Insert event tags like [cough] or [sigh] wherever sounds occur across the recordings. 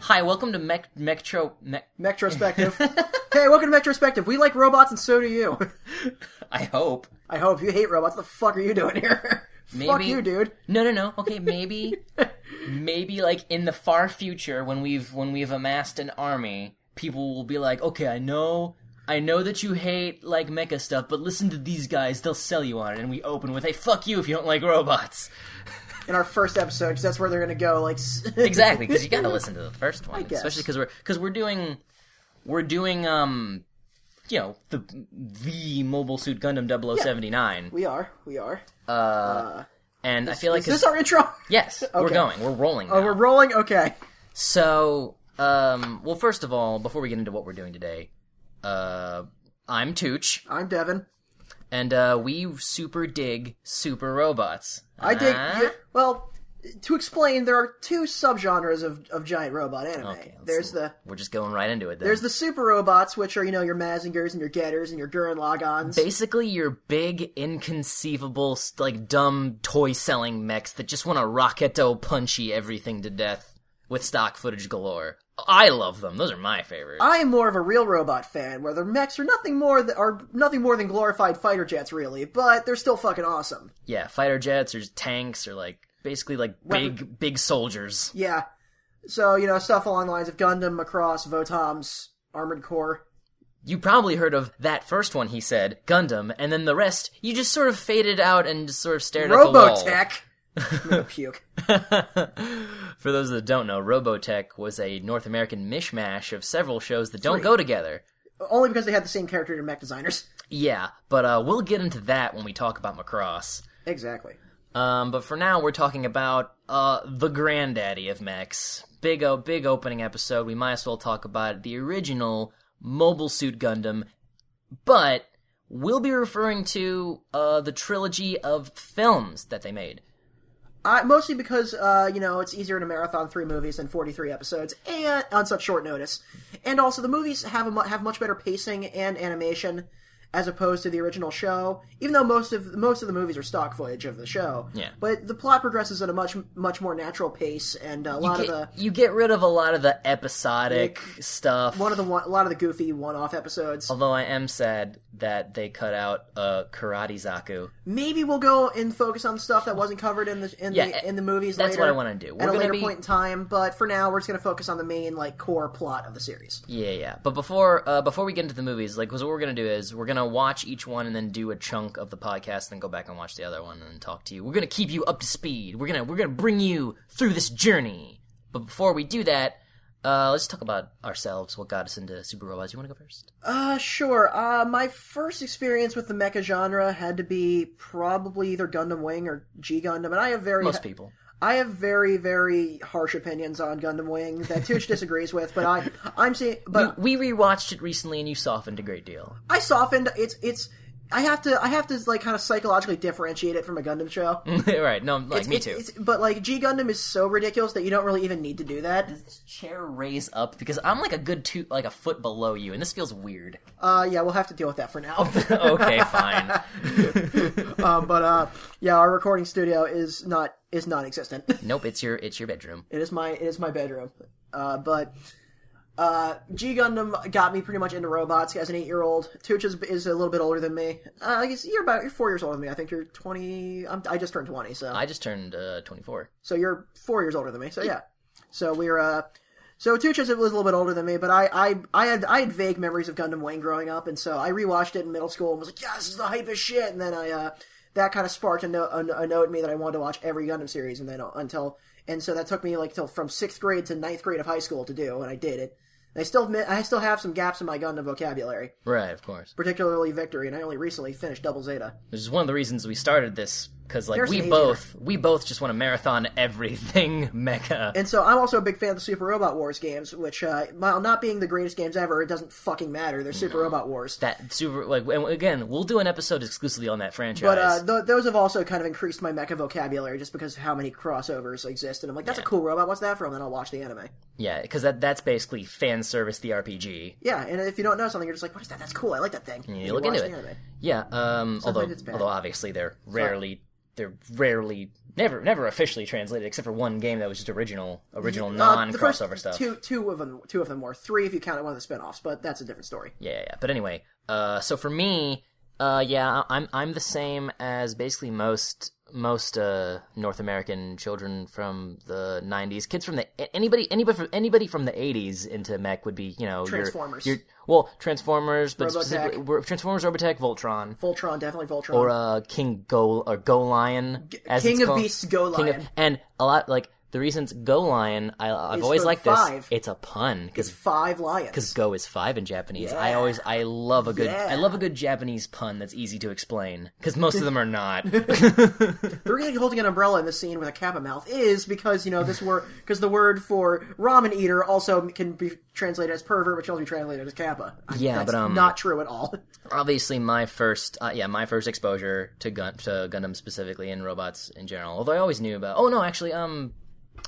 Hi, welcome to Mech Metro. Mech- Metrospective. [laughs] hey, welcome to Metrospective. We like robots, and so do you. [laughs] I hope. I hope you hate robots. What the fuck are you doing here? [laughs] Fuck Maybe- you, dude. No, no, no. Okay, [laughs] maybe, maybe like in the far future, when we've when we've amassed an army, people will be like, okay, I know, I know that you hate like mecha stuff, but listen to these guys; they'll sell you on it. And we open with, hey, fuck you if you don't like [laughs] robots. In our first episode, 'cause that's where they're gonna go. Like, s- [laughs] Exactly, because you got to listen to the first one, guess. especially because we're because we're doing we're doing um. You know the the Mobile Suit Gundam 0079, we are, we are. and I feel like Oh. Is this it's- [laughs] our intro? yes, we're going, we're rolling. Oh, now. we're rolling. Okay. So, um, well, first of all, before we get into what we're doing today, uh, I'm Tooch, I'm Devin. and uh, we super dig super robots. I dig. Ah? yeah, well, to explain, there are two subgenres of, of giant robot anime. let's there's see. the We're just going right into it. Then. there's the super robots, which are you know your Mazingers and your Getters and your Gurren Lagans. basically your big, inconceivable, st- like dumb toy selling mechs that just want to rocketo punchy everything to death with stock footage galore. I love them. Those are my favorite. I am more of a real robot fan, where the mechs are nothing more than are nothing more than glorified fighter jets, really, but they're still fucking awesome. yeah, fighter jets or tanks or like basically like Weapon- big, big soldiers. Yeah. So you know stuff along the lines of Gundam, Macross, Votoms, Armored Core. You probably heard of that first one he said, Gundam, and then the rest you just sort of faded out and just sort of stared at Robotech. I'm gonna puke. the wall. [laughs] For those that don't know, Robotech was a North American mishmash of several shows that don't go together. Only because they had the same character and mech designers. Yeah, but uh, we'll get into that when we talk about Macross. Exactly. Um, but for now, we're talking about uh, the granddaddy of mechs. Big o big opening episode. We might as well talk about the original Mobile Suit Gundam, but we'll be referring to uh, the trilogy of films that they made. I, mostly because uh, you know it's easier to marathon three movies than forty three episodes, and on such short notice. And also, the movies have a, mu- have much better pacing and animation as opposed to the original show. Even though most of most of the movies are stock footage of the show, Yeah. But the plot progresses at a much much more natural pace, and uh, a lot Get- of the you get rid of a lot of the episodic stuff. one of the one, a lot of the goofy one off episodes. Although I am sad that they cut out uh, Karate Zaku. Maybe we'll go and focus on stuff that wasn't covered in the in Yeah, eh, the in the movies. that's later, what I wanna do. We're at a gonna later be- point in time. But for now, we're just going to focus on the main like core plot of the series. Yeah, yeah. But before uh, before we get into the movies, like, 'cause what we're gonna do is we're gonna watch each one and then do a chunk of the podcast, then go back and watch the other one and talk to you. We're gonna keep you up to speed. We're gonna we're gonna bring you through this journey. But before we do that, uh, let's talk about ourselves. What got us into super robots? You want to go first? Uh, sure. Uh, my first experience with the mecha genre had to be probably either Gundam Wing or G Gundam, and I have very, Most people. I have very, very harsh opinions on Gundam Wing that [laughs] Tooch disagrees with, but I, I'm seeing, but We rewatched it recently, and you softened a great deal. [laughs] I softened. It's, it's, I have to, I have to like kind of psychologically differentiate it from a Gundam show. right? No, like Mm, me It's- too. it's- but like G Gundam is so ridiculous that you don't really even need to do that. Does this chair raise up because I'm like a good two, like a foot below you, and this feels weird. Uh, yeah, we'll have to deal with that for now. [laughs] okay, fine. um, but uh, yeah, our recording studio is not is non-existent. Nope, it's your it's your bedroom. It is my it is my bedroom. Uh, but uh, G Gundam got me pretty much into robots as an eight year old. Tooch is, is a little bit older than me. Uh, I guess you're about you're four years older than me. I think you're twenty. I'm, I just turned twenty, so I just turned uh, 24. so you're four years older than me. So yeah, so we're uh, so Tooch is was a little bit older than me, but I I I had I had vague memories of Gundam Wing growing up, and so I rewatched it in middle school and was like, yeah, this is the hype as shit. And then I uh, that kind of sparked a, no, a, a note in me that I wanted to watch every Gundam series, and then until and so that took me like till from sixth grade to ninth grade of high school to do, and I did it. And I still admit- I still have some gaps in my Gundam vocabulary, Right, of course. particularly Victory, and I only recently finished Double Zeta. Which is one of the reasons we started this because like There's we an both we both just want to marathon everything [laughs] mecha. And so I'm also a big fan of the Super Robot Wars games, which, uh, while not being the greatest games ever, it doesn't fucking matter. They're Super Robot Wars. that super like and again, we'll do an episode exclusively on that franchise. But uh, th- those have also kind of increased my mecha vocabulary just because of how many crossovers exist. And I'm like, that's a cool robot. What's that from? And I'll watch the anime. yeah, because that that's basically fan service the RPG. Yeah, and if you don't know something, you're just like, what is that? That's cool. I like that thing. And you look watch into the it. anime. Yeah, um, although it's bad. although obviously they're rarely they're rarely never never officially translated except for one game that was just original original non Uh, the first crossover stuff. Two, two of them, two of them were three if you count one of the spinoffs, but that's a different story. Yeah, yeah, yeah. But anyway, uh, so for me, uh, yeah, I- I'm I'm the same as basically most most uh North American children from the '90s. Kids from the a- anybody anybody from anybody from the '80s into mech would be you know your- Transformers. Your, well, Transformers, but Robotech. specifically we're- Transformers, Robotech, Voltron. Voltron, definitely Voltron. Or uh, King Go or Go Lion, as King it's of called. Beasts, Go King of- Lion. and a lot like the reasons Go Lion. I, I've Is always for liked this. five. It's a pun because it's five lions. because go is five in Japanese. I always I love a good I Yeah. love a good Japanese pun that's easy to explain because most of them are not. the reason holding an umbrella in this scene with a cap of mouth is because you know this word because the word for ramen eater also can be translated as pervert, which can also be translated as kappa. I- Yeah, that's but, um, not true at all. [laughs] Obviously, my first uh, yeah my first exposure to gun to Gundam specifically and robots in general. Although I always knew about oh no actually um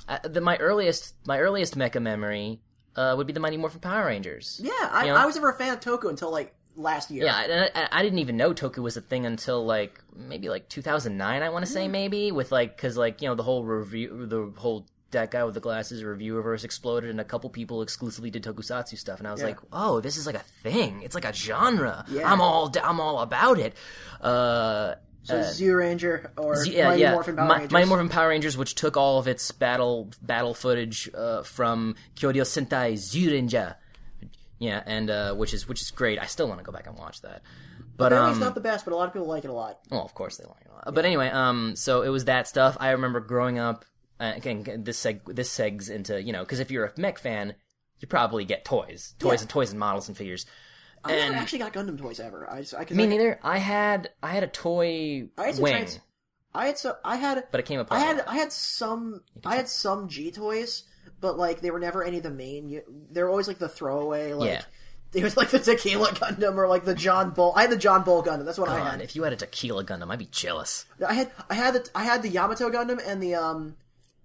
I, the, my earliest my earliest mecha memory uh, would be the Mighty Morphin Power Rangers. Yeah, I, You know? I was never a fan of Toku until like last year. Yeah, I, I, I didn't even know Toku was a thing until like maybe like 2009. I want to Mm. say maybe with like because like you know the whole review, the whole that guy with the glasses review reverse exploded, and a couple people exclusively did Tokusatsu stuff, and I was like, oh, this is like a thing. It's like a genre. Yeah. I'm all d- I'm all about it. Uh, so Zoo Ranger or Z- yeah, Mighty yeah. Morphin Power Mi- Rangers. Mighty Morphin Power Rangers, which took all of its battle battle footage uh, from Kyoryo Sentai Zyurinja. Yeah, and uh, which is which is great. I still want to go back and watch that. But Maybe um, it's not the best, but a lot of people like it a lot. well, of course they like it a lot. But anyway, um, so it was that stuff. I remember growing up. Uh, again, this seg this segs into you know because if you're a mech fan, you probably get toys, toys Yeah. and toys and models and figures. I never and actually got Gundam toys ever. I, just, I, 'cause me I- neither. I had I had a toy I had some wing, trans- I had so I had but it came apart. I had I had some I had some G toys, but like they were never any of the main. you- They were always like the throwaway. Like, Yeah. It was like the Tequila Gundam or like the John Bull. I had the John Bull Gundam. That's what I God, had. if you had a tequila Gundam, I'd be jealous. I had I had the I had the Yamato Gundam and the um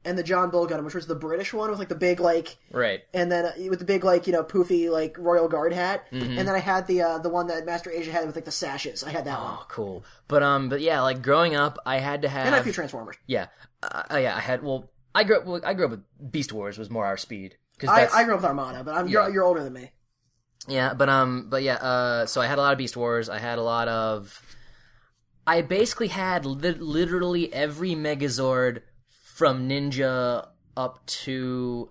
and the John Bull Gundam, which was the British one with like the big like Right. and then uh, with the big like you know poofy like royal guard hat, Mm-hmm. and then I had the uh, the one that Master Asia had with like the sashes. I had that one, Oh, cool. But um, but yeah, like growing up, I had to have. and a few Transformers. yeah, uh, uh, yeah. I had. Well, I grew up. Well, I grew up with Beast Wars was more our speed. Cause I, that's- I grew up with Armada, but I'm, you're, Yeah. you're older than me. Yeah, but um, but yeah, uh, so I had a lot of Beast Wars. I had a lot of. I basically had li- literally every Megazord from Ninja up to.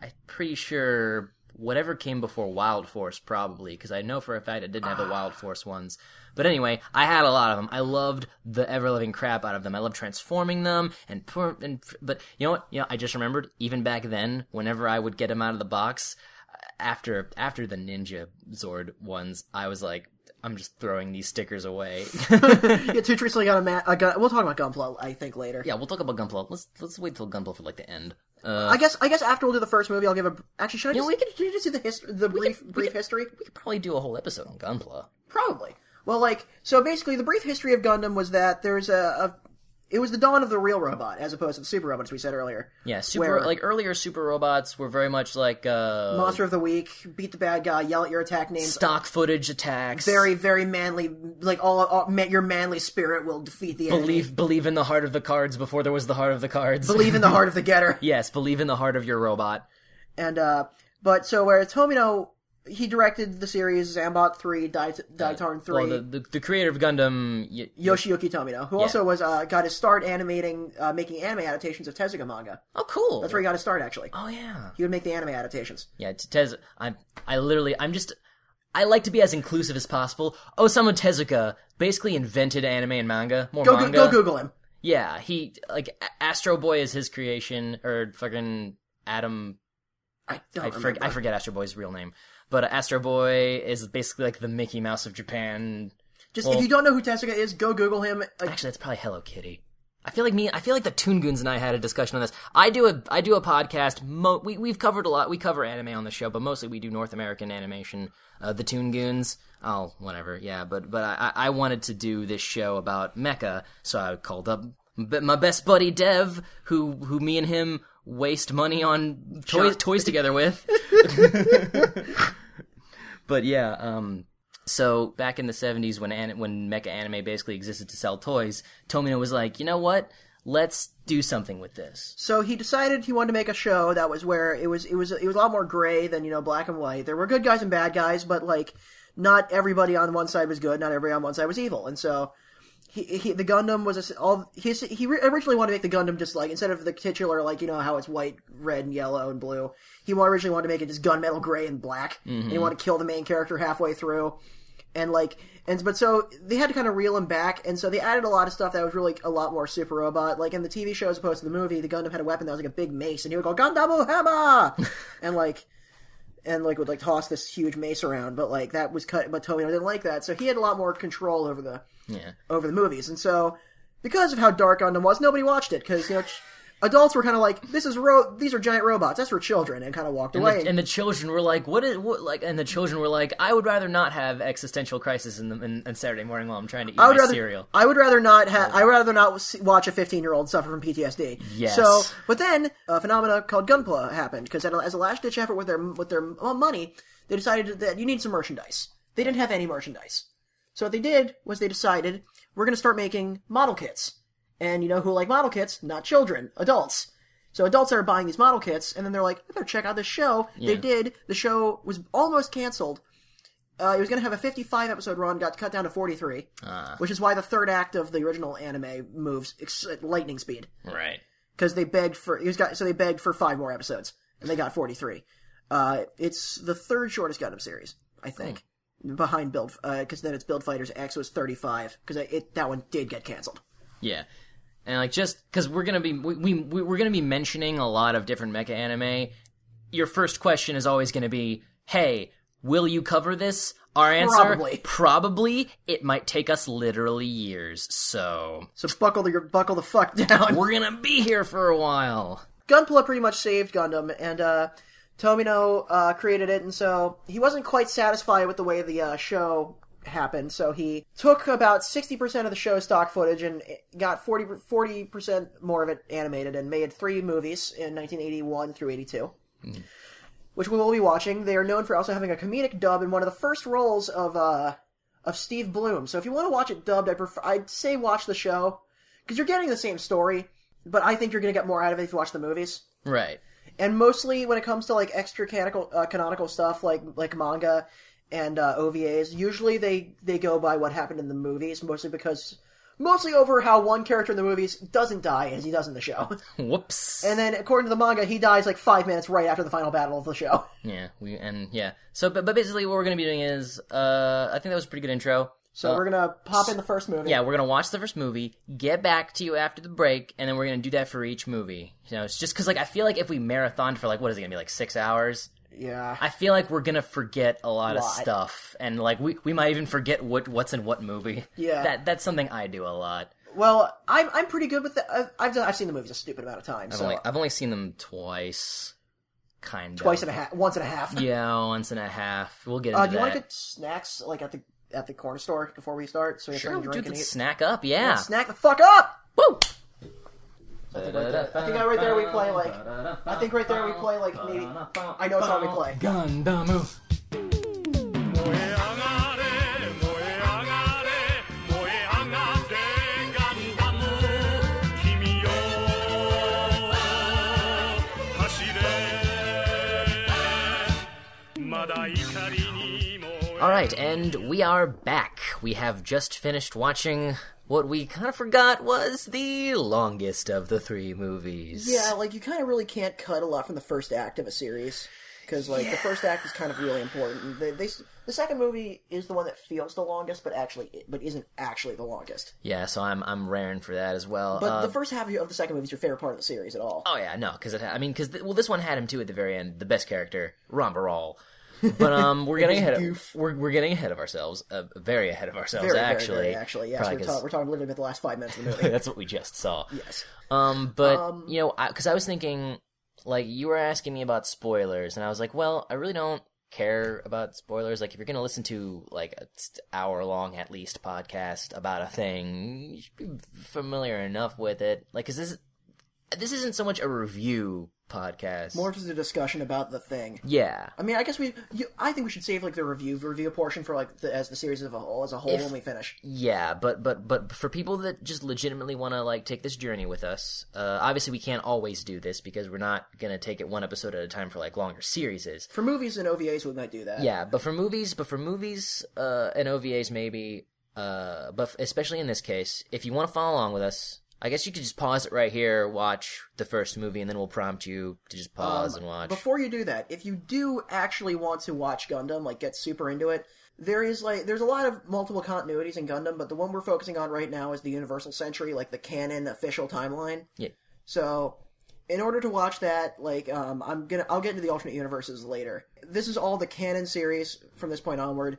I'm pretty sure whatever came before Wild Force, probably, because I know for a fact I didn't have the Wild Force ones. But anyway, I had a lot of them. I loved the ever loving crap out of them. I loved transforming them and per- and but you know what? You know, I just remembered even back then, whenever I would get them out of the box uh, after after the Ninja Zord ones, I was like, I'm just throwing these stickers away. [laughs] Yeah, Tooch recently got a, ma- a gun. We'll talk about Gunpla, I think, later. yeah, we'll talk about Gunpla. Let's let's wait till Gunpla for like the end. I guess I guess after we'll do the first movie, I'll give a. Actually, should I just, we we could- could, just do the history, the brief brief history? We could probably do a whole episode on Gunpla. Probably. Well, like so, basically, the brief history of Gundam was that there's a, a it was the dawn of the real robot as opposed to the super robot, as we said earlier. Yeah, super Where- like earlier super robots were very much like uh Monster of the week, beat the bad guy, yell at your attack names. stock footage attacks. Very, very manly. Like all, all ma- your manly spirit will defeat the enemy. believe believe in the heart of the cards before there was the heart of the cards. Believe in the heart of the getter. yes, believe in the heart of your robot. And uh but so whereas Tomino he directed the series Zambot 3, Dait- Daitarn 3, Well, the, the the creator of Gundam y- Yoshiyuki Tomino, who also was uh, got his start animating uh, making anime adaptations of Tezuka manga. Oh cool. That's where he got his start actually. Oh yeah. He would make the anime adaptations. Yeah, T- Tez I'm I literally I'm just I like to be as inclusive as possible. Osamu Tezuka basically invented anime and manga. More Go go, manga. go Google him. Yeah, he like A- Astro Boy is his creation or fucking Adam I don't I, remember. forg I forget Astro Boy's real name, but uh, Astro Boy is basically like the Mickey Mouse of Japan. Just well- if you don't know who Tezuka is, go Google him. Like, Actually, that's probably Hello Kitty. I feel like me. I feel like the Toon Goons and I had a discussion on this. I do a I do a podcast. Mo- we we've covered a lot. We cover anime on the show, but mostly we do North American animation. Uh, the Toon Goons. Oh, whatever. Yeah, but but I I I wanted to do this show about Mecha, so I called up b- my best buddy Dev, who who me and him waste money on toys toys together with. but yeah, um, so back in the 70s when an- when mecha anime basically existed to sell toys, Tomino was like, "You know what? let's do something with this. So he decided he wanted to make a show that was where it was it was it was a lot more gray than you know black and white. There were good guys and bad guys, but like not everybody on one side was good, not everybody on one side was evil, and so. He, he, the Gundam was a s all his, he re- originally wanted to make the Gundam just like instead of the titular like you know how it's white, red, and yellow and blue. He wa- originally wanted to make it just gunmetal gray and black, and he wanted to kill the main character halfway through, and like and but so they had to kind of reel him back, and so they added a lot of stuff that was really a lot more Super Robot like in the TV show as opposed to the movie. The Gundam had a weapon that was like a big mace, and he would go Gundam [laughs] oh, Hammer, and like and like would like toss this huge mace around, but like that was cut. But Tomino didn't like that, so he had a lot more control over the Yeah. over the movies. And so, because of how dark Gundam was, nobody watched it because you know ch- adults were kind of like, "This is ro- these are giant robots. That's for children," and kind of walked And away. the, and the children were like, "What is what like?" And the children were like, "I would rather not have existential crisis in the in, on Saturday morning while I'm trying to eat I would my rather cereal." I would rather not ha- I would rather not s- watch a 15 year old suffer from PTSD. Yes. So, but then a phenomena called Gunpla happened because as a last ditch effort with their with their well, money, they decided that you need some merchandise. They didn't have any merchandise, so what they did was they decided we're going to start making model kits. And you know who like model kits? Not children, adults. So adults are buying these model kits, and then they're like, I better check out this show. They Yeah. did. The show was almost canceled. Uh, it was going to have a 55 episode run, got cut down to 43, which is why the third act of the original anime moves ex- at lightning speed Right. because they begged for it was got so they begged for five more episodes and they got 43. Uh, it's the third shortest Gundam series, I think, behind Build because then it's Build Fighters X was 35 because it that one did get canceled. Yeah. And like just because we're gonna be we, we we- we're gonna be mentioning a lot of different mecha anime. Your first question is always gonna be, "Hey, will you cover this?" Our answer Probably. probably. It might take us literally years, so So buckle the buckle the fuck [laughs] down. we're gonna be here for a while. Gunpla pretty much saved Gundam, and uh, Tomino uh, created it, and so he wasn't quite satisfied with the way the uh, show happened. So he took about sixty percent of the show's stock footage and got 40 percent more of it animated, and made three movies in nineteen eighty one through eighty two. Which we will be watching. They are known for also having a comedic dub in one of the first roles of uh, of Steve Bloom. So if you want to watch it dubbed, I prefer, I'd say watch the show because you're getting the same story, but I think you're going to get more out of it if you watch the movies. Right. And mostly when it comes to like extra canonical uh, canonical stuff like like manga and uh, OVAs, usually they they go by what happened in the movies, mostly because mostly over how one character in the movies doesn't die as he does in the show. [laughs] Whoops. And then according to the manga, he dies like 5 minutes right after the final battle of the show. [laughs] yeah. We and yeah. So, but, but basically, what we're gonna be doing is, uh, I think that was a pretty good intro. So we're going to pop in the first movie. Uh, Yeah, we're gonna watch the first movie, get back to you after the break, and then we're gonna do that for each movie. You know, it's just because like I feel like if we marathoned for like what is it gonna be like six hours, Yeah. I feel like we're gonna forget a lot, of Lot. stuff, and like we we might even forget what what's in what movie. Yeah. that that's something I do a lot. Well, I'm I'm pretty good with that. I've I've, done, I've seen the movies a stupid amount of times. I've So only I've only seen them twice, kind of twice and a half, once and a half. Yeah, once and a half. We'll get into Uh, do you want that. to get snacks like at the at the corner store before we start? So we have sure, something to dude, drink and let's eat. snack up. Yeah. Snack the fuck up! Woo! I think, right there, I think right there we play like. I think right there we play like maybe. I know it's how we play. Gundamu. All right, and we are back. We have just finished watching what we kind of forgot was the longest of the three movies. Yeah, like you kind of really can't cut a lot from the first act of a series because like the first act is kind of really important. They, they s- the second movie is the one that feels the longest, but actually but isn't actually the longest. Yeah, so I'm I'm raring for that as well. But Uh, the first half of the second movie is your favorite part of the series at all. oh yeah, no, because it ha- I mean, because well, this one had him too at the very end, the best character, Ron Baral. But um, [laughs] we're getting ahead. Of, goof. we're we're getting ahead of ourselves, uh, very ahead of ourselves, Very, very, actually. very, actually, yes, Probably we're, 'cause- ta- we're talking literally about the last five minutes of the [laughs] movie. that's what we just saw. yes. Um, but you know, because I, was thinking, like, you were asking me about spoilers, and I was like, well, I really don't care about spoilers. Like, if you're gonna listen to like a hour long at least podcast about a thing, you should be familiar enough with it. Like, is this this isn't so much a review podcast. More just a discussion about the thing. yeah. I mean, I guess we. You, I think we should save like the review review portion for like the, as the series of a whole as a whole If- when we finish. Yeah, but but but for people that just legitimately want to like take this journey with us, uh, obviously we can't always do this because we're not gonna take it one episode at a time for like longer series. For movies and OVAs, we might do that. Yeah, but for movies, but for movies uh, and OVAs maybe, uh, but f- especially in this case, if you want to follow along with us, I guess you could just pause it right here, watch the first movie, and then we'll prompt you to just pause and watch. Um, Before you do that, if you do actually want to watch Gundam, like get super into it, there is like there's a lot of multiple continuities in Gundam, but the one we're focusing on right now is the Universal Century, like the canon official timeline. Yeah. So, in order to watch that, like um, I'm gonna I'll get into the alternate universes later. This is all the canon series from this point onward.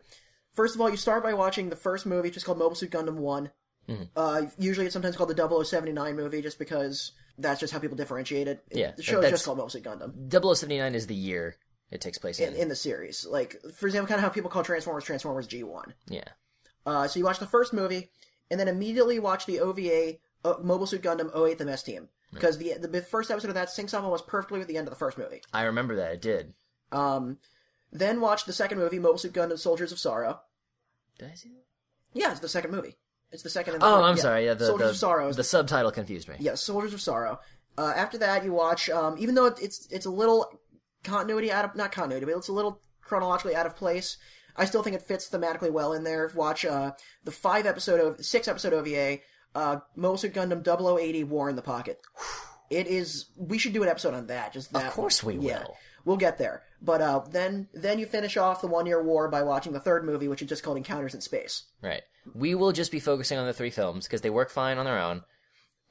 First of all, you start by watching the first movie, which is called Mobile Suit Gundam One. Mm-hmm. Uh, usually, it's sometimes called the 0079 movie, just because that's just how people differentiate it. Yeah, the show is that's- just called Mobile Suit Gundam 0079 is the year it takes place in. in, in the series. Like, for example, kind of how people call Transformers Transformers G1. yeah, Uh, so you watch the first movie, and then immediately watch the OVA uh, Mobile Suit Gundam 08 MS Team. Because the, the b- first episode of that syncs up almost perfectly with the end of the first movie. I remember that. It did. Um, then watch the second movie, Mobile Suit Gundam Soldiers of Sorrow. Did I see that? Yeah, it's the second movie. It's the second. And the Oh, third- I'm sorry. Yeah, the, Soldiers the, of Sorrow is the subtitle confused me. Yeah, Soldiers of Sorrow. Uh, after that, you watch. Um, even though it- it's it's a little continuity out of not continuity, but it's a little chronologically out of place. I still think it fits thematically well in there. Watch uh, the five episode of six episode OVA, uh, Mobile Suit Gundam 0080 War in the Pocket. It is. We should do an episode on that. Just that Of course we one. Yeah. will. We'll get there, but uh, then then you finish off the one year war by watching the third movie, which is just called Encounters in Space. Right. We will just be focusing on the three films because they work fine on their own.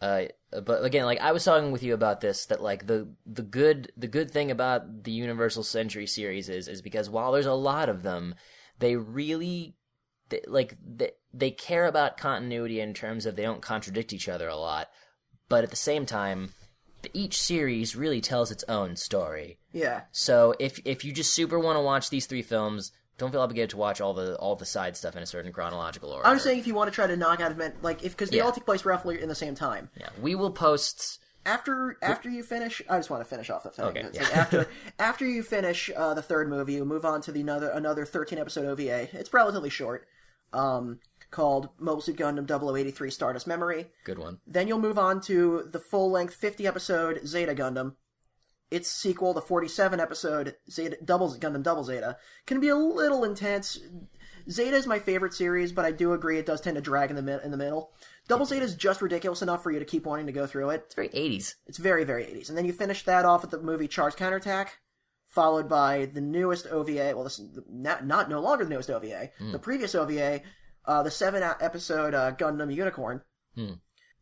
Uh, but again, like I was talking with you about this, that like the the good the good thing about the Universal Century series is is because while there's a lot of them, they really they, like they, they care about continuity in terms of they don't contradict each other a lot, but at the same time, each series really tells its own story. Yeah, So if if you just super want to watch these three films, don't feel obligated to watch all the all the side stuff in a certain chronological order. I'm saying if you want to try to knock out men, like if because they Yeah. all take place roughly in the same time. yeah, we will post. after after you finish, I just want to finish off the thing. Okay, It's yeah. like after [laughs] after you finish uh, the third movie, you move on to the another another thirteen episode OVA. It's relatively short, um, called Mobile Suit Gundam 0083 Stardust Memory. Good one. Then you'll move on to the full length fifty episode Zeta Gundam. Its sequel, the forty seven episode Zeta Double Gundam Double Zeta, can be a little intense. Zeta is my favorite series, but I do agree it does tend to drag in the mid- in the middle. Double Zeta is just ridiculous enough for you to keep wanting to go through it. It's very eighties. It's very, very 80s. And then you finish that off with the movie Charge Counterattack, followed by the newest OVA. Well, this not, not no longer the newest OVA. The previous OVA, uh, the seven a- episode uh, Gundam Unicorn.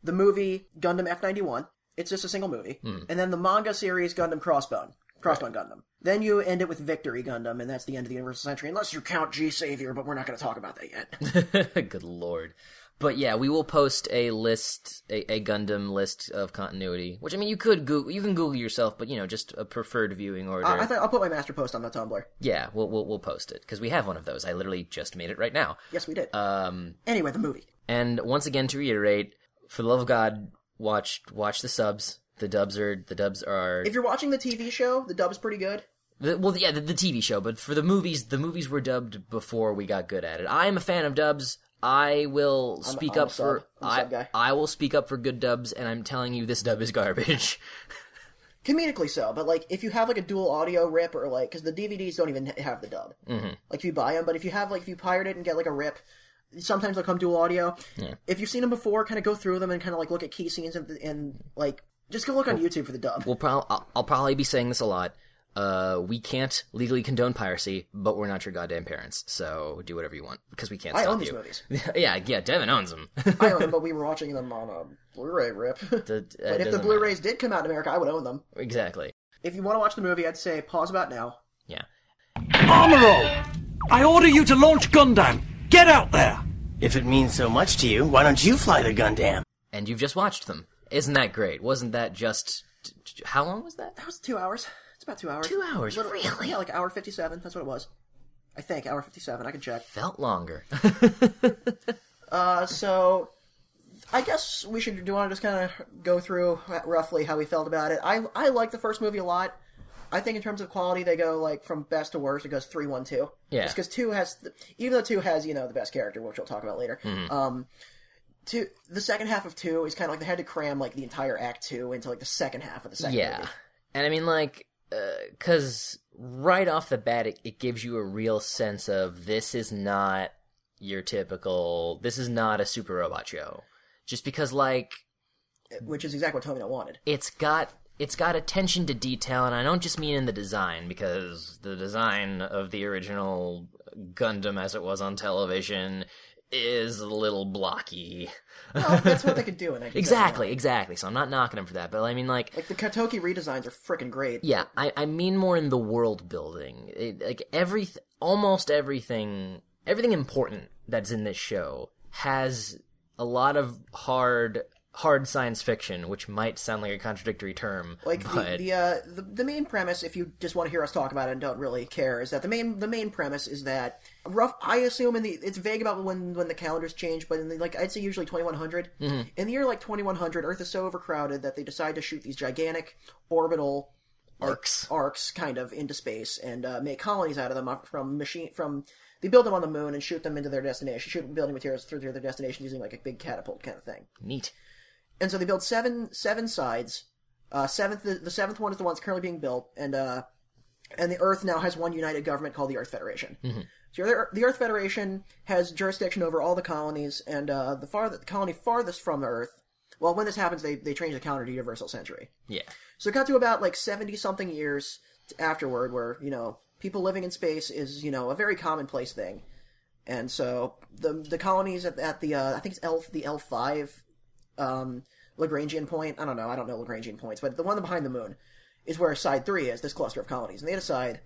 The movie Gundam F91. It's just a single movie. And then the manga series Gundam Crossbone. Crossbone Gundam. Then you end it with Victory Gundam, and that's the end of the Universal Century, unless you count G Savior, but we're not going to talk about that yet. [laughs] Good lord. But yeah, we will post a list, a, a Gundam list of continuity. Which I mean, you could Google, you can Google yourself, but you know, just a preferred viewing order. I th- I'll put my master post on the Tumblr. yeah, we'll we'll, we'll post it because we have one of those. I literally just made it right now. Yes, we did. Um, anyway, the movie. And once again, to reiterate, for the love of God, watch watch the subs. The dubs are the dubs are If you're watching the TV show, the dub's pretty good. the, well, yeah, the, the TV show. But for the movies, the movies were dubbed before we got good at it. I am a fan of dubs. I will speak I'm a up for sub. I'm a I- sub guy. I will speak up for good dubs, and I'm telling you, this dub is [laughs] garbage. comedically so but like if you have like a dual audio rip or like because the dvds don't even ha- have the dub mm-hmm. like if you buy them but if you have like if you pirate it and get like a rip sometimes they'll come dual audio if you've seen them before kind of go through them and kind of like look at key scenes and, and like just go look on youtube for the dub we'll pro- I'll, I'll probably be saying this a lot. Uh, we can't legally condone piracy, but we're not your goddamn parents, so do whatever you want because we can't i stop own these you. movies [laughs] yeah, yeah, Devin owns [laughs] them. i own them but we were watching them on a blu-ray rip [laughs] uh, but if the blu-rays did come out in america i would own them Exactly. if you want to watch the movie i'd say pause about now Yeah. Armoro! I order you to launch Gundam! Get out there! If it means so much to you, why don't you fly the Gundam? And you've just watched them. Isn't that great? Wasn't that just. t- t- How long was that? that was two hours it's about two hours Two hours. Little- Really? yeah like hour 57 that's what it was i [laughs] think hour 57 i can check Felt longer. so I guess we should do you want to just kind of go through roughly how we felt about it. I I like the first movie a lot. I think in terms of quality, they go like from best to worst. It goes three, one, two. Yeah. Just because two has, the, even though two has you know the best character, which we'll talk about later. Mm-hmm. Um, two the second half of two is kind of like they had to cram like the entire act two into like the second half of the second. Yeah. movie. And I mean, like, because right off the bat, it, it gives you a real sense of this is not your typical, this is not a super robot show. Just because, like, which is exactly what [laughs] Tomino wanted. it's got. It's got attention to detail, and I don't just mean in the design, because the design of the original Gundam as it was on television is a little blocky. Well, that's what they could do in 1979. Exactly, [laughs] exactly. So I'm not knocking him for that, but I mean, like, Like the Katoki redesigns are freaking great. Yeah, I, I mean more in the world building. It, like every almost everything everything important that's in this show has a lot of hard hard science fiction, which might sound like a contradictory term. Like but the the, uh, the the main premise, if you just want to hear us talk about it and don't really care, is that the main the main premise is that rough. I assume in the it's vague about when when the calendars change, but in the, like I'd say usually twenty one Mm-hmm. In the year like twenty one hundred, Earth is so overcrowded that they decide to shoot these gigantic orbital arcs. arcs kind of into space and uh, make colonies out of them from machine from they build them on the moon and shoot them into their destination, shoot building materials through to their destination using like a big catapult kind of thing Neat. and so they build seven seven sides. Uh, seventh the, the seventh one is the one that's currently being built, and uh, and the Earth now has one united government called the Earth Federation. So the Earth- the Earth Federation has jurisdiction over all the colonies, and uh, the far the colony farthest from the Earth. Well, when this happens, they they change the calendar to universal century. Yeah. So it got to about like seventy something years afterward, where you know people living in space is you know a very commonplace thing, and so the the colonies at, at the uh, I think it's L the L five um, Lagrangian point. I don't know. I don't know Lagrangian points, but the one behind the moon is where side three is. This cluster of colonies, and they decide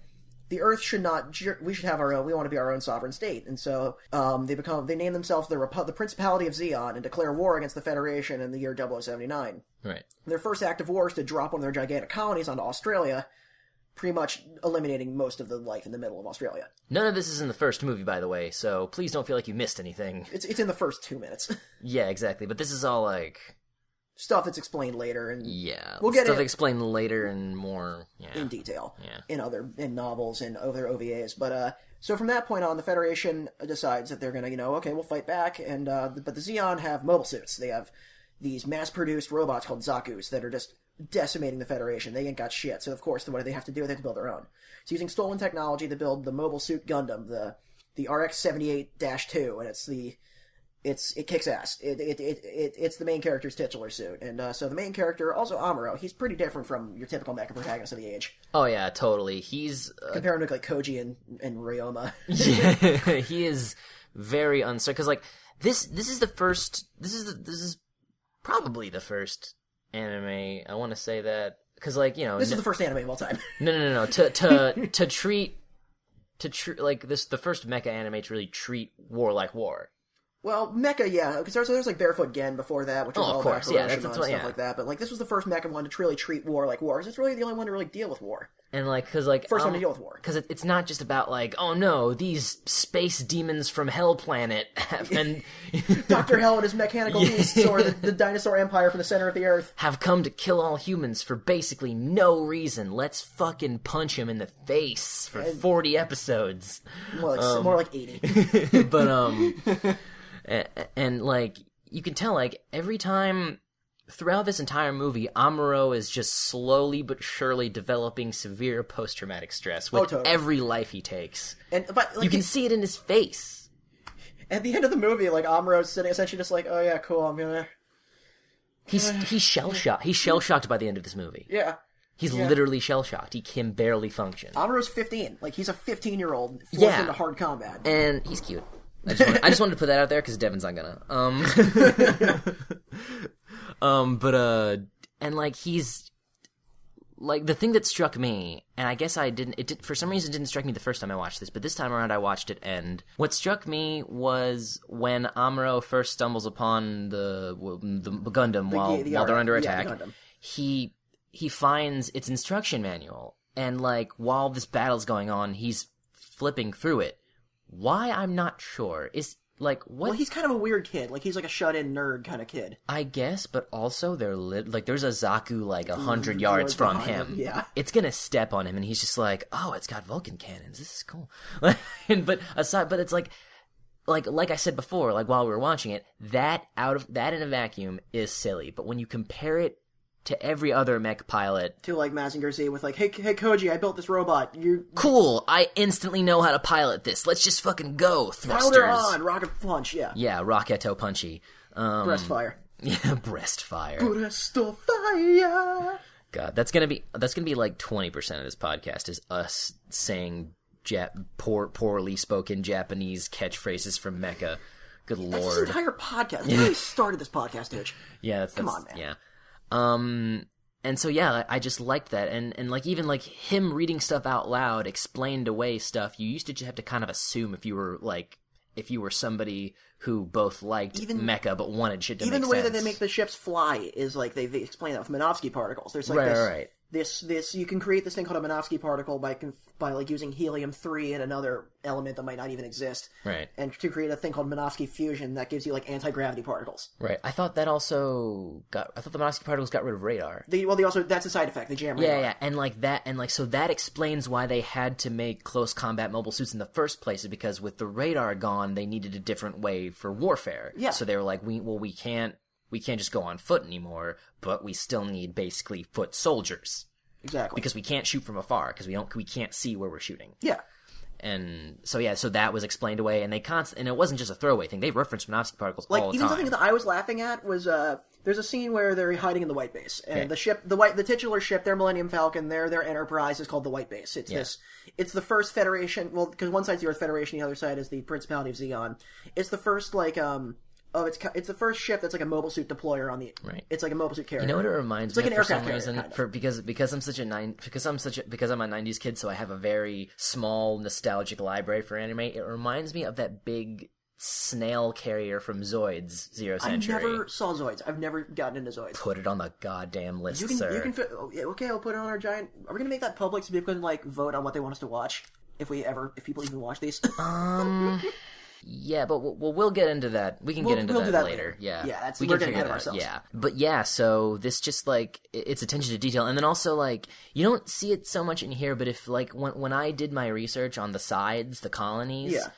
the Earth should not. jur- We should have our own. We want to be our own sovereign state, and so um, they become. They name themselves the Repu- the Principality of Zeon and declare war against the Federation in the year 0079. Right. Their first act of war is to drop one of their gigantic colonies onto Australia, pretty much eliminating most of the life in the middle of Australia. None of this is in the first movie, by the way, so please don't feel like you missed anything. It's it's in the first two minutes. [laughs] Yeah, exactly. But this is all like, Stuff that's explained later and yeah, We'll get stuff it. explained later and more. Yeah, in detail Yeah. in other in novels and other OVAs. But uh, so from that point on, the Federation decides that they're gonna, you know, okay, we'll fight back. And uh, but the Xeon have mobile suits. They have these mass-produced robots called Zaku's that are just decimating the Federation. They ain't got shit. So of course, what do they have to do? They have to build their own. So using stolen technology to build the mobile suit Gundam, the the RX seventy eight two, and it's the it's it kicks ass. It it, it, it it's the main character's titular suit, and uh, so the main character, also Amuro, he's pretty different from your typical mecha protagonist of the age. oh yeah, totally. He's uh, Compare him to like Koji and [laughs] and Ryoma. he is very uncertain because like this this is the first this is the, this is probably the first anime i want to say that because like you know This no, is the first anime of [laughs] all time. no no no to [laughs] to to treat to treat like this the first mecha anime to really treat war like war well, mecha, yeah, because there's, there's like Barefoot Gen before that, which was Oh, of all course, about yeah, Hiroshima that's- and that's stuff what- yeah. like that. But like this was the first mecha one to really treat war like war, because it's really the only one to really deal with war. and like because like First one to deal with [laughs] war. because it, it's not just about like oh no these space demons from hell planet [laughs] have, [laughs] and Doctor Hell and his mechanical beasts, or the, [laughs] the dinosaur empire from the center of the earth. have come to kill all humans for basically no reason let's fucking punch him in the face for 40 [laughs] episodes More like, Um, more [laughs] like eighty. but um and, and like you can tell like every time throughout this entire movie amuro is just slowly but surely developing severe post-traumatic stress with Oh, totally. every life he takes And but like, you can see it in his face at the end of the movie, like Amuro's sitting essentially just like, oh yeah, cool, I'm gonna [sighs] he's he's shell-shocked he's shell-shocked by the end of this movie yeah. he's literally shell-shocked he can barely function Amuro's 15. Like, he's a 15 year old forced Yeah. into hard combat. and he's cute. I just, wanted, I just wanted to put that out there because Devin's not gonna. Um, [laughs] um, but uh, and like he's like the thing that struck me, and I guess I didn't. It did for some reason it didn't strike me the first time I watched this, but this time around I watched it, and what struck me was when Amuro first stumbles upon the the Gundam while the while they're R- under yeah, the attack Gundam. he he finds its instruction manual and like while this battle's going on he's flipping through it why i'm not sure is Like what? Well, he's kind of a weird kid. Like he's like a shut-in nerd kind of kid. I guess, but also they're lit. Like there's a Zaku like a hundred yards from behind him. Mm, him, yeah. it's gonna step on him, and he's just like, "Oh, it's got Vulcan cannons. This is cool." [laughs] and, but aside, but it's like, like like I said before, like while we were watching it, that out of that in a vacuum is silly. But when you compare it to every other mech pilot, To like Mazinger Z with like, hey, hey Koji, I built this robot. You cool. I instantly know how to pilot this. Let's just fucking go thrusters. powder on rocket punch. Yeah, Yeah, Rocketo Punchy. [laughs] Um, breast fire. yeah, breast fire. Breast of fire. God, that's gonna be that's gonna be like twenty percent of this podcast is us saying Jap- poor poorly spoken Japanese catchphrases from Mecca. Good That's this lord, entire podcast. Yeah. really started this podcast, Itch. yeah, that's, that's on, man. yeah. Um, and so yeah, I I just liked that, and and like even like him reading stuff out loud explained away stuff you used to just have to kind of assume if you were like if you were somebody who both liked Even- Mecca but wanted shit to Even make the way that sense. they make the ships fly is like they, they explain that with Minovsky particles. There's like Right, this, right, right. this, this. You can create this thing called a Minovsky particle by conf- by like using helium three and another element that might not even exist, right. and to create a thing called Minovsky fusion that gives you like anti gravity particles. Right. I thought that also got. I thought the Monosky particles got rid of radar. They, well, they also that's a side effect. They jam. Yeah, radar. yeah, and like that, and like so that explains why they had to make close combat mobile suits in the first place, is because with the radar gone, they needed a different way for warfare. Yeah. So they were like, we well, we can't we can't just go on foot anymore, but we still need basically foot soldiers exactly. because we can't shoot from afar because we don't we can't see where we're shooting. yeah, And so yeah, so that was explained away, and they const and it wasn't just a throwaway thing. They referenced Monosky particles like all the even time. something that I was laughing at was uh, there's a scene where they're hiding in the White Base, and the ship, the white, the titular ship, their Millennium Falcon, their their Enterprise is called the White Base. It's this, it's the first Federation. Well, because one side's the Earth Federation, the other side is the Principality of Zeon. It's the first like um. Oh, it's ki- it's the first ship that's like a mobile suit deployer on the. Right. It's like a mobile suit carrier. You know what it reminds like me an of for some aircraft carrier, reason kind of. for because because I'm such a nine because I'm such a, because I'm a '90s kid, so I have a very small nostalgic library for anime. It reminds me of that big snail carrier from Zoids Zero I Century. never saw Zoids. I've never gotten into Zoids. Put it on the goddamn list, You can, sir. you can. Fit, oh, yeah, okay, I'll put it on our giant. Are we gonna make that public so people can like vote on what they want us to watch? If we ever, if people even watch these, [laughs] Yeah, but we'll, well, we'll get into that. We can We'll- get into we'll that, do that later. later. Yeah, Yeah, that's- we we're can getting figure ahead of that out. ourselves. Yeah, but yeah, so this just like i- it's attention to detail, and then also like you don't see it so much in here, but if like when when I did my research on the sides, the colonies. Yeah.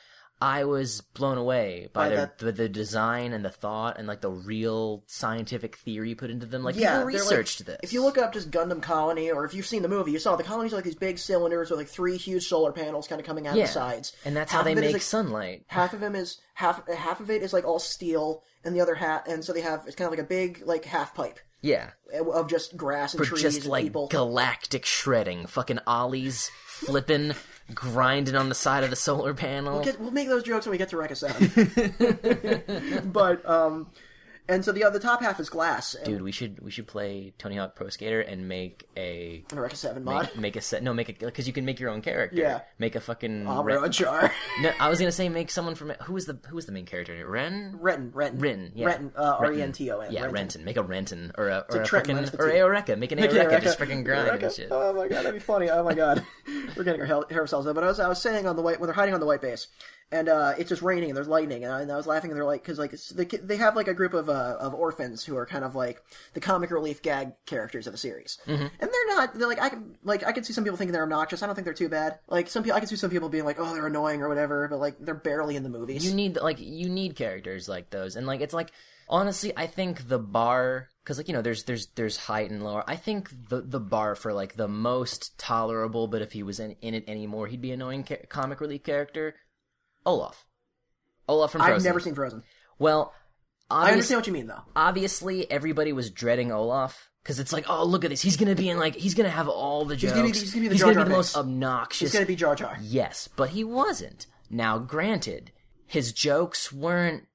I was blown away by, By their, that- the, the design and the thought and like the real scientific theory put into them. Like people they're, like- researched this. If you look up just Gundam Colony, or if you've seen the movie, you saw the colonies are like these big cylinders with like three huge solar panels kind of coming out yeah. of the sides, and that's how Half they of it is, make like, sunlight. Half of them is half half of it is like all steel, and the other half, and so they have it's kind of like a big like half pipe eh, Yeah, of just grass and for trees just and like people. galactic shredding, fucking ollies flipping, grinding on the side of the solar panel. Get- We'll make those jokes when we get to Rekka 7. [laughs] but, um, and so the other top half is glass and Dude, we should we should play Tony Hawk Pro Skater and make a and a Rekka 7 mod. make a set. No, make a because you can make your own character. Yeah. Ah, make a fucking. [laughs] Ren- Amuro Char. no, I was gonna say make someone from who was the who was the main character? in it? Ren. Renton, Renton. Renton, yeah. Renton, uh, R-E-N-T-O-N. Yeah, Renton. Make a Renton or a or a, like Trent fucking minus the or a T. Eureka. Make an Eureka. Just freaking grind Eureka. and shit. Oh my god, that'd be funny. Oh [laughs] my god, we're getting our hell- hair ourselves up. But I was, I was saying on the white when they're hiding on the white base, and uh, it's just raining and there's lightning, and I, and I was laughing and they're like, because like it's- they, they have like a group of uh, of orphans who are kind of like the comic relief gag characters of the series, Mm-hmm. and they're not. They're like I can like I can see some people thinking they're obnoxious. I don't think they're too bad. Like some people, I can see some people being like, oh, they're annoying or whatever, but like they're barely in the movies. you need like you need characters like those and like it's like honestly i think the bar because like you know there's there's there's height and lower i think the the bar for like the most tolerable but if he was in, in it anymore he'd be annoying ca- comic relief character olaf olaf from Frozen. I've never seen Frozen. well I obvious- understand what you mean though. obviously everybody was dreading olaf because it's like, oh, look at this. He's gonna be in like, he's gonna have all the jokes. gonna be- he's gonna be the Jar Jar most Binks. obnoxious. It's gonna be Jar Jar. Yes, but he wasn't. Now, granted, his jokes weren't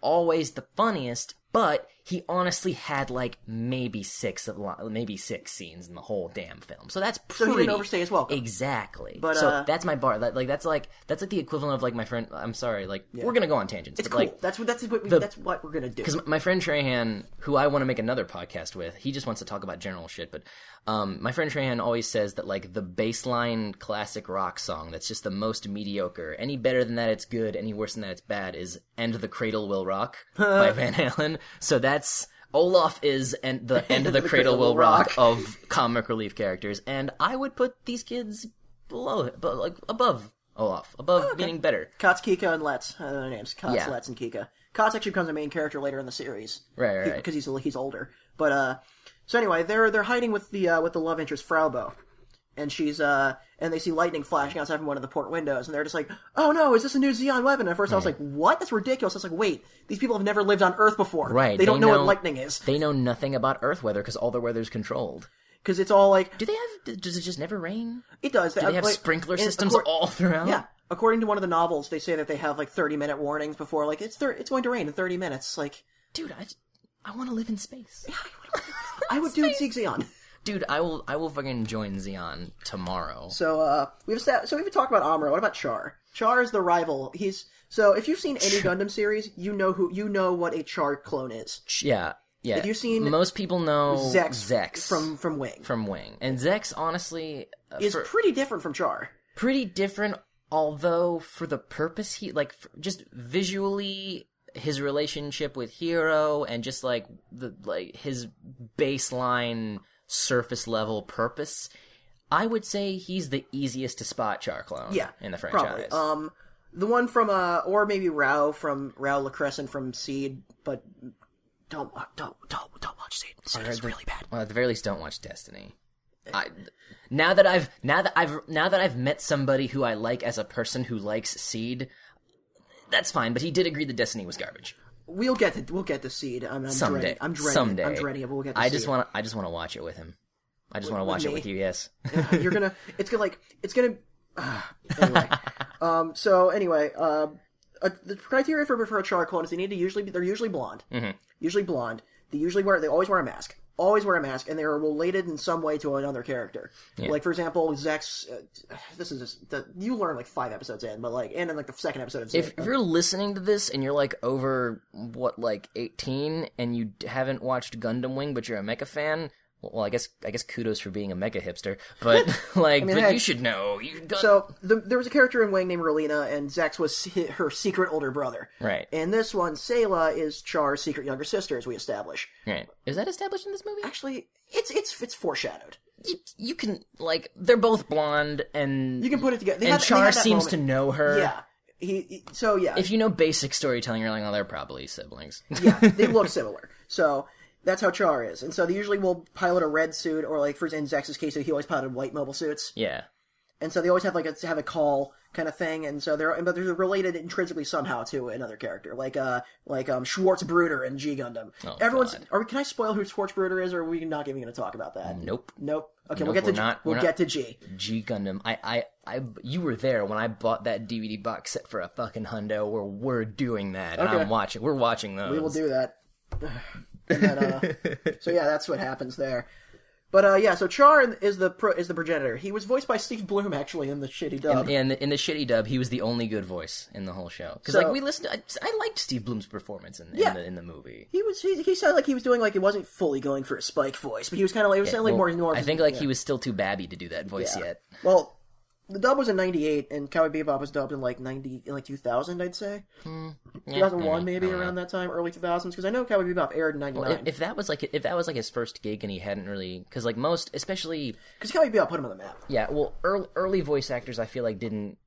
always the funniest, but he honestly had like maybe six of li- maybe six scenes in the whole damn film. So that's he pretty. didn't overstay his welcome. Exactly. But, so uh, that's my bar. That, like that's like that's like the equivalent of like my friend. I'm sorry. Like we're gonna go on tangents. It's but cool. like that's what that's what we, that's what we're gonna do. because my friend Trahan, who I want to make another podcast with, he just wants to talk about general shit. But um, my friend Trahan always says that like the baseline classic rock song that's just the most mediocre. Any better than that, it's good. Any worse than that, it's bad. Is "End of the Cradle Will [laughs] Rock" by Van Halen. So that's Olaf is and the end of [laughs] the, cradle, will rock, of comic relief characters, and I would put these kids below, it, but like above Olaf, above meaning better. Kotz, Kika, and Let's uh, their names. Kotz, Yeah. Let's, and Kika. Kotz actually becomes a main character later in the series, Right, right, right. Because he's he's older. But uh, so anyway, they're they're hiding with the uh, with the love interest Fraubo, and she's uh, and they see lightning flashing outside from one of the port windows, and they're just like, "Oh no, is this a new Xeon weapon?" And at first, I was like, "What? That's ridiculous." I was like, "Wait, these people have never lived on Earth before. Right, They, don't know, what lightning is They know nothing about Earth weather because all their weather's controlled. because it's all like Do they have? Does it just never rain? it does." Do they have sprinkler systems all throughout? Yeah. According to one of the novels, they say that they have like thirty minute warnings before like it's thir- it's going to rain in thirty minutes. Like dude, I, I want to live in space. I would do Zig Zion. Dude, I will, I will fucking join Xeon tomorrow. So uh, we've sta- so we've talked about Amuro. What about Char? Char is the rival. He's so if you've seen any Gundam series, you know who you know what a Char clone is. yeah, yeah. Have you seen most people know Zex, Oh, Zex from from Wing from Wing, and Zex honestly uh, is for- pretty different from Char. pretty different. Although for the purpose he like f just visually his relationship with Hero and just like the like his baseline surface level purpose, I would say he's the easiest to spot Char clone. Yeah, in the probably. franchise. Um, the one from uh, or maybe Rao from Rao LaCrescent from Seed, but don't wa- don't don't don't watch Seed. Seed is really bad. Well, at the very least, don't watch Destiny. eh. I, now that I've now that I've now that I've met somebody who I like as a person who likes Seed, that's fine. But he did agree that Destiny was garbage. We'll get to we'll get to Seed. I'm, I'm Someday, dreading. I'm dreading. someday, I'm dreading it. But we'll get. To I Seed. just want I just want to watch it with him. I just want to watch it me? with you. [laughs] Yes. you're gonna it's gonna like it's gonna uh, [laughs] anyway um so anyway uh, uh the criteria for for a char clone is they need to usually be they're usually blonde Mm-hmm. usually blonde they usually wear they always wear a mask always wear a mask and they're related in some way to another character like for example zex uh, this is just the, you learn like five episodes in but like and in like the second episode of if, Zex- if you're listening to this and you're like over what like 18 and you d- haven't watched Gundam Wing but you're a mecha fan, well I guess I guess kudos for being a mecha hipster, [laughs] but [laughs] like but hey. you should know. You Gun- So the, there was a character in Wang named Relina, and Zex was hi- her secret older brother. Right. And this one, Sayla, is Char's secret younger sister, as we establish. Right. Is that established in this movie? actually it's it's it's foreshadowed. you, you can like they're both blonde and You can put it together. They and had- they Char had that seems moment. to know her. Yeah. He, he- so yeah. If you know basic storytelling, you're like, oh, they're probably siblings. [laughs] yeah, [laughs] they look similar. So that's how Char is. And so they usually will pilot a red suit or like for in Zex's case he always piloted white mobile suits. yeah. And so they always have like a have a call kind of thing and so they're but they're related intrinsically somehow to another character. Like uh like um Schwarzbruder in G Gundam. Everyone's Oh, God. are we can I spoil who Schwarzbruder is or are we not even gonna talk about that? Nope. Nope. Okay, Nope, we'll get to we're not- we'll we're get not- to G. G Gundam. I, I, I, you were there when I bought that DVD box set for a fucking hundo. Where we're doing that, and Okay. I'm watching. We're watching those. we will do that. And then, uh, so yeah, that's what happens there. But uh, yeah, so Char is the pro- is the progenitor. He was voiced by Steve Bloom actually in the shitty dub. And in the shitty dub, he was the only good voice in the whole show. Because So- like we listened, I, I liked Steve Bloom's performance in, Yeah. in, the, in the movie. he was he, he sounded like he was doing like he wasn't fully going for a Spike voice, but he was kind of like it sounded like Well, more normal. I think like he was still too babby to do that voice Yeah. yet. well, the dub was in '98, and Cowboy Bebop was dubbed in like '90 like 2000, I'd say Hmm, 2001 maybe around that time, early 2000s. Because I know Cowboy Bebop aired in '99 If, if that was like if that was like his first gig and he hadn't really because like most especially because Cowboy Bebop put him on the map. yeah well early, early voice actors I feel like didn't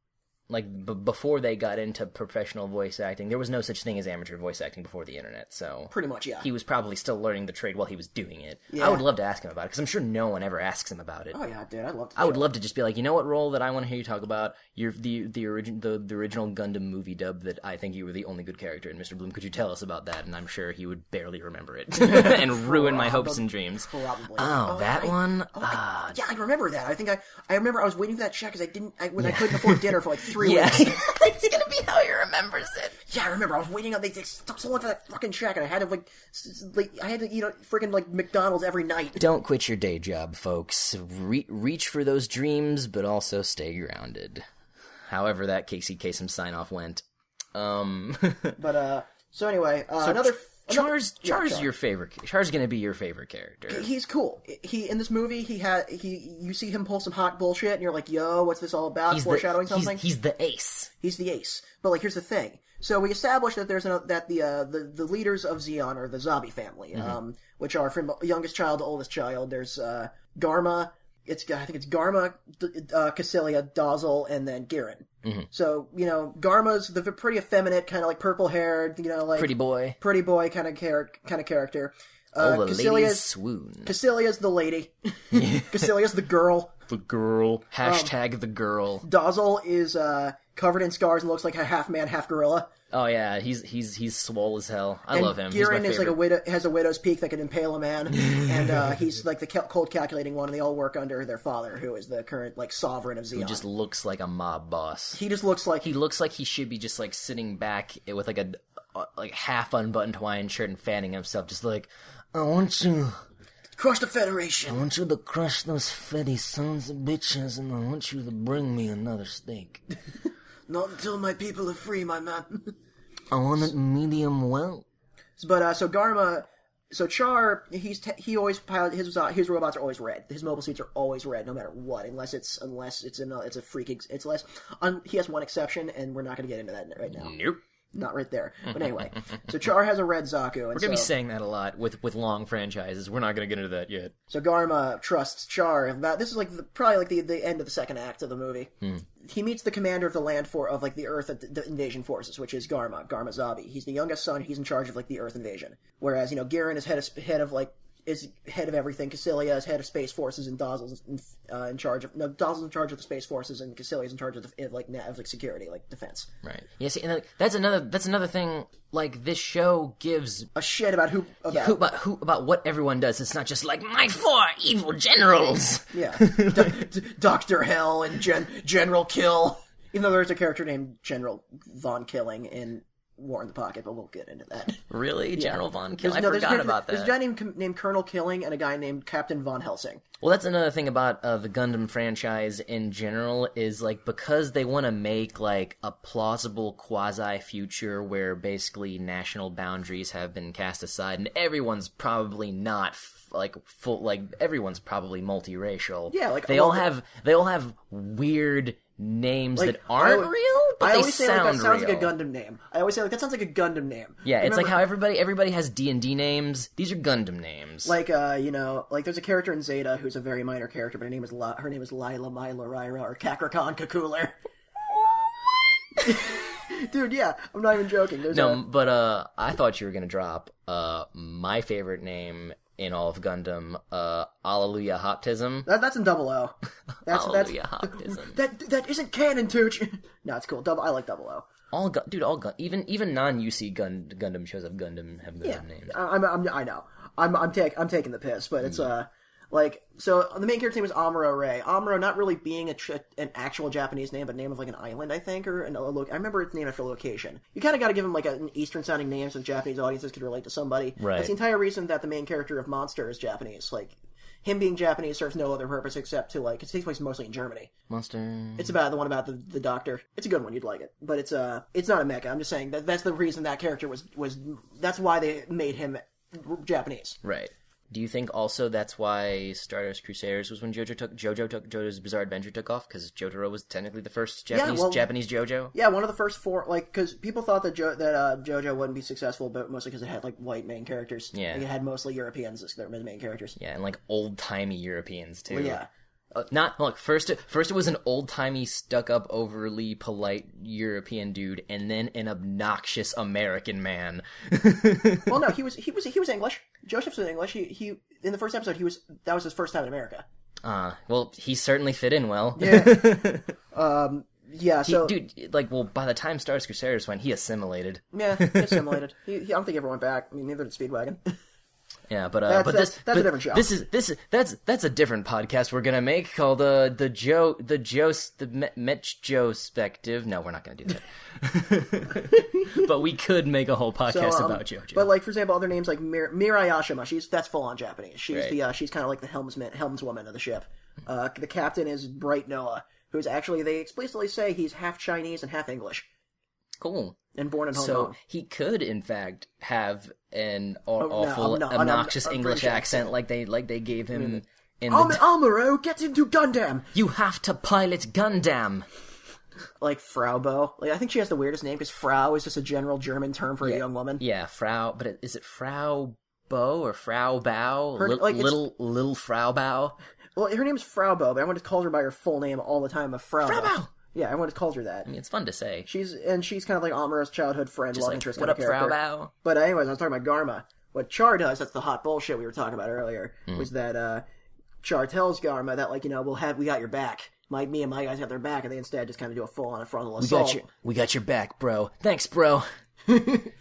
like b- before they got into professional voice acting there was no such thing as amateur voice acting before the internet so Pretty much, yeah. he was probably still learning the trade while he was doing it I would love to ask him about it because I'm sure no one ever asks him about it oh yeah, dude, I loved. I would love to just be like, you know what role that I want to hear you talk about? You're the the origin the, the original Gundam movie dub that I think you were the only good character in. Mr. Bloom, could you tell us about that? And I'm sure he [laughs] [laughs] would barely remember it and ruin my hopes and dreams. Probably. Oh, that one. Ah, yeah, I remember that. I think I, I remember I was waiting for that check because I didn't, I, when I couldn't afford dinner for like [laughs] three Yeah, [laughs] weeks. that's gonna be how he remembers it. Yeah, I remember. I was waiting on. They they took so long for that fucking check, and I had to like, s- s- like I had to eat a freaking like McDonald's every night. Don't quit your day job, folks. Re- reach for those dreams, but also stay grounded. However, that Casey Kasem sign off went. Um, But uh, so anyway, uh, another another- Char's yeah, Char's Char. your favorite. Char's gonna be your favorite character. He's cool. He in this movie, he had he. You see him pull some hot bullshit, and you're like, "Yo, what's this all about?" He's Foreshadowing the, he's- something. He's, the ace. He's the ace. But like, here's the thing. So we established that there's an, that the, uh, the the leaders of Xeon are the Zombie family, Mm-hmm. um, which are from youngest child to oldest child. There's uh, Garma. It's I think it's Garma, D- uh, Cassilia, Dazzle, and then Garen. Mm-hmm. So you know, Garma's the v- pretty effeminate, kind of like purple haired, you know, like Pretty boy. pretty boy kind of char- kind of character. Uh, All the ladies Cassilia's swoon. Cassilia's [laughs] the lady. Cassilia's the girl. The girl. Hashtag the girl. Dazzle is uh, covered in scars and looks like a half man, half gorilla. Oh yeah, he's he's he's swole as hell. I love him. He's my Garen is like a favorite. widow, has a widow's peak that can impale a man, [laughs] and uh, he's like the cal- cold calculating one. And they all work under their father, who is the current like sovereign of Zeon. just looks like a mob boss. he just looks like he looks like he should be just like sitting back with like a uh, like half unbuttoned Hawaiian shirt and fanning himself, just like I want you, crushed the I Federation. want you to crush those fatty sons of bitches, and I want you to bring me another steak. Not until my people are free, my man. [laughs] I want it medium well. But uh, so Garma, so Char, he's te- he always pilot his uh, his robots are always red. His mobile suits are always red, no matter what, unless it's unless it's in a, it's a freak. Ex- it's less. Un- he has one exception, and we're not going to get into that right now. Nope. Not right there. But [laughs] anyway, so Char has a red Zaku, and We're gonna be so- saying that a lot with with long franchises. We're not gonna get into that yet. So Garma trusts Char. About this is like the, probably like the, the end of the second act of the movie. He meets the commander of the land for of like the Earth the, the invasion forces, which is Garma Garma Zabi. He's the youngest son. He's in charge of like the Earth invasion. Whereas you know Garen is head of head of like is head of everything. Cassilia is head of space forces, and Dazzle's in, uh, in charge of no Dazzle's in charge of the space forces, and Cassilia's in charge of the, of, like na- of like security, like defense. Right. Yeah. See, and like, that's another that's another thing. Like this show gives A shit about who about who about who about what everyone does. It's not just like my four evil generals. [laughs] yeah, D- Doctor Hell and Gen- General Kill. Even though there's a character named General Von Killing in War in the Pocket, but we'll get into that. Really, General Von Kill? There's- I no, there's a forgot character- about that. There's a guy named Com- named Colonel Killing and a guy named Captain Von Helsing. Well, that's another thing about uh, the Gundam franchise in general is like because they want to make like a plausible quasi future where basically national boundaries have been cast aside and everyone's probably not f- like full like everyone's probably multiracial. Yeah, like, they well, all have they all have weird names Like, that aren't I always- real, but I they always say like, sound that sounds real. like a Gundam name. I always say like that sounds like a Gundam name. yeah, it's like Remember- how everybody everybody has D and D names. These are Gundam names. like uh you know like there's a character in Zeta who's a very minor character, but her name is Li- her name is Lila Mila Ryra or Kakrakan Kakuler. [laughs] Dude, yeah, I'm not even joking. There's No, a- but uh, I thought you were gonna drop uh my favorite name in all of Gundam, uh, Alleluia Hoptism. That, that's in double O. That's that's Alleluia Hoptism. that that isn't canon, Tooch. [laughs] no, it's cool. Double I like double O. All Gun- dude, all Gun- even even non UC Gun- Gundam shows of Gundam have Gundam Yeah, names. I, I'm, I'm I know. I'm I'm take I'm taking the piss, but it's uh like so the main character's name is Amuro Ray. Amuro not really being a tr- an actual Japanese name, but name of like an island, I think, or an, a lo- I remember it's named after a location. You kind of got to give him like a- an Eastern sounding name so the Japanese audiences could relate to somebody. Right. That's the entire reason that the main character of Monster is Japanese. Like him being Japanese serves no other purpose except to like it takes place mostly in Germany. Monster. It's about the one about the, the doctor. It's a good one. You'd like it, but it's uh it's not a mecha. I'm just saying that that's the reason that character was was that's why they made him Japanese. Right. Do you think also that's why Stardust Crusaders was when JoJo took JoJo took JoJo's Bizarre Adventure took off because JoTaro was technically the first Japanese well- Japanese JoJo. Yeah, one of the first four like because people thought that jo- that uh, JoJo wouldn't be successful, but mostly because it had like white main characters. Yeah. Like, it had mostly Europeans as their main characters. Yeah, and like old timey Europeans too. But yeah. Uh, not look first. It, first, it was an old timey, stuck up, overly polite European dude, and then an obnoxious American man. well, no, he was he was he was English. Joseph's was English. He he in the first episode he was that was his first time in America. Uh, well, he certainly fit in well. [laughs] Yeah, so dude, like, well, by the time Stars Crusaders went, he assimilated. yeah, he assimilated. he, he, I don't think he ever went back. I mean, neither did Speedwagon. Yeah, but uh, That's- but that's- this that's a but different show. This is this is that's that's a different podcast we're gonna make called uh, the Joe the Joe the Me- Metch Joe Spective. No, we're not gonna do [laughs] that. [laughs] but we could make a whole podcast um, about JoJo. But like for example, other names like Mir- Mirai Ashima, she's that's full on Japanese. She's Right. the uh, she's kind of like the helmsman, helmswoman of the ship. Uh, the captain is Bright Noah, who's actually they explicitly say he's half Chinese and half English, cool. and born in Hong So Kong. he could, in fact, have an aw- no, awful, um, no, an- obnoxious a English British accent, like they like they gave him in Um, the. Amuro, get into Gundam. you have to pilot Gundam. Like Fraubo, like I think she has the weirdest name because Frau is just a general German term for a young woman. Yeah, Frau. But is it Frau Bow or Frau Bow? Her- Lil- like, it's- little little Frau Bow. Well, her name's Fraubo, but everyone just calls her by her full name all the time. A Fraubo. Fraubo! Yeah, everyone just calls her that. I mean, it's fun to say. She's and she's kind of like Amuro's childhood friend, love like, interest what kind up, of character. Fraubo? But uh, anyways, I was talking about Garma. What Char does, that's the hot bullshit we were talking about earlier, Hmm. was that uh, Char tells Garma that like, you know, we'll have we got your back. My me and my guys got their back, and they instead just kind of do a full on frontal We got assault. your, we got your back, bro. Thanks, [laughs] bro.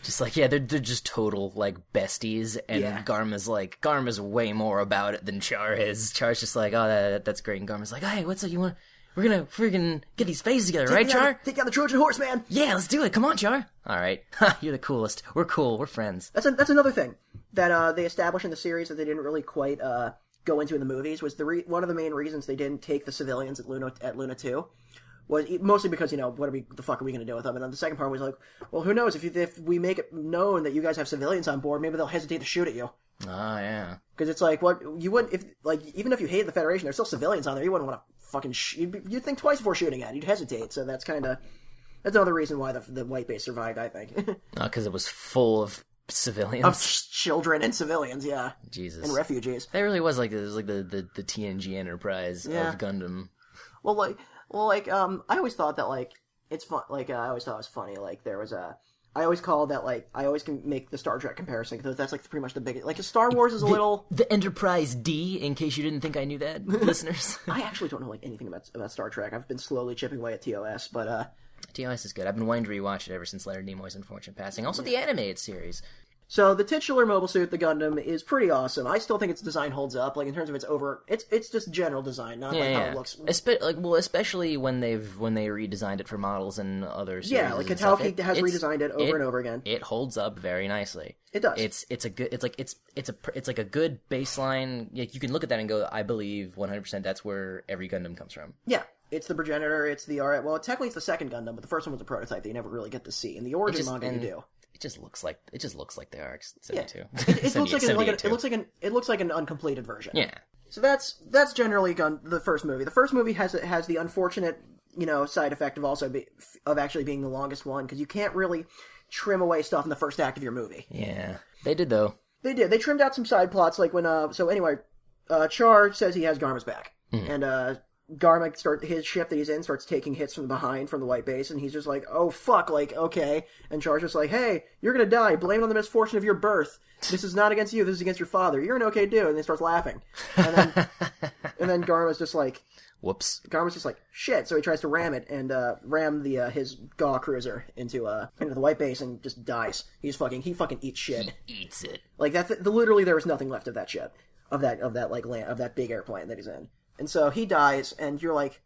just like yeah, they're they're just total like besties, and Yeah. Garma's like Garma's way more about it than Char is. Char's just like, oh, that, that- that's great, and Garma's like, hey, what's up? You want? We're gonna freaking get these phases together, Take right, down- Char? Take down the Trojan horse, man. Yeah, let's do it. Come on, Char. All right, Ha, you're the coolest. We're cool. We're friends. That's a, that's another thing that uh, they established in the series that they didn't really quite uh, go into in the movies was the re- one of the main reasons they didn't take the civilians at Luna at Luna Two was e- mostly because you know what are we the fuck are we going to do with them and then the second part was like well who knows if you, if we make it known that you guys have civilians on board maybe they'll hesitate to shoot at you Oh yeah. because it's like what you wouldn't if like even if you hate the Federation there's still civilians on there you wouldn't want to fucking sh- you'd, be- you'd think twice before shooting at it. you'd hesitate so that's kind of that's another reason why the the white base survived I think [laughs] because Ah, it was full of civilians. of children and civilians yeah Jesus. and refugees. that really was like it was like the the, the TNG Enterprise Yeah. of Gundam. Well, like, well, like, um, I always thought that like it's fun. Like, uh, I always thought it was funny. Like, there was a. I always call that like I always can make the Star Trek comparison because that's like pretty much the biggest. Like, 'cause Star Wars is a little. The Enterprise D, in case you didn't think I knew [laughs] that, listeners. I actually don't know like anything about about Star Trek. I've been slowly chipping away at TOS, but uh, TOS is good. I've been wanting to rewatch it ever since Leonard Nimoy's unfortunate passing. Also, the animated series. so the titular mobile suit, the Gundam, is pretty awesome. I still think its design holds up. Like in terms of its over, it's it's just general design, not like how it looks. Espe- like well, especially when they've when they redesigned it for models and other series. Yeah, like and stuff. Katauki It- has it's- redesigned it over and over again. It holds up very nicely. It does. It's it's a good. It's like it's it's a pr- it's like a good baseline. Like you can look at that and go, I believe 100. percent That's where every Gundam comes from. Yeah, it's the progenitor. It's the all right. Well, technically it's the second Gundam, but the first one was a prototype that you never really get to see. In the origin just- manga, and- you do. It just looks like it just looks like they are Yeah. 72. [laughs] It, it looks like, an, like 78, an, it looks like an it looks like an uncompleted version. yeah. So that's that's generally gun, the first movie. The first movie has has the unfortunate you know side effect of also be, of actually being the longest one because you can't really trim away stuff in the first act of your movie. Yeah, they did though. They did. They trimmed out some side plots like when uh so anyway, uh Char says he has Garma's back and uh. Garma start his ship that he's in starts taking hits from behind from the white base, and he's just like, "Oh fuck!" Like, okay. And Char's just like, "Hey, you're gonna die. Blame it on the misfortune of your birth. This is not against you. This is against your father. You're an okay dude." And they starts laughing, and then and then Garma's just like, Whoops. Garma's just like, "Shit!" So he tries to ram it and uh, ram the uh, his Gaw cruiser into uh into the white base and just dies. He's fucking he fucking eats shit. Eats it. Like that, the, literally, there was nothing left of that ship, of that, of that like land, of that big airplane that he's in. And so he dies, and you're like,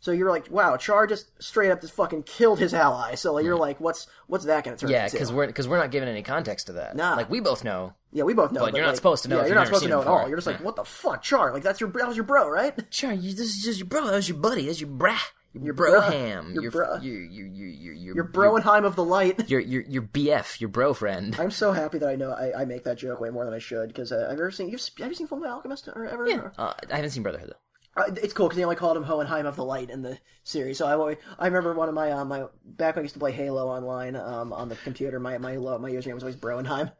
so you're like, wow, Char just straight up just fucking killed his ally. So like, you're like, what's what's that going to turn? Yeah, into? because we're because we're not giving any context to that. Nah. Like we both know. yeah, we both know, but you're not like, supposed to know Yeah, if you're you've not never supposed to seen know it at all. before. You're just like, Yeah. what the fuck, Char? Like that's your that was your bro, right? [laughs] Sure, you, this is just your bro. That was your buddy. That's your bra. Your, Your bro bruh. ham. Your Your bruh. Your your your your your, Your Broenheim of the light. Your, your your BF. Your bro friend. [laughs] [laughs] I'm so happy that I know I, I make that joke way more than I should because uh, I've ever seen you've have you seen Full Metal Alchemist or ever? Or- Uh, I haven't seen Brotherhood though. Uh, it's cool because they only called him Hohenheim of the Light in the series. So I always, I remember one of my uh, my back when I used to play Halo online um, on the computer. My my lo- my username was always [laughs] Broenheim.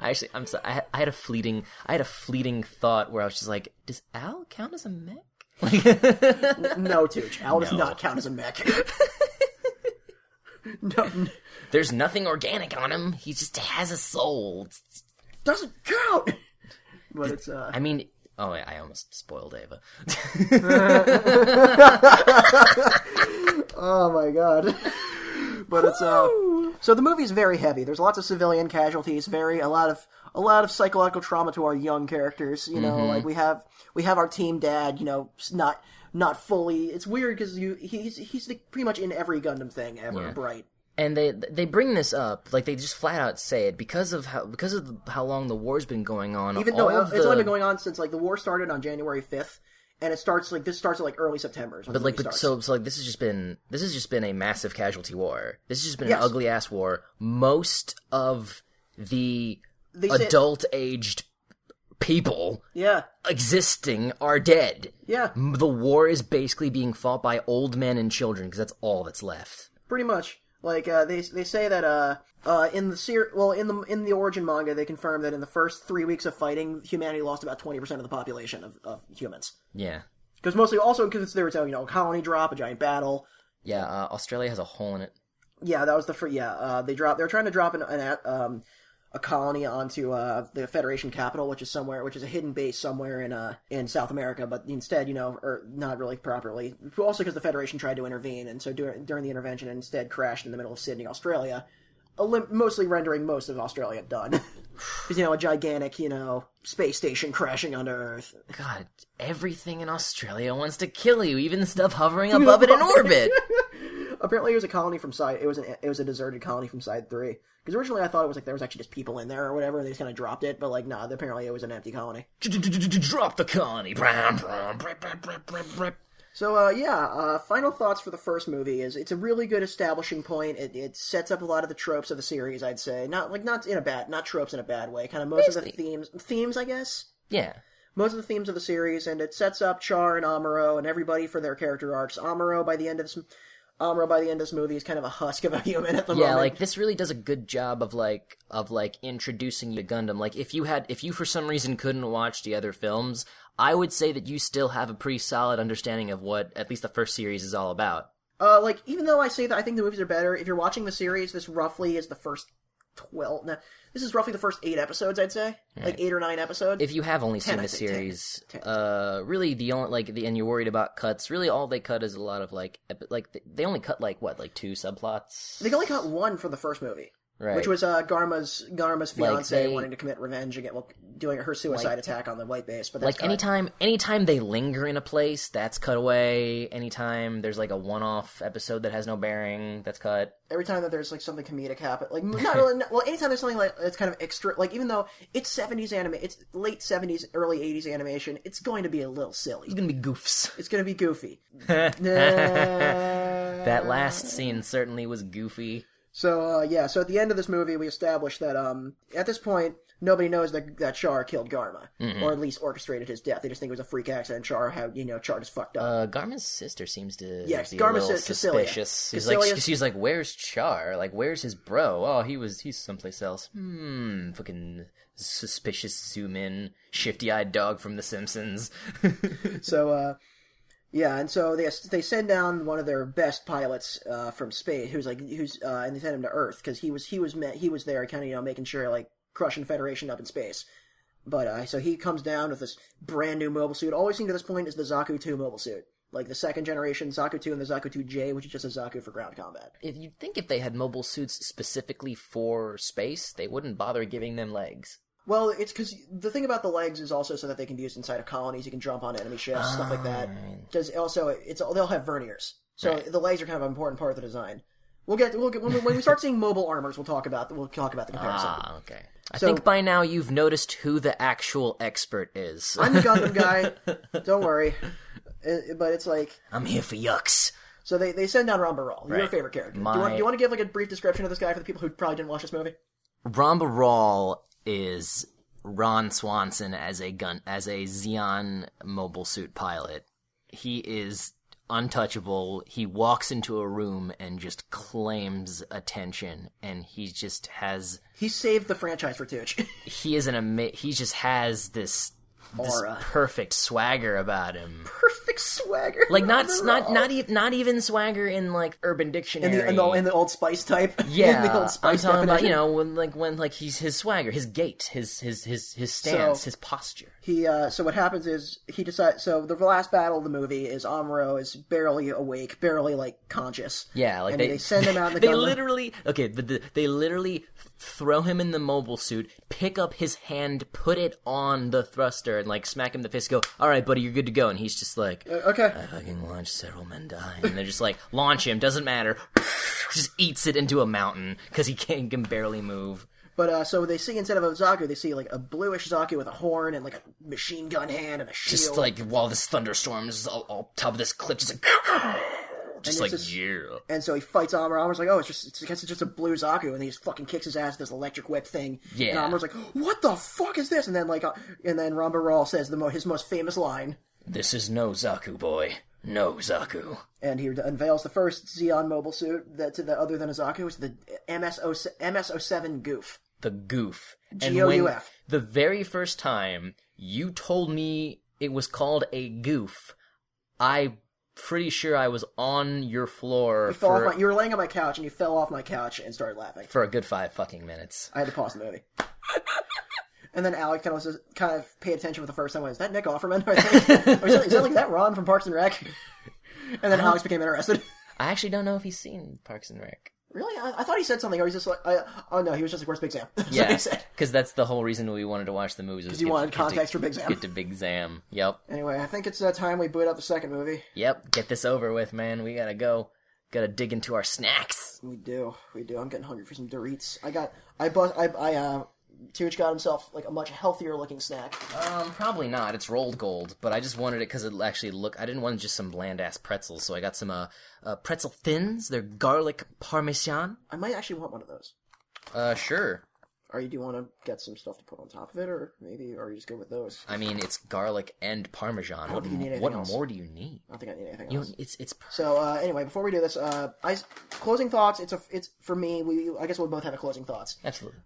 I actually, I'm sorry. I had, I had a fleeting, I had a fleeting thought where I was just like, does Al count as a mech? No, Tooch, Al does not count as a mech. [laughs] no, n- There's nothing organic on him. He just has a soul. It's- doesn't count. But it's uh, I mean, oh, I almost spoiled Ava. oh my god. [laughs] But it's uh, So the movie's very heavy. There's lots of civilian casualties. Very a lot of a lot of psychological trauma to our young characters. You Mm-hmm. know, like we have we have our team dad. You know, s- not not fully. It's weird because you he's he's the, pretty much in every Gundam thing ever. Yeah. Bright. and they they bring this up like they just flat out say it because of how because of how long the war's been going on. Even though all it- of it's the- only been going on since like the war started on January fifth, and it starts like this starts at like early September. is when But the like, movie but starts. so, so like, this has just been this has just been a massive casualty war. This has just been Yes. an ugly ass war. Most of the They say- adult aged people yeah, existing are dead. yeah, M- The war is basically being fought by old men and children because that's all that's left. pretty much. Like uh, they they say that uh, uh, in the ser- well in the in the origin manga they confirm that in the first three weeks of fighting humanity lost about twenty percent of the population of, of humans Yeah, because mostly also because there was a you know a colony drop a giant battle yeah. Uh, Australia has a hole in it. yeah that was the fir- yeah uh, they drop they're trying to drop an, an at- um a colony onto uh, the Federation capital which is somewhere which is a hidden base somewhere in uh in South America but instead you know or not really properly also because the Federation tried to intervene and so during during the intervention it instead crashed in the middle of Sydney Australia elim- mostly rendering most of Australia done. [laughs] Because, you know, a gigantic, you know, space station crashing onto Earth. God, everything in Australia wants to kill you, even stuff [laughs] hovering above it in orbit. Apparently, it was a colony from side. It was an, it was a deserted colony from side three. Because originally, I thought it was like there was actually just people in there or whatever, and they just kind of dropped it. But like, nah, apparently it was an empty colony. Drop the colony. So uh, yeah, uh, final thoughts for the first movie is it's a really good establishing point. It, it sets up a lot of the tropes of the series. I'd say not like not in a bad not tropes in a bad way. Kind of most of the Basically. themes themes I guess. Yeah. most of the themes of the series, and it sets up Char and Amuro and everybody for their character arcs. Amuro by the end of this, Amuro by the end of this movie is kind of a husk of a human at the Yeah, moment. like this really does a good job of like of like introducing you to Gundam. Like if you had if you for some reason couldn't watch the other films, I would say that you still have a pretty solid understanding of what at least the first series is all about. uh, like even though I say that I think the movies are better, if you're watching the series, this roughly is the first twelve. No, this is roughly the first eight episodes, I'd say, like eight or nine episodes. If you have only seen I the think, ten. series, uh really the only like the, and you're worried about cuts, really all they cut is a lot of like epi- like th- they only cut like what, like two subplots. they only got one from the first movie. Right. Which was uh, Garma's Garma's Like, fiance they- wanting to commit revenge again, well, doing her suicide attack on the white base. But that's like anytime anytime they linger in a place, that's cut away. Anytime there's like a one-off episode that has no bearing, that's cut. every time that there's like something comedic happen, like not really. Not, well, anytime there's something like it's kind of extra, like even though it's seventies anime, it's late seventies, early eighties animation, it's going to be a little silly. It's gonna be goofs. It's going to [laughs] be goofy. Nah. That last scene certainly was goofy. so uh, yeah, so at the end of this movie, we establish that um, at this point, nobody knows that that Char killed Garma, or at least orchestrated his death. They just think it was a freak accident. Char, how you know, Char just fucked up. Uh, Garmin's sister seems to Yes, be Garmin's a little sis- Cassilia. suspicious. She's like, Cassilia's- she's like, where's Char? Like, where's his bro? Oh, he was, he's someplace else. Hmm, fucking suspicious zoom in, shifty eyed dog from The Simpsons. So, uh, yeah, and so they they send down one of their best pilots uh, from space, who's like who's uh, and they send him to Earth because he was he was met, he was there, kind of you know making sure like crushing Federation up in space. But uh, so he comes down with this brand new mobile suit. All we've seen to this point is the Zaku two mobile suit, like the second generation Zaku two and the Zaku two J, which is just a Zaku for ground combat. If you'd think if they had mobile suits specifically for space, they wouldn't bother giving them legs. Well, it's because the thing about the legs is also so that they can be used inside of colonies. You can jump on enemy ships, stuff like that. Because also, it's they'll have verniers, so the legs are kind of an important part of the design. We'll get we'll get when we, when we start seeing mobile armors, we'll talk about we'll talk about the comparison. Ah, okay. I So- think by now you've noticed who the actual expert is. I'm the Gundam guy. Don't worry. Uh, But it's like [laughs] I'm here for yucks. so they, they send down Rambaral, your Right. favorite character. Do, you My- want, do you want to give like a brief description of this guy for the people who probably didn't watch this movie? Rhomba Rawl is Ron Swanson as a gun as a Xeon mobile suit pilot. He is untouchable. He walks into a room and just claims attention and he just has He saved the franchise for Tooch. [laughs] he is an ama- he just has this this Aura. perfect swagger about him. Perfect swagger. Like not on the not road. not even not even swagger in like Urban in Dictionary. the, in the in the old Spice type. [laughs] yeah, in the old I'm Spice talking about you definition. know when like when like he's his swagger, his gait, his his his his stance, So- his posture. he uh, so what happens is he decides so the last battle of the movie is Amuro is barely awake, barely like conscious. Yeah, like and they, send him out in [laughs] the they gun- literally okay, but the, they literally throw him in the mobile suit, pick up his hand, put it on the thruster, and like smack him in the face. Go, all right, buddy, you're good to go. And he's just like, Uh, Okay. I fucking launched several men dying, and they're just like, launch him, doesn't matter. [laughs] just eats it into a mountain because he can can barely move. But uh, so they see instead of a Zaku, they see like a bluish Zaku with a horn and like a machine gun hand and a shield. Just like while this thunderstorm is all, all top of this cliff, just like, just like just- yeah. and so he fights Amuro. Amuro's like, oh, it's just it's, I guess it's just a blue Zaku, and he just fucking kicks his ass with this electric whip thing. Yeah. And Amuro's like, what the fuck is this? And then like, uh, and then Ramba Rawl says the mo- his most famous line. This is no Zaku boy, no Zaku. and he unveils the first Xeon mobile suit that to the other than Azaku is the MSO MS07 Goof. the goof. G-O-U-F. the very first time you told me it was called a goof, I pretty sure I was on your floor Fell off for, my, you were laying on my couch and you fell off my couch and started laughing. for a good five fucking minutes. I had to pause [laughs] the movie. and then Alec kind of was- kind of paid attention for the first time. Went, is that Nick Offerman? [laughs] Or is that, or is that- is that like that Ron from Parks and Rec? and Uh-huh. then Alex became interested. I actually don't know if he's seen Parks and Rec. really, I, I thought he said something. Or he's just like, I, oh no, he was just like, "Where's Big Sam?" [laughs] That's what he Yeah, said. because that's the whole reason we wanted to watch the movies. Because you wanted context for Big Sam. Get to Big Sam. Yep, Anyway, I think it's uh, time we boot up the second movie. yep. Get this over with, man. We gotta go. Gotta dig into our snacks. We do, we do. I'm getting hungry for some Doritos. I got, I bought, I, I, uh, Tooch got himself like a much healthier looking snack. Um, probably not. It's rolled gold, but I just wanted it because it actually look. I didn't want just some bland ass pretzels, so I got some uh, uh pretzel thins. They're garlic parmesan. I might actually want one of those. Uh, sure. Or you do want to get some stuff to put on top of it, or maybe, or you just go with those. I I mean, it's garlic and parmesan. What, think you need anything what else. more do you need? don't think I need anything You else. don't, it's it's per- So uh, anyway, before we do this, uh, I s- closing thoughts. It's a, it's for me. We, I guess we'll both have a closing thoughts. absolutely.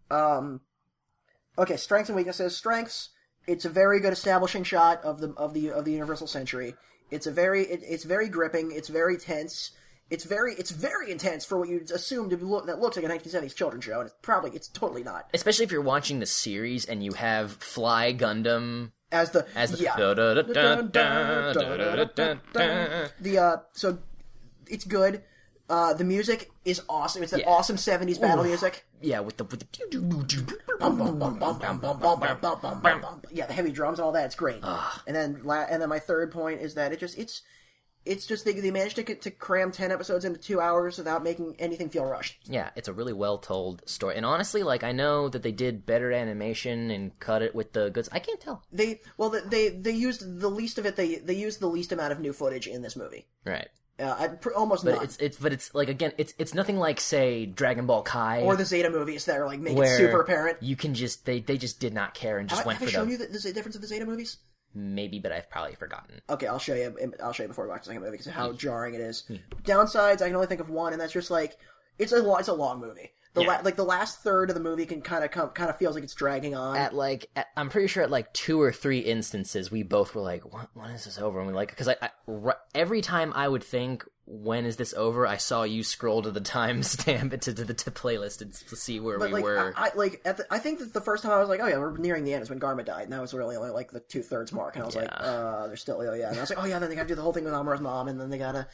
Okay, strengths and weaknesses. Strengths. It's a very good establishing shot of the of the of the Universal Century. It's a very it, it's very gripping. It's very tense. It's very it's very intense for what you'd assume to be look that looks like a 1970s children's show, and it's probably it's totally not. Especially if you're watching the series and you have Fly Gundam As the as the yeah the uh so it's good. Uh, the music is awesome. It's that Yeah. awesome 70s battle music. yeah with the with the Bum, bum, bum, bum, bum, bum, bum, bum, bum, bum, bum, bum. Yeah, the heavy drums and all that. It's great. And then, la- and then my third point is that it just it's it's just they, they managed to get to cram ten episodes into two hours without making anything feel rushed. Yeah, it's a really well told story. And honestly, like I know that they did better animation and cut it with the goods. I can't tell. They well they they, they used the least of it. They they used the least amount of new footage in this movie. Right. Uh, I, pr- almost But none. it's it's but it's like again, it's it's nothing like say Dragon Ball Kai or the Zeta movies that are like make where it super apparent. You can just they they just did not care and just Have I- went have I for shown the you the, the Z- difference of the Zeta movies? maybe, but I've probably forgotten. Okay, I'll show you. um, I'll show you before we watch the second movie because how Hmm. jarring it is. Downsides, I can only think of one, and that's just like it's a lo- it's a long movie. The Yeah. la- like the last third of the movie can kind of come kind of feels like it's dragging on. At like at, I'm pretty sure at like two or three instances we both were like, "When, when is this over?" And we like because I, I ri- every time I would think, "When is this over?" I saw you scroll to the [laughs] timestamp to, to the to playlist and s- to see where but we like were. I, I like at the, I think that the first time I was like, oh yeah, we're nearing the end is when Garma died, and that was really only like the two thirds mark, and I was like, uh, they're still oh yeah, and I was like, oh yeah, then they got to do the whole thing with Amara's mom, and then they gotta.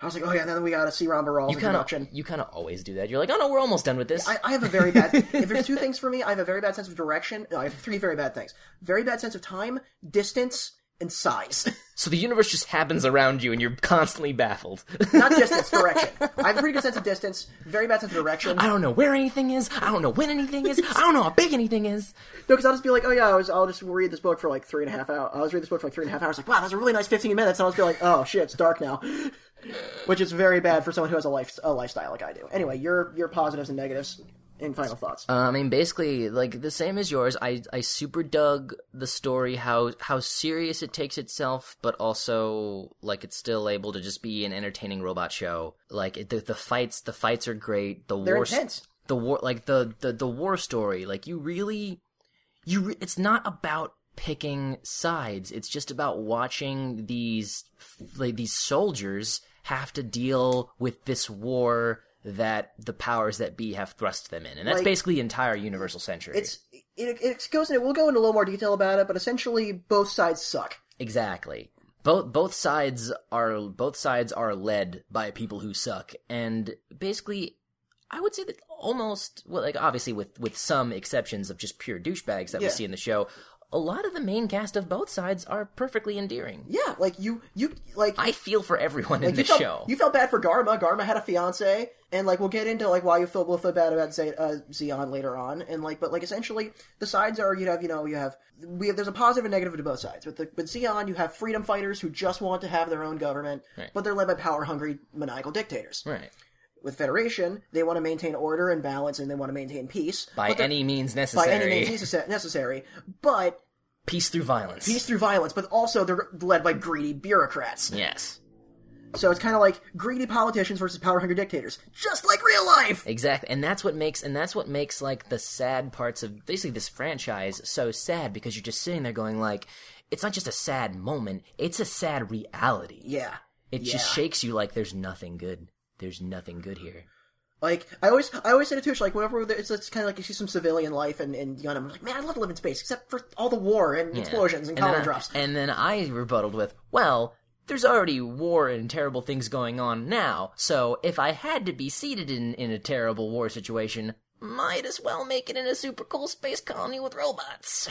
I was like, oh yeah, then we gotta see Ron Baral's you kind of introduction. you kind of always do that. You're like, oh no, we're almost done with this. I, I have a very bad. if there's two things for me, I have a very bad sense of direction. No, I have three very bad things: very bad sense of time, distance, and size. so the universe just happens around you, and you're constantly baffled. [laughs] Not distance, direction. I have a pretty good sense of distance. Very bad sense of direction. I No, don't know where anything is. I don't know when anything is. I don't know how big anything is. because I'll just be like, oh yeah, I was, I'll just read this book for like three and a half hours. I'll just read this book for like three and a half hours. Like, wow, that's a really nice fifteen minutes. And I'll just be like, oh shit, it's dark now, which is very bad for someone who has a life a lifestyle like I do. Anyway, your your positives and negatives and final thoughts. Uh, I mean, basically, like the same as yours. I I super dug the story how how serious it takes itself, but also like it's still able to just be an entertaining robot show. Like it, the the fights, the fights are great. The They're war, s- intense. the war, like the the the war story. Like you really, you re- it's not about picking sides. It's just about watching these like these soldiers have to deal with this war that the powers that be have thrust them in, and that's Like- basically the entire Universal Century. It's it, it goes into. We'll go into a little more detail about it, but essentially, both sides suck. Exactly. Both both sides are both sides are led by people who suck, and basically, I would say that almost well, like obviously with with some exceptions of just pure douchebags that we Yeah. see in the show, a lot of the main cast of both sides are perfectly endearing. Yeah, like you, you like I feel for everyone in like, the you felt, show. You felt bad for Garma. Garma had a fiance, and like we'll get into like why you feel both feel bad about Zay, uh, Zeon later on, and like but like essentially the sides are you have you know you have we have there's a positive and negative to both sides. With the with Zeon, you have freedom fighters who just want to have their own government, Right. but they're led by power hungry maniacal dictators. right. With Federation, they want to maintain order and balance, and they want to maintain peace By but they're- any means by necessary. any means necessa- necessary, but Peace through violence. peace through violence. But also they're led by greedy bureaucrats. yes. So it's kind of like greedy politicians versus power hungry dictators, just like real life. Exactly, and that's what makes and that's what makes like the sad parts of basically this franchise so sad because you're just sitting there going like, it's not just a sad moment, it's a sad reality. Yeah. it just yeah. shakes you like there's nothing good. There's nothing good here. Like I always, I always say to Tush, like whenever there, it's, it's kind of like you see some civilian life and and Yun, I'm like, man, I love to live in space, except for all the war and Yeah. explosions and, then collar I- drops. And then I rebutted with, well. There's already war and terrible things going on now, so if I had to be seated in, in a terrible war situation, might as well make it in a super cool space colony with robots.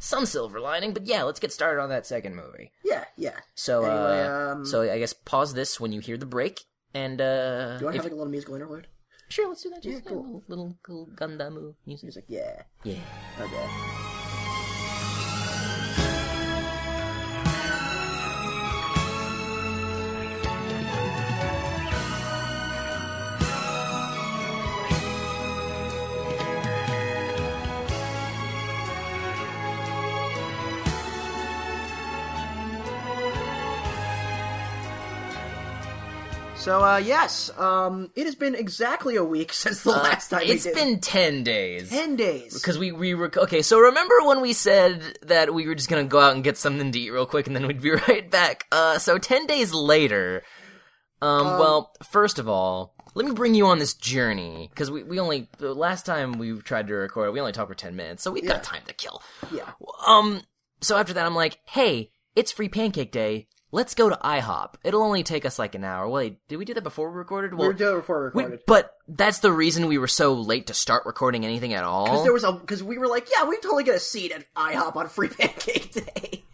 Some silver lining, but yeah, let's get started on that second movie. yeah, yeah. So, Anyway, uh, um, so I guess pause this when you hear the break, and uh, Do I if- have like a little musical interlude? sure, let's do that. Just Yeah, a cool. little, little, little Gundam music. He's like, yeah, Yeah. okay. So uh, yes, um, it has been exactly a week [laughs] since the last time Uh, It's we did. been ten days. ten days. Because we we rec- okay, so remember when we said that we were just gonna go out and get something to eat real quick, and then we'd be [laughs] right back. Uh, so ten days later, um, well, first of all, let me bring you on this journey because we we only the last time we tried to record, we only talked for ten minutes, so we've Yeah. got time to kill. Yeah. Um. So after that, I'm like, hey, it's free pancake day. Let's go to IHOP. It'll only take us like an hour. Wait, did we do that before we recorded? we Well, were doing it before we we- recorded. but that's the reason we were so late to start recording anything at all. Because there was a because we were like, yeah, we totally get a seat at IHOP on Free Pancake [laughs] Day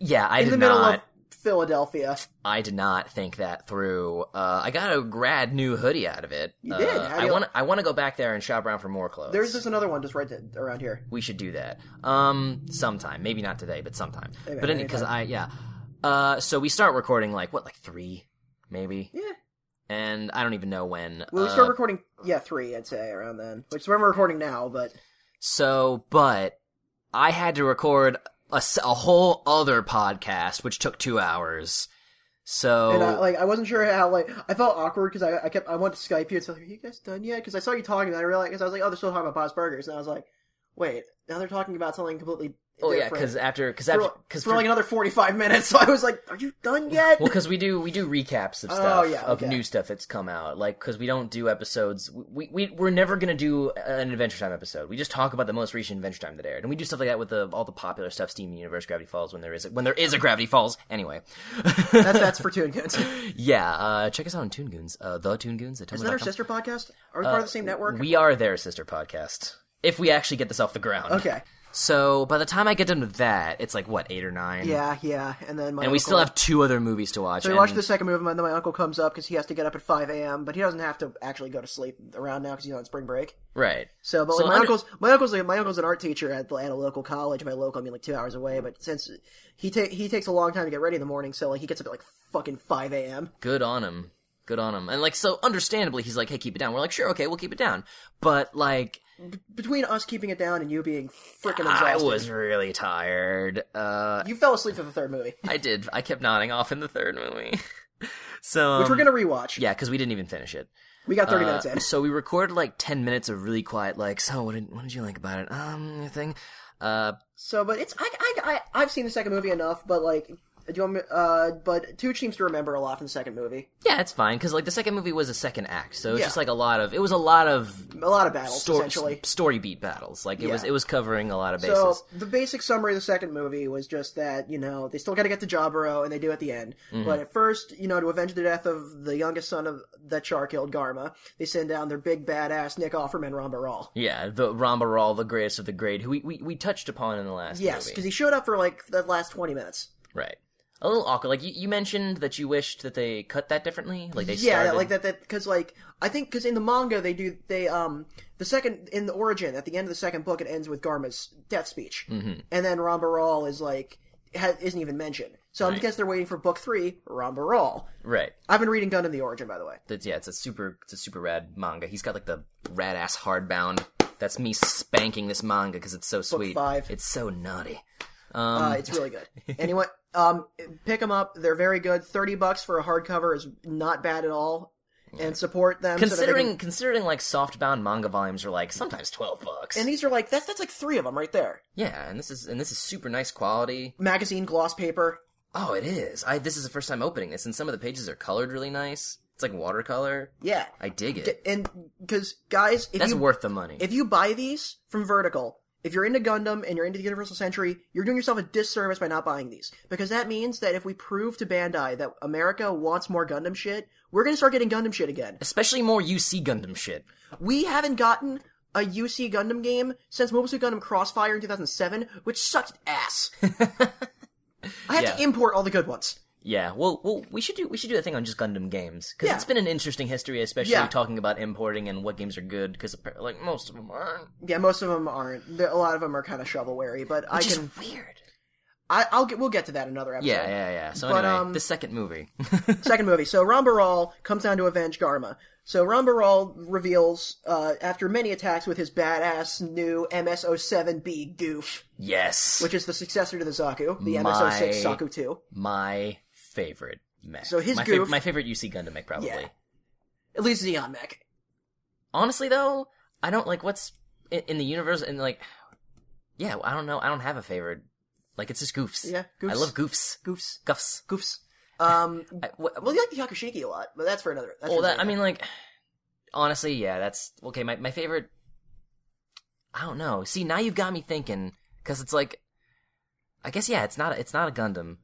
Yeah, I in did the middle not. of Philadelphia. I did not think that through. Uh, I got a grad new hoodie out of it. You did? How do I you- want. I want to go back there and shop around for more clothes. There's just another one just right th- around here. we should do that. Um, sometime. Maybe not today, but sometime. Maybe, but any because I yeah. Uh, so we start recording like what, like three, maybe. Yeah. And I don't even know when. Well, we uh, start recording, yeah, three, I'd say, around then. Which is when we're recording now, but So, but I had to record a, s- a whole other podcast, which took two hours. So and I, like I wasn't sure how like I felt awkward because I, I kept I went to Skype you and said, "Are you guys done yet?" Because I saw you talking, and I realized because I was like, "Oh, they're still talking about Bob's Burgers," and I was like, "Wait, now they're talking about something completely." oh yeah, different. because after because for, after because for like another forty five minutes, [laughs] so I was like, "Are you done yet?" well, because we do we do recaps of Oh, stuff yeah, of okay. new stuff that's come out. Like because we don't do episodes. We we we're never gonna do an Adventure Time episode. We just talk about the most recent Adventure Time that aired, and we do stuff like that with the, all the popular stuff: Steam Universe, Gravity Falls, when there is a, when there is a Gravity Falls. Anyway, [laughs] that's that's for Toon Goons. [laughs] yeah, uh, check us out on Toon Goons, uh, the Toon Goons. At Is that our sister podcast? Are we part of the same network? Uh, We are their sister podcast. If we actually get this off the ground, okay. So by the time I get done with that, it's like what eight or nine. Yeah, yeah. And then my and we still have two other movies to watch. So we and- watched the second movie, and then my uncle comes up because he has to get up at 5 a.m., but he doesn't have to actually go to sleep around now because he's on spring break. right. So, but So like, my under- uncle's my uncle's like, my uncle's an art teacher at the, at a local college. By local, I mean like two hours away. But since he ta- he takes a long time to get ready in the morning, so like he gets up at like fucking 5 a.m. good on him good on him and like so understandably he's like hey keep it down we're like sure okay we'll keep it down but like Between us keeping it down and you being freaking i exhausted, was really tired uh you fell asleep for the third movie, i did i kept nodding off in the third movie [laughs] so which we're um, gonna rewatch. yeah because we didn't even finish it we got 30 Uh, minutes in. so we recorded like 10 minutes of really quiet like so what did, what did you like about it um thing Uh, So, but it's I, I, I I've seen the second movie enough, but like, do you want me, uh, but Tooch seems to remember a lot from the second movie. yeah, it's fine because like the second movie was a second act, so it's Yeah. just like a lot of it was a lot of A lot of battles stor- essentially. story beat battles. Like it was Yeah. it was covering a lot of bases. So the basic summary of the second movie was just that you know they still got to get to Jabro, and they do at the end. But at first, you know, to avenge the death of the youngest son of that Char killed Garma, they send down their big badass Nick Offerman Rambaral. yeah, the Ramba Rawl, the greatest of the great, who we, we, we touched upon in the last Yes, movie. because he showed up for like the last twenty minutes. Right. A little awkward. Like you, you mentioned that you wished that they cut that differently. Like they Yeah, started. that, like that. That because like I think because in the manga they do they um the second in the origin at the end of the second book it ends with Garma's death speech, mm-hmm. and then Rambaral is like ha- isn't even mentioned. So I guess they're waiting for book three, Rambaral. Right. I've been reading Gundam the Origin by the way. That's yeah. It's a super. It's a super rad manga. He's got like the rad ass hardbound. That's me spanking this manga because it's so sweet. five. It's so naughty. Um. uh, it's really good. [laughs] Anyway, um, pick them up. They're very good. Thirty bucks for a hardcover is not bad at all. And support them. so that they Considering can- considering like softbound manga volumes are like sometimes twelve bucks. and these are like that's that's like three of them right there. yeah, and this is and this is super nice quality. Magazine gloss paper. Oh, it is. I this is the first time opening this, and some of the pages are colored really nice. It's like watercolor. Yeah, I dig it. and because guys, if That's you worth the money. if you buy these from Vertical, if you're into Gundam and you're into the Universal Century, you're doing yourself a disservice by not buying these because that means that if we prove to Bandai that America wants more Gundam shit, we're gonna start getting Gundam shit again. Especially more UC Gundam shit. We haven't gotten a UC Gundam game since Mobile Suit Gundam Crossfire in 2007, which sucked [laughs] ass. I have Yeah. to import all the good ones. Yeah, well, well, we should do we should do a thing on just Gundam games because Yeah. it's been an interesting history, especially Yeah. talking about importing and what games are good because like most of them aren't. Yeah, most of them aren't. There- A lot of them are kind of shovelwary, but I Just can. weird. I, I'll get. We'll get to that in another episode. Yeah, yeah, yeah. So But, anyway, um, the second movie. [laughs] Second movie. So Rambaral comes down to avenge Garma. So Rambaral reveals, uh, after many attacks with his badass new MS-07B goof, yes, which is the successor to the Zaku, the My- MS-06 Zaku 2. my favorite mech. So his my, goof- my favorite UC Gundam mech probably. Yeah. At least Xeon Mech. Honestly, though, I don't like what's in, in the universe and like, yeah, I don't know. I don't have a favorite. Like it's just goofs. Yeah, I goofs. love goofs. Goofs. Goofs. Goofs. Um, I, wh- well, you like the Yakushiki a lot, but that's for another. That's Well, for that, I another mean, like, honestly, yeah, that's okay. My my favorite. I don't know. See, now you've got me thinking because it's like, I guess yeah, it's not it's not a Gundam,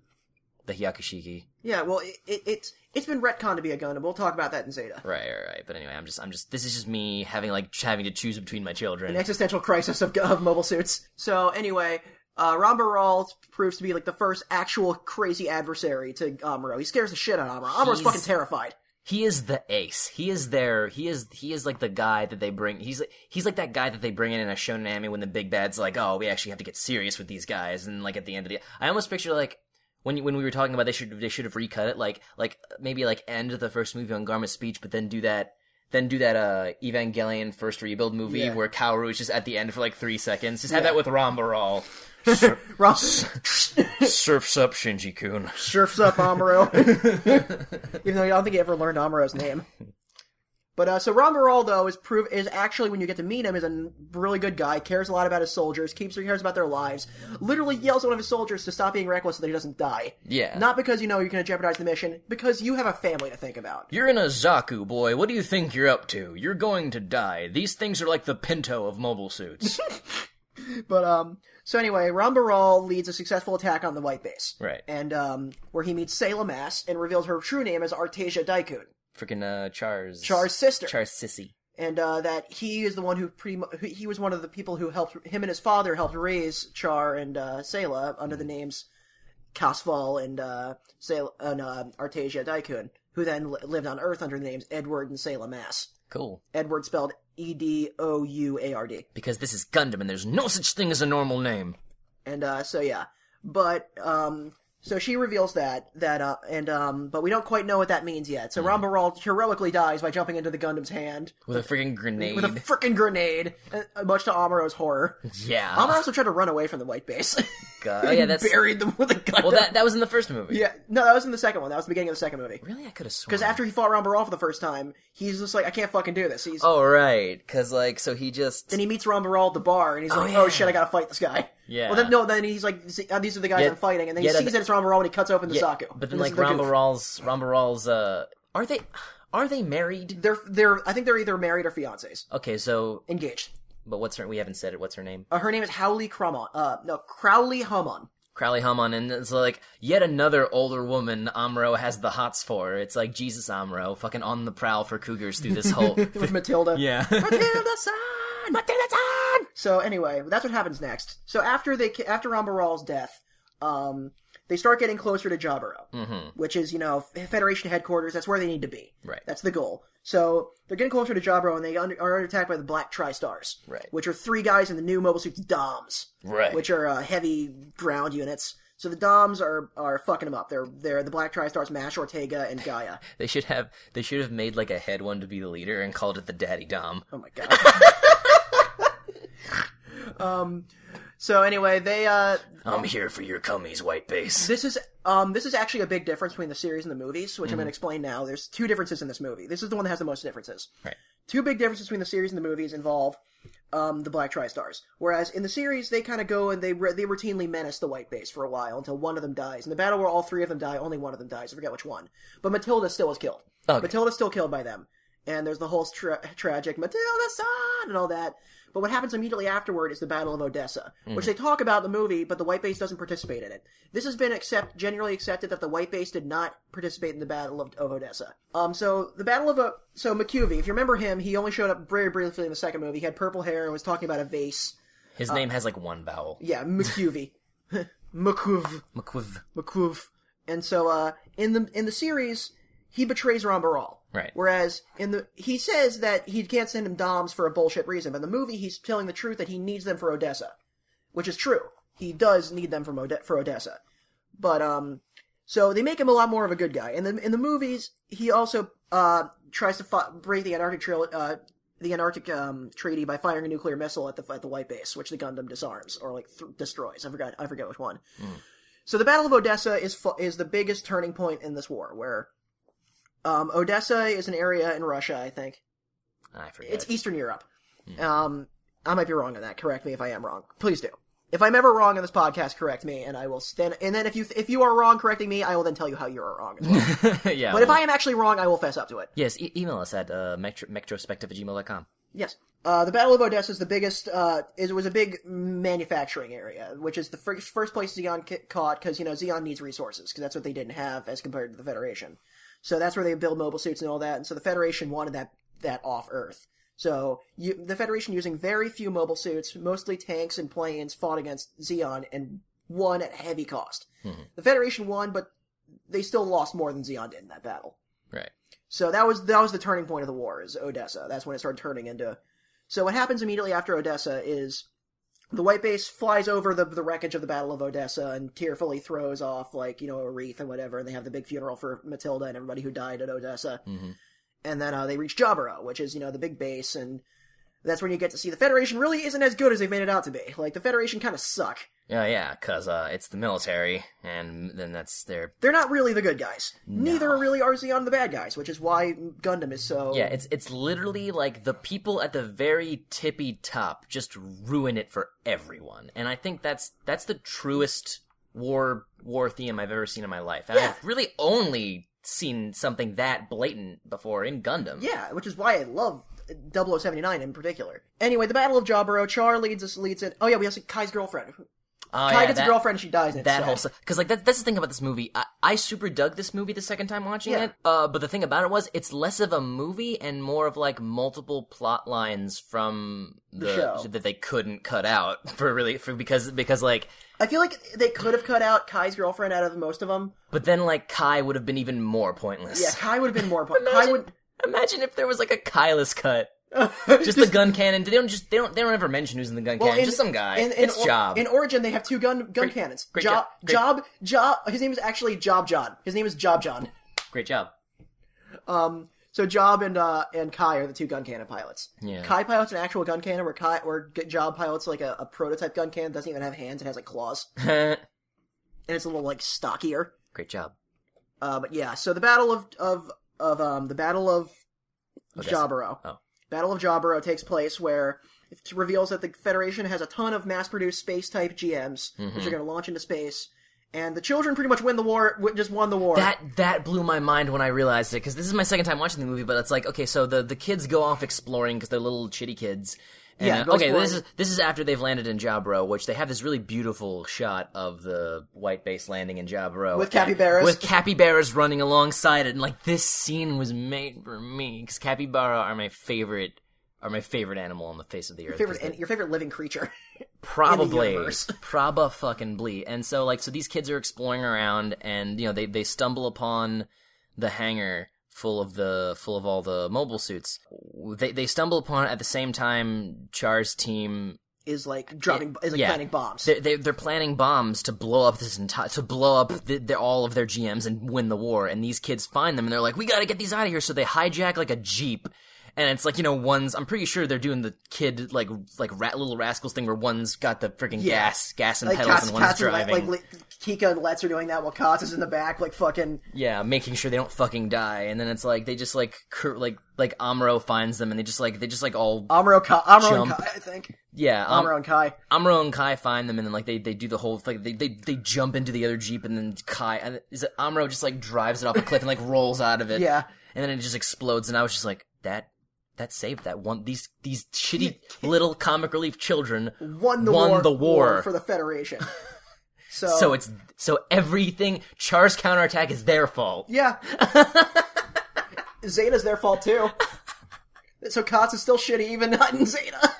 the Hyakushiki. yeah. Well, it, it, it's it's been retconned to be a Gundam. We'll talk about that in Zeta. Right, right, right. But anyway, I'm just I'm just this is just me having like ch- having to choose between my [laughs] An children. existential crisis of, of mobile suits. So anyway, uh, Rambaral proves to be like the first actual crazy adversary to Amuro. He scares the shit out of Amuro. He's- Amuro's fucking terrified. He is the ace. He is their he is he is like the guy that they bring. He's like he's like that guy that they bring in in a shonen anime when the big bad's like, oh, we actually have to get serious with these guys. And like at the end of the, I almost picture like when you, when we were talking about they should they should have recut it like like maybe like end the first movie on Garma's speech, but then do that. Then do that uh Evangelion first rebuild movie Yeah. where Kaoru is just at the end for like three seconds. Just have that with Ron Baral. Ram- [laughs] Surfs up Shinji Kun. [laughs] surfs up Amuro. [laughs] Even though I don't think he ever learned Amuro's name. But uh, so Rambaral though is prove is actually when you get to meet him is a n- really good guy. Cares a lot about his soldiers. Keeps cares about their lives. Literally yells at one of his soldiers to stop being reckless so that he doesn't die. Yeah. Not because you know you're going to jeopardize the mission, because you have a family to think about. You're in a Zaku, boy. What do you think you're up to? You're going to die. These things are like the Pinto of mobile [laughs] suits. But um, so anyway, Rambaral leads a successful attack on the White Base. Right. And um, where he meets Salem Ass and reveals her true name as Artesia Daikun, Freaking uh, Char's. Char's sister. Char's sissy. and uh, that he is the one who pretty mu- who, he was one of the people who helped him and his father helped raise Char and uh, Sela under the names Casval and uh, Sela, and uh, Artesia Daikun, who then li- lived on Earth under the names Edward and Salem Ass. Cool. Edward spelled E D O U A R D. Because this is Gundam and there's no such thing as a normal name. And uh, so yeah, but um, so she reveals that that uh, and um, but we don't quite know what that means yet. Hmm. So Rambaral heroically dies by jumping into the Gundam's hand With a freaking grenade. with a frickin' grenade, uh, much to Amuro's horror. yeah. Amuro also tried to run away from the White Base. [laughs] [laughs] God. Oh, yeah, that's. buried them with a Gundam. Well, that, that was in the first movie. [laughs] yeah, no, that was in the second one. That was the beginning of the second movie. Really? I could have sworn. Because after he fought Rambaral for the first time, he's just like, I can't fucking do this. He's Oh, right. Because, like, so he just. and he meets Rambaral at the bar, and he's like, yeah. Oh shit, I gotta fight this guy. Yeah. Well, then no, then he's like, "See, uh, these are the guys Yeah, I'm fighting, and then yeah, he that- sees that it's Ron Barol and he cuts open the Yeah, Zaku. But then And this like is the goof. Rambaral's Rambaral's uh are they are they married? they're they're I think they're either married or fiancés, Okay, so engaged. but what's her we haven't said it, what's her name? Uh, her name is Howley Crumon. Uh, no, Crowley Hummon. Crowley Hammon and it's like yet another older woman Amro has the hots for. It's like Jesus Amro, fucking on the prowl for cougars through this [laughs] whole [laughs] with Matilda. Yeah. Matilda-san! [laughs] So anyway, that's what happens next. So after they ki- after Rambaral's death, um, they start getting closer to Jabaro, which is you know F- Federation headquarters. That's where they need to be. Mm-hmm. Right. That's the goal. So they're getting closer to Jabro, and they under, are under attack by the Black Tri-Stars, Right. which are three guys in the new mobile suits Doms, Right. which are uh, heavy ground units. So the Doms are are fucking them up. They're they're the Black Tri-Stars, Mash Ortega, and Gaia. They should have they should have made like a head one to be the leader and called it the Daddy Dom. Oh my [laughs] god. um. So anyway, they uh, I'm here for your cummies, white base. this is um, this is actually a big difference between the series and the movies, Mm-hmm. which I'm going to explain now. There's two differences in this movie. This is the one that has the most differences. Right. Two big differences between the series and the movies involve um, the Black Tri-Stars. Whereas in the series, they kind of go and they re- they routinely menace the White Base for a while until one of them dies. In the battle where all three of them die, only one of them dies. I forget which one. But Matilda still was killed. Okay. Matilda's still killed by them. And there's the whole tra- tragic Matilda son and all that. But what happens immediately afterward is the Battle of Odessa, which they talk about in the movie, but the White Base doesn't participate in it. This has been accept generally accepted that the White Base did not participate in the Battle of, of Odessa. Um, so the Battle of o- so McCuvey, if you remember him, he only showed up very briefly in the second movie. He had purple hair and was talking about a vase. Uh, His name has like one vowel. Yeah, [laughs] McCuvey, McCuv. McQuiv. McCoove. And so uh, in the in the series, he betrays Ron Baral. Right. Whereas in the he says that he can't send him DOMs for a bullshit reason, but in the movie he's telling the truth that he needs them for Odessa, which is true. He does need them for Ode- for Odessa. But um, so they make him a lot more of a good guy. And then in the movies, he also uh tries to fi- break the Antarctic trail. Uh, the Antarctic um, treaty by firing a nuclear missile at the at the White Base, which the Gundam disarms or like th- destroys. I forgot. I forget which one. So the Battle of Odessa is fu- is the biggest turning point in this war, where um, Odessa is an area in Russia, I think. I forget. [laughs] It's Eastern Europe. Um, I might be wrong on that. Correct me if I am wrong. Please do. If I'm ever wrong on this podcast, correct me, and I will stand. And then if you if you are wrong correcting me, I will then tell you how you are wrong. As well. yeah. but e- if I am actually wrong, I will fess up to it. Yes, e- email us at uh, metro- metrospective at gmail.com. Yes. Uh, the Battle of Odessa is the biggest. Uh, it was a big manufacturing area, which is the fir- first place Zeon ca- caught because you know Zeon needs resources because that's what they didn't have as compared to the Federation. So that's where they build mobile suits and all that. And so the Federation wanted that that off Earth. So you, the Federation using very few mobile suits, mostly tanks and planes, fought against Zeon and won at heavy cost. The Federation won, but they still lost more than Zeon did in that battle. Right. So that was that was the turning point of the war is Odessa. That's when it started turning into. So what happens immediately after Odessa is the White Base flies over the the wreckage of the Battle of Odessa and tearfully throws off like you know a wreath and whatever, and they have the big funeral for Matilda and everybody who died at Odessa. And then uh, they reach Jabara, which is you know the big base, and that's when you get to see the Federation really isn't as good as they've made it out to be. Like the Federation kind of suck. Yeah, yeah, because uh, it's the military, and then that's their. They're not really the good guys. Neither are really Arzeon the bad guys, which is why Gundam is so Yeah, it's it's literally like the people at the very tippy top just ruin it for everyone, and I think that's that's the truest war war theme I've ever seen in my life, and Yeah. I've really only seen something that blatant before in Gundam. Yeah, which is why I love 0079 in particular. Anyway, the Battle of Jaburo, Char leads us leads it. Oh yeah, we also Kai's girlfriend. Oh, Kai yeah, gets that- a girlfriend, she dies. And it's that sad. whole because like that, that's the thing about this movie I, I super dug this movie the second time watching Yeah. it uh, but the thing about it was it's less of a movie and more of like multiple plot lines from the, show. that they couldn't cut out [laughs] for really for because because like I feel like they could have cut out Kai's girlfriend out of most of them. but then like kai would have been even more pointless Yeah, Kai would have been more. Po- Kai Imagine- would. [laughs] imagine if there was like a kyless cut [laughs] [laughs] just the gun cannon they don't just they don't they don't ever mention who's in the gun cannon in- just some guy in- in it's Or- job In Origin, they have two gun gun cannons. great job, job, great- job, job. His name is actually Job John. His name is Job John. great job [laughs] Um, So Job and uh, and Kai are the two gun cannon pilots. Yeah. Kai pilots an actual gun cannon, where Kai where G- Job pilots like a, a prototype gun cannon doesn't even have hands; it has like claws, and it's a little like stockier. great job Uh, but yeah, so the battle of of of um the battle of Odessa. Jaburo. Oh. Battle of Jaburo takes place where It reveals that the Federation has a ton of mass-produced space-type GMs, Mm-hmm. which are going to launch into space, and the children pretty much win the war. w- Just won the war. That that blew my mind when I realized it because this is my second time watching the movie. But it's like okay, so the the kids go off exploring because they're little chitty kids. And, Yeah, uh, go okay. This is exploring. this is after they've landed in Jabro, which they have this really beautiful shot of the white base landing in Jabro With capybaras. with capybaras running alongside it, and like this scene was made for me because capybara are my favorite are my favorite animal on the face of the earth. 'cause favorite, they- and your favorite living creature. [laughs] probably universe. proba fucking blee and so like so these kids are exploring around and you know they they stumble upon the hangar full of the full of all the mobile suits they they stumble upon it at the same time char's team is like dropping, is like yeah. planting bombs. they, they they're planning bombs to blow up this entire to blow up the, the, all of their GMs and win the war. And these kids find them and they're like, "We got to get these out of here!" So they hijack like a jeep, and it's like you know, one's I'm pretty sure they're doing the kid like like rat little rascals thing where one's got the freaking Yeah. gas gas and like pedals Katz, and one's Katz and Le- driving. like, Le- Kika and Let's are doing that while Katz is in the back, like fucking yeah, making sure they don't fucking die. And then it's like they just like cur- like like Amuro finds them and they just like they just like all Amuro, Ka- Amuro and Jump. Kai. I think yeah um, Amuro and Kai. Amuro and Kai find them, and then like they, they do the whole like they, they they jump into the other jeep, and then Kai and is it Amuro just like drives it off a cliff and like rolls out of it, Yeah. and then it just explodes, and I was just like that that saved that one these these shitty little comic relief children Won the war, the war, for [laughs] the Federation. So, so it's so everything Char's counterattack is their fault. [laughs] yeah. Zeta's their fault too. So Katz is still shitty, even not in Zeta. [laughs]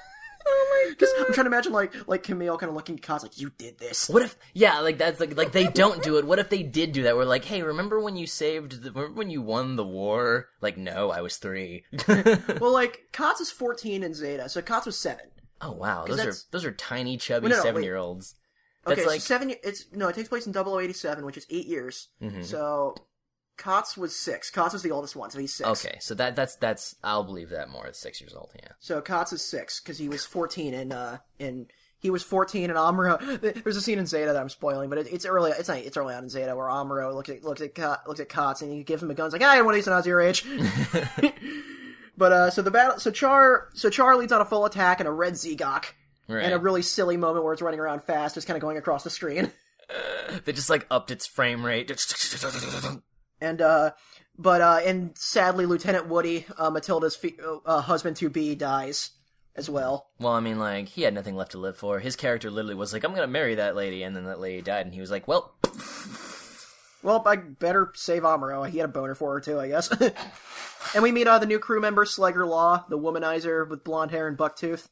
Oh my god! I'm trying to imagine like like Camille kind of looking at Katz like you [laughs] did this. What if yeah like that's like like [laughs] they don't do it. What if they did do that? We're like, hey, remember when you saved the remember when you won the war? Like, no, I was three. Well, like Katz is 14 in Zeta, so Katz was seven. Oh wow, those are that's- those are tiny, chubby Well, no, no, wait. seven year olds. That's Okay, like so seven. It's no, it takes place in 0087, which is eight years. Mm-hmm. So Kotz was six. Kotz was the oldest one, so he's six. okay, so that that's that's I'll believe that more. It's six years old, yeah. So Kotz is six because he was 14 in uh in he was 14 in Amuro. [laughs] There's a scene in Zeta that I'm spoiling, but it, it's early. It's not. It's early on in Zeta where Amuro looks at looks at Ka- looks at Kotz and he gives him a gun. He's like, I had one of these when I was your age. [laughs] [laughs] but uh, so the battle. So Char. So Char leads on a full attack and a red Zegok. Right. And a really silly moment where it's running around fast, just kind of going across the screen. they just like upped its frame rate. and uh but uh and sadly lieutenant woody uh matilda's fe- uh, uh, husband to be dies as well well, I mean, like he had nothing left to live for. His character literally was like, "I'm gonna marry that lady," and then that lady died, and he was like, "Well, well i better save amuro he had a boner for her too i guess [laughs] and we meet uh the new crew member slugger law the womanizer with blonde hair and buck tooth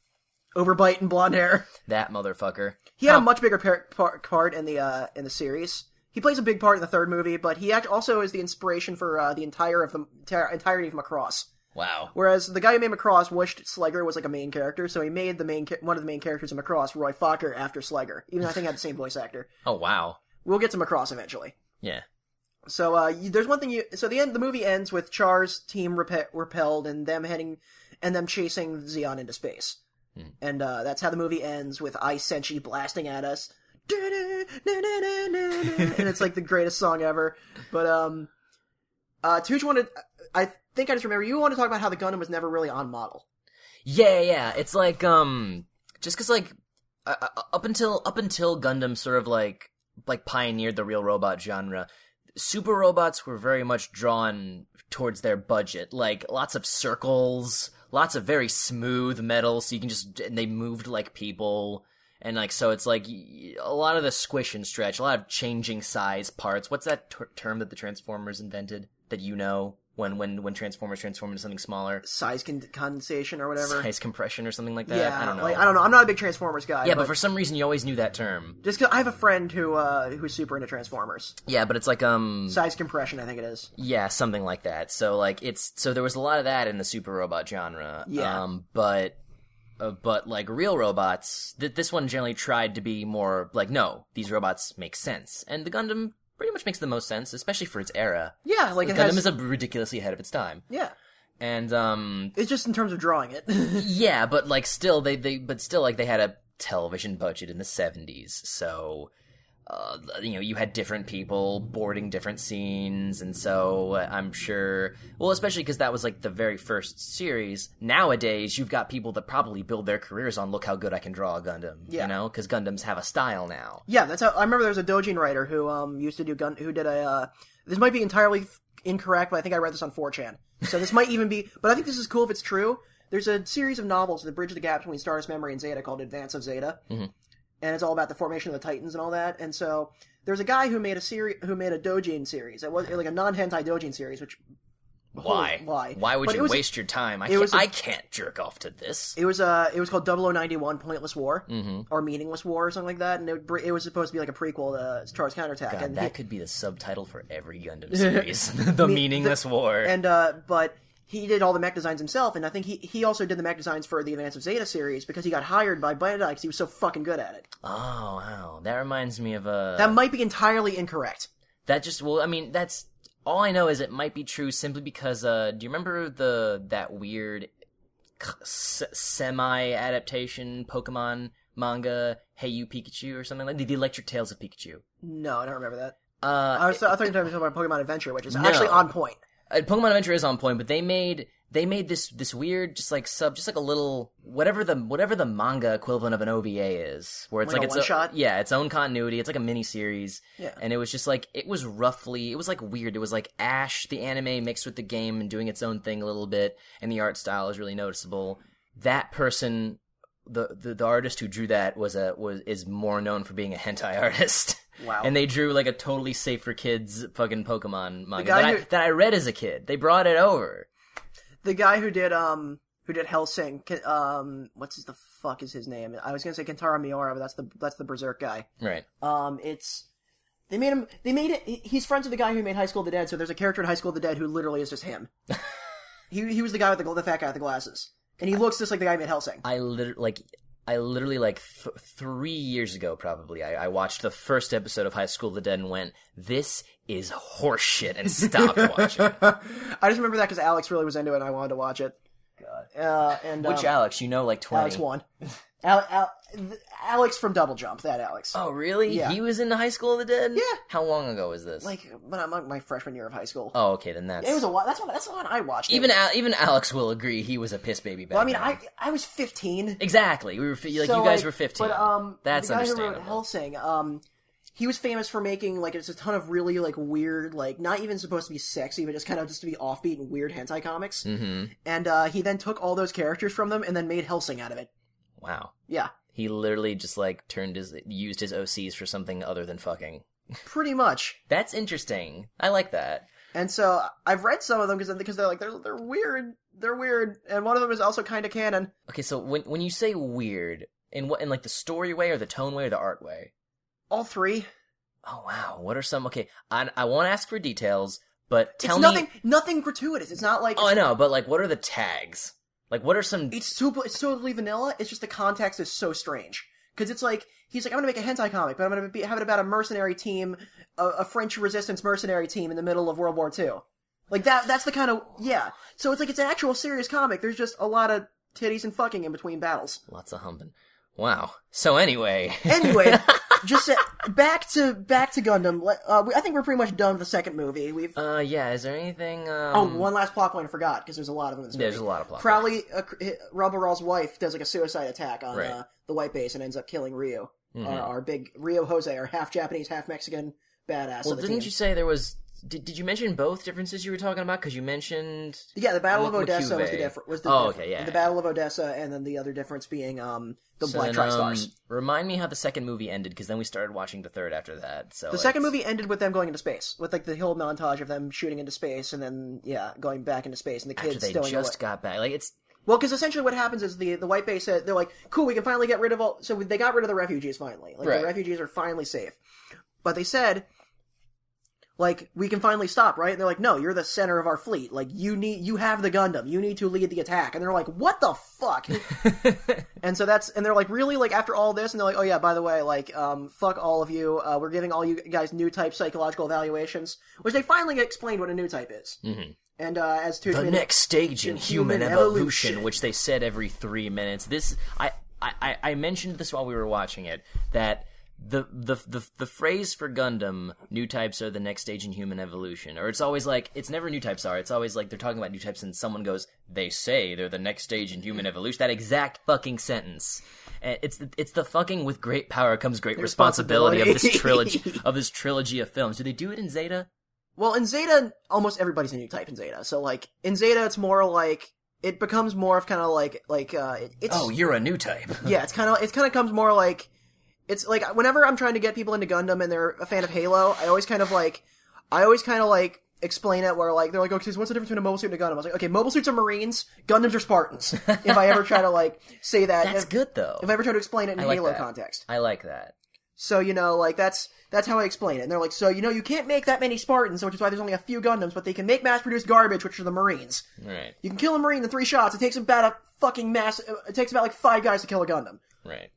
overbite and blonde hair that motherfucker." he had a much bigger par- par- part in the uh in the series he plays a big part in the third movie but he act- also is the inspiration for uh, the entire of the entire entirety of macross Wow. Whereas the guy who made Macross wished Slugger was like a main character, so he made the main cha- one of the main characters in Macross Roy Fokker after Slugger, even though I think he had the same voice actor. Oh wow. We'll get to Macross eventually. Yeah. So uh, you, there's one thing you. So the end, the movie ends with Char's team repe- repelled and them heading and them chasing Xeon into space, and uh, that's how the movie ends with I Senshi blasting at us. [laughs] and it's like the greatest song ever. But um, uh, Tooch wanted. I think I just remember you wanted to talk about how the Gundam was never really on model. Yeah, yeah. It's like um, just because like uh, uh, up until up until Gundam sort of like like pioneered the real robot genre, super robots were very much drawn towards their budget. Like lots of circles, lots of very smooth metal, so you can just and they moved like people. And like so, it's like y- a lot of the squish and stretch, a lot of changing size parts. What's that ter- term that the Transformers invented that you know when when when Transformers transform into something smaller? size con- condensation or whatever. size compression or something like that. yeah, I don't know. Like, I don't know. I'm not a big Transformers guy. Yeah, but for some reason you always knew that term. just 'cause I have a friend who uh, who's super into Transformers. Yeah, but it's like um Size compression, I think it is. yeah, something like that. So like it's so there was a lot of that in the super robot genre. Yeah. Um but uh, but like real robots, th- this one generally tried to be more like no, these robots make sense. And the Gundam pretty much makes the most sense, especially for its era. Yeah, like it Gundam has. is a ridiculously ahead of its time. yeah, And um it's just in terms of drawing it. [laughs] Yeah, but like still they they but still like they had a television budget in the 70s. So uh, you know you had different people boarding different scenes and so uh, i'm sure well especially because that was like the very first series nowadays you've got people that probably build their careers on look how good i can draw a gundam Yeah. you know because gundams have a style now Yeah, that's how I remember. There was a Dojin writer who um used to do gun who did a. Uh, this might be entirely f- incorrect, but I think I read this on 4chan, so this might even be. But I think this is cool if it's true. There's a series of novels that bridge the gap between Stardust Memory and Zeta called Advance of Zeta, mm-hmm. and it's all about the formation of the Titans and all that. And so there's a guy who made a series who made a Dojin series. It was like a non hentai Dojin series, which why why? why would But it you was- waste your time i can't, was a- I I can't jerk off to this It was uh, it was called 0091 Pointless War Mm-hmm. or Meaningless War or something like that, and it, br- it was supposed to be like a prequel to Charles Counterattack. and that could be the subtitle for every [laughs] gundam series [laughs] the meaningless war and uh, but he did all the mech designs himself, and I think he he also did the mech designs for the Advance of Zeta series because he got hired by Bandai because he was so fucking good at it. oh wow that reminds me of a That might be entirely incorrect. That just well, I mean, that's all I know is it might be true simply because uh, do you remember the that weird semi adaptation Pokemon manga Hey You Pikachu or something like the Electric Tales of Pikachu? No, I don't remember that. Uh, I, was, I thought you were talking about Pokemon Adventure, which is actually on point. uh, Pokemon Adventure is on point, but they made they made this this weird just like sub just like a little whatever the whatever the manga equivalent of an OVA is, where it's Like like, a its one-shot? own- yeah, its own continuity. It's like a mini series, Yeah. and it was just like it was roughly it was like weird. It was like Ash the anime mixed with the game and doing its own thing a little bit, and the art style is really noticeable. That person. The, the the artist who drew that was a was is more known for being a hentai [laughs] artist. Wow. And they drew like a totally safe for kids fucking Pokemon manga guy that, I, who- that I read as a kid. They brought it over. The guy who did um who did Helsing, K- um what's his, the fuck is his name? I was gonna say Kentaro Miura, but that's the that's the Berserk guy. Right. Um, it's they made him. They made it. he- He's friends with the guy who made High School of the Dead. So there's a character in High School of the Dead who literally is just [laughs] him. he he was the guy with the gl- the fat guy with the glasses, and he looks just like the guy who made Helsing. I literally like I literally like th- 3 years ago probably I-, I watched the first episode of High School of the Dead and went this is horseshit and [laughs] stopped watching. [laughs] I just remember that because Alex really was into it, and I wanted to watch it. God. Uh, and Which um, Alex, you know like 20. Alex won. [laughs] Al- Al- th- Alex from Double Jump. That Alex. Oh, really? Yeah. He was in High School of the Dead? Yeah. How long ago was this? Like, but I'm my freshman year of high school. Oh, okay, then that's It was a while. That's what. That's what I watched. [laughs] it. Even Al- even Alex will agree he was a piss baby back I mean, then. I I was 15. Exactly. We were fi- like So, you guys like, were 15. But um, that's the guy who wrote understandable. Helsing, um, he was famous for making like it's a ton of really like weird, like not even supposed to be sexy, but just kind of just to be offbeat and weird hentai Mm. comics. Mm-hmm. And uh, he then took all those characters from them and then made Helsing out of it. wow. Yeah, He literally just like turned his used his OCs for something other than fucking. pretty much. That's interesting. I like that. And so I've read some of them because because they're like they're they're weird, they're weird, and one of them is also kind of canon. Okay, so when when you say weird, in what in like the story way or the tone way or the art way? All three. Oh wow, what are some? Okay, I I won't ask for details, but tell it's me. nothing nothing gratuitous. It's not like Oh, I know, but like, what are the tags? Like, what are some? it's super, it's totally vanilla. It's just the context is so strange because it's like he's like I'm gonna make a hentai comic, but I'm gonna be, have it about a mercenary team, a, a French resistance mercenary team in the middle of World War II. Like that. That's the kind of yeah. So it's like it's an actual serious comic. There's just a lot of titties and fucking in between battles. Lots of humping. Wow. So anyway, [laughs] Anyway. Just uh, back to back to Gundam. Let- Uh, we, I think we're pretty much done with the second movie. We've uh, yeah. Is there anything? Um, oh one last plot point I forgot because there's a lot of them. In this There's movie. a lot of plot Crowley, uh, cr- hi- Rob Aral's wife, does like a suicide attack on Right. Mm-hmm. uh, the White Base and ends up killing Rio, our, our big Rio Jose, our half Japanese, half Mexican badass. Well, of the didn't team. you say there was? Did, did you mention both differences you were talking about? Because you mentioned Yeah, the Battle of Mc- Odessa was the McCuve. difference. Was the Oh, difference. okay, yeah, The yeah. Battle of Odessa, and then the other difference being um the Black then, Tri Stars. um, remind me how the second movie ended, because then we started watching the third after that. So the second movie ended with them going into space, with like the whole montage of them shooting into space, and then yeah, going back into space, and the after kids they still just got back, like it's Well, because essentially what happens is the the white base said they're like, cool, we can finally get rid of all. So they got rid of the refugees finally. Like Right. the refugees are finally safe. But they said, like, we can finally stop, right? And they're like, no, you're the center of our fleet. Like you need, you have the Gundam. You need to lead the attack. And they're like, what [laughs] the fuck? and so that's and they're like, really, like after all this, and they're like, oh yeah, by the way, like, um, fuck all of you. Uh, we're giving all you guys new type psychological evaluations, which they finally explained what a new type is. Mm-hmm. And uh, as to the next stage in human, human evolution, evolution. which they said every three minutes. This I, I I mentioned this while we were watching it that the, the the the phrase for Gundam, new types are the next stage in human evolution, or it's always like it's never new types are. It's always like they're talking about new types, and someone goes, "They say they're the next stage in human evolution." That exact fucking sentence. And It's the, it's the fucking with great power comes great responsibility, of this responsibility. trilogy of this trilogy of films. Do they do it in Zeta? Well, in Zeta, almost everybody's a new type in Zeta. So like in Zeta, it's more like it becomes more of kind of like like uh, it, it's Oh, you're a new type. yeah, it's kind of it kind of comes more like it's like whenever I'm trying to get people into Gundam and they're a fan of Halo, I always kind of like I always kind of like explain it where like they're like, okay, so what's the difference between a mobile suit and a Gundam? I was like, okay, mobile suits are Marines, Gundams are Spartans. if I ever try to like say that, That's if, good though. If I ever try to explain it in a like Halo that. context, I like that. so you know, like that's that's how I explain it. And they're like, so you know, you can't make that many Spartans, which is why there's only a few Gundams, but they can make mass-produced garbage, which are the Marines. Right. You can kill a Marine in three shots. It takes about a fucking mass. uh, It takes about like five guys to kill a Gundam. Right.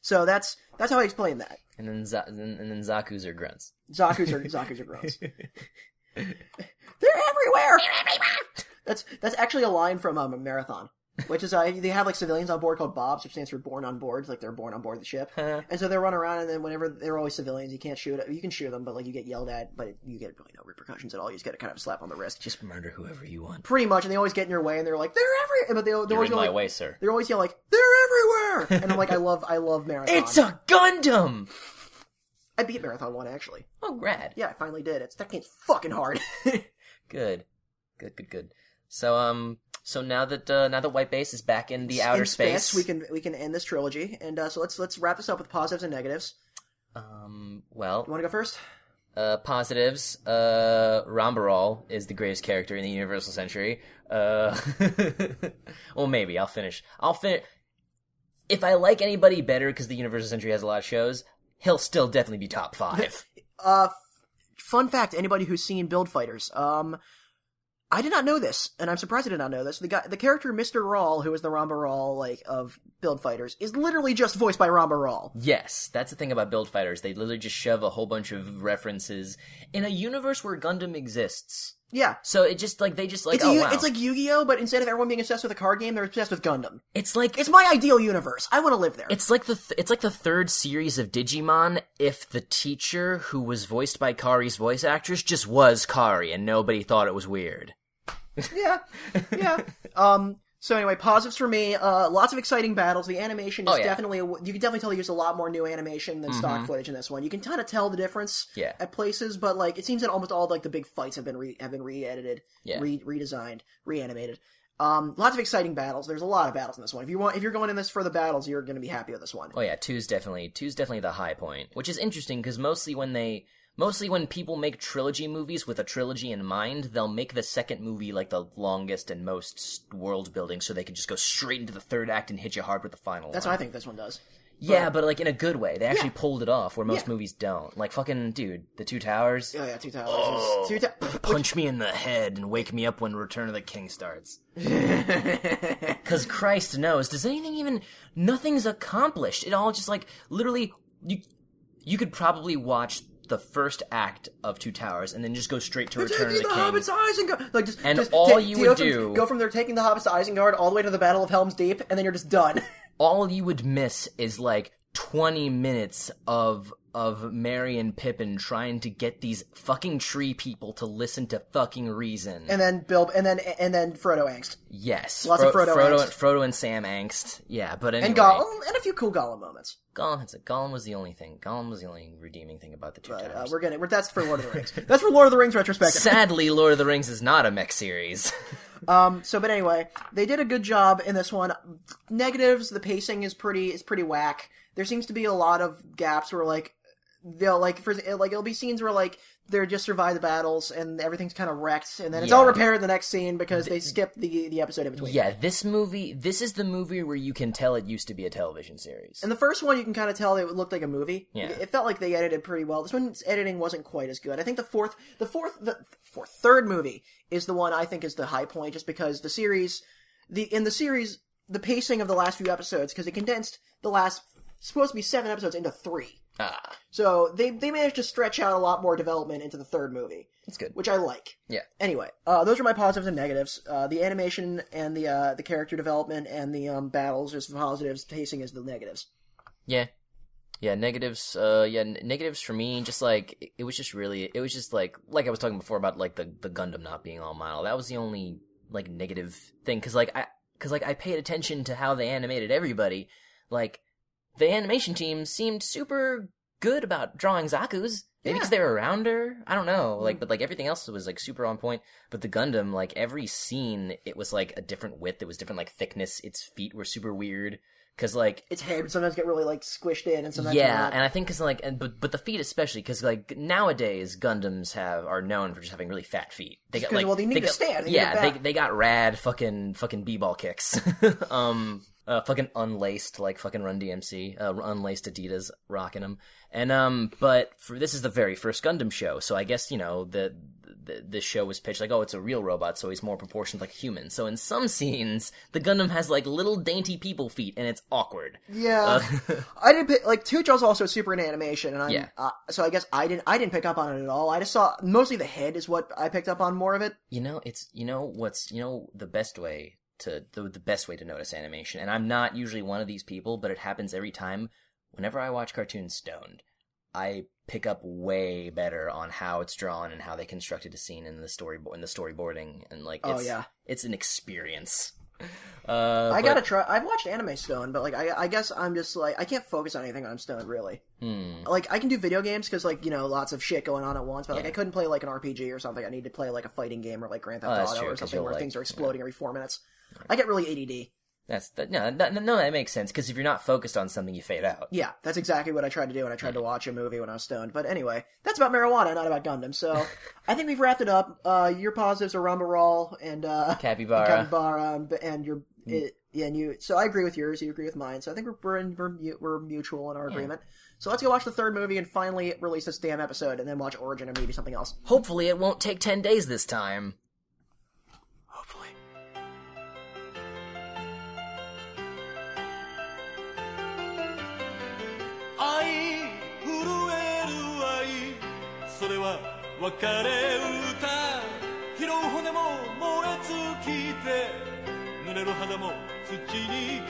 So that's that's how I explain that. And then Za- and, and then Zaku's are grunts. Zaku's are Zaku's are gross. They're everywhere. That's that's actually a line from um, a marathon, which is uh, they have like civilians on board called Bobs, which stands for born on board, like they're born on board the ship, and so they run around and then whenever they're always civilians, you can't shoot. You can shoot them, but like you get yelled at, but you get really no repercussions at all. You just get a kind of slap on the wrist, just Just murder whoever you want. pretty much. And they always get in your way, and they're like they're every, but they they You're always in go my like, way, sir. they always yell like they're everywhere, and I'm like I love I love marathon. It's a Gundam. I beat marathon one actually. Oh, rad. Yeah, I finally did. It's that game's fucking hard. Good. Good. Good. Good. So um. So now that uh, now that White Base is back in [laughs] the outer in space, we can we can end this trilogy, and uh, so let's let's wrap this up with positives and negatives. um. You Well, want to go first? uh, positives. Uh, Rambaral is the greatest character in the Universal Century. Uh. [laughs] well, maybe I'll finish. I'll finish. If I like anybody better, because the Universal Century has a lot of shows, he'll still definitely be top [laughs] five. Uh, f- fun fact: anybody who's seen Build Fighters, um, I did not know this, and I'm surprised I did not know this. The guy, the character Mr. Rawl, who is the Ramba Rawl like of Build Fighters, is literally just voiced by Ramba Rawl. Yes, that's the thing about build fighters. They literally just shove a whole bunch of references in a universe where Gundam exists. Yeah. So it just like they just like It's, oh a, Yu- wow. it's like Yu-Gi-Oh, but instead of everyone being obsessed with a card game, they're obsessed with Gundam. it's like It's my ideal universe. I want to live there. it's like the th- it's like the third series of Digimon if the teacher who was voiced by Kari's voice actress just was Kari and nobody thought it was weird. yeah, [laughs] yeah. Um. So anyway, positives for me. Uh, lots of exciting battles. The animation is Oh, yeah. Mm-hmm. definitely you can definitely tell they used a lot more new animation than stock footage in this one. You can kind of tell the difference Yeah. at places, but like it seems that almost all like the big fights have been re- have been re-edited, Yeah. re- redesigned, reanimated. Um, lots of exciting battles. There's a lot of battles in this one. If you want, if you're going in this for the battles, you're going to be happy with this one. Oh yeah, two's definitely two's definitely the high point, which is interesting because mostly when they mostly when people make trilogy movies with a trilogy in mind, they'll make the second movie like the longest and most world building, so they can just go straight into the third act and hit you hard with the final. That's one. what I think this one does. yeah, but like in a good way. They actually Yeah. pulled it off where most Yeah. movies don't. Like fucking dude, the Two Towers. Oh yeah, two towers. is- Two towers. Punch me in the head and wake me up when Return of the King starts. [laughs] [laughs] Because Christ knows, does anything even. Nothing's accomplished. It all just like. Literally, you, you could probably watch the first act of Two Towers and then just go straight to Return of the, taking the, King. hobbits to Isengard. Like just, And just all ta- you go would from- do- go from there taking the hobbits to Isengard all the way to the Battle of Helm's Deep, and then you're just done. [laughs] all you would miss is like 20 minutes of of Mary and Pippin trying to get these fucking tree people to listen to fucking reason. and then Bill, and then and then Frodo angst yes, lots of Frodo Frodo, angst. Frodo and Sam angst. Yeah, but anyway. and Gollum, and a few cool Gollum moments. Gollum, it's Gollum was the only thing. Gollum was the only redeeming thing about the two But, uh, [laughs] towers. we're getting we're, that's for Lord of the Rings. That's for Lord of the Rings retrospective. Sadly, Lord of the Rings is not a mech series. [laughs] Um, So, but anyway, they did a good job in this one. Negatives: the pacing is pretty is pretty whack. There seems to be a lot of gaps where like they'll like for like it'll be scenes where like they're just survive the battles and everything's kind of wrecked, and then it's all Yeah. repaired in the next scene because they skipped the the episode in between. yeah, this movie, this is the movie where you can tell it used to be a television series. In the first one, you can kind of tell it looked like a movie. Yeah. It felt like they edited pretty well. This one's editing wasn't quite as good. I think the fourth, the fourth, the fourth, third movie is the one I think is the high point, just because the series, the in the series, the pacing of the last few episodes, because it condensed the last supposed to be seven episodes into three. ah, So they they managed to stretch out a lot more development into the third movie, it's good. which I like. Yeah. Anyway, uh, those are my positives and negatives. Uh, the animation and the uh, the character development and the um, battles is the positives. Pacing is the negatives. Yeah. Yeah, negatives. Uh, yeah, n- negatives for me. Just like it- it was just really, it was just like like I was talking before about like the the Gundam not being all model. That was the only like negative thing because like I because like I paid attention to how they animated everybody. Like the animation team seemed super good about drawing Zaku's. Maybe because they were around her. I don't know. Like, but like everything else was like super on point. But the Gundam, like every scene, it was like a different width. It was different like thickness. Its feet were super weird. Cause like Its head would sometimes get really like squished in, and sometimes yeah, not. and I think because like, and, but but the feet especially because like nowadays Gundams have are known for just having really fat feet. They got 'cause, like well, they need to got- stand, they need yeah, to they back. they got rad fucking fucking b ball kicks. [laughs] um, uh, fucking unlaced like fucking Run DMC, uh, unlaced Adidas rocking them. And um, but for this is the very first Gundam show, so I guess you know the. the- This show was pitched like, oh, it's a real robot, so he's more proportioned like a human. So in some scenes, the Gundam has like little dainty people feet, and it's awkward. yeah. [laughs] I didn't pick, like Tuch was also super into animation, and I'm, Uh, Yeah. uh, so I guess I didn't I didn't pick up on it at all. I just saw mostly the head is what I picked up on more of it. you know it's you know what's you know the best way to the, the best way to notice animation and i'm not usually one of these people but it happens every time whenever i watch cartoons stoned i pick up way better on how it's drawn and how they constructed a scene in the storyboard in the storyboarding and like Oh, it's yeah. it's an [laughs] experience uh I but- gotta try. I've watched anime stone, but like I, I guess I'm just like I can't focus on anything when I'm stoned. Really, hmm. like I can do video games because like you know lots of shit going on at once. But like Yeah. I couldn't play like an RPG or something. I need to play like a fighting game or like Grand Theft Oh, that's Auto true, or 'cause something you'll, where like- things are exploding every four minutes. I get really ADD. that's that no, no no that makes sense because if you're not focused on something you fade out Yeah, that's exactly what I tried to do when I tried to watch a movie when I was stoned. But anyway, that's about marijuana, not about Gundam. So I think we've wrapped it up. Uh, your positives are Rambaral and uh, Capybara. Capybara, and- and your it, yeah, and you. So I agree with yours. You agree with mine. So I think we're we're, in, we're, mu- we're mutual in our agreement. So let's go watch the third movie and finally release this damn episode, and then watch Origin or maybe something else. hopefully it won't take 10 days this time Hopefully. 「愛震える愛」「それは別れ歌」「拾う骨も燃え尽きて」「濡れる肌も土に変える」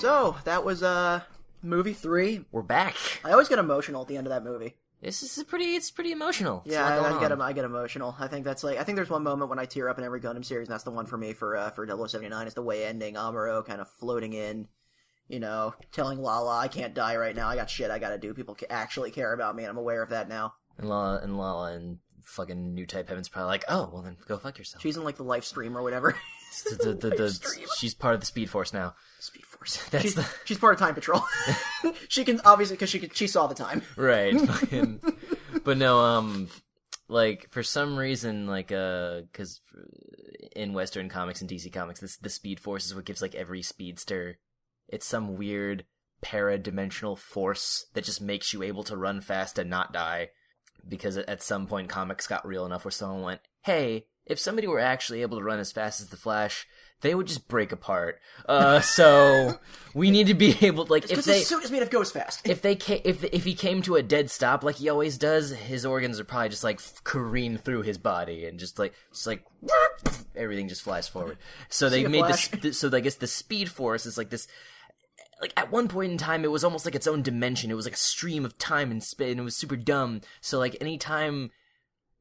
So that was uh movie three. we're back I always get emotional at the end of that movie. this is pretty it's pretty emotional It's a Yeah, lot I, going I on. get em- I get emotional. I think that's like I think there's one moment when I tear up in every Gundam series, and that's the one for me for uh, for 0079 is the way ending Amuro kind of floating in, you know, telling Lala I can't die right now. I got shit I got to do. People ca- actually care about me, and I'm aware of that now. And Lala and Lala and fucking New Type Heaven's probably like, oh, well then go fuck [laughs] yourself. She's in like the live stream or whatever. [laughs] She's, the, the, the, she's part of the Speed Force now. Speed Force. That's she's, the- she's part of Time [laughs] Patrol. she can obviously because she can, she saw the time. Right. fucking. But no, um, like for some reason, like uh, because in Western comics and DC comics, this the Speed Force is what gives like every speedster. It's some weird para-dimensional force that just makes you able to run fast and not die. Because at- at some point, comics got real enough where someone went, "Hey, if somebody were actually able to run as fast as the Flash." They would just break apart. Uh, so we need to be able, like, if Because they his suit is made of ghost fast. if they ca- if if he came to a dead stop like he always does, his organs are probably just like careen through his body and just like just like everything just flies forward. So they ya, made this. Flash. th- So I guess the speed force is like this. Like at one point in time, it was almost like its own dimension. It was like a stream of time and spin. It was super dumb. So like any time.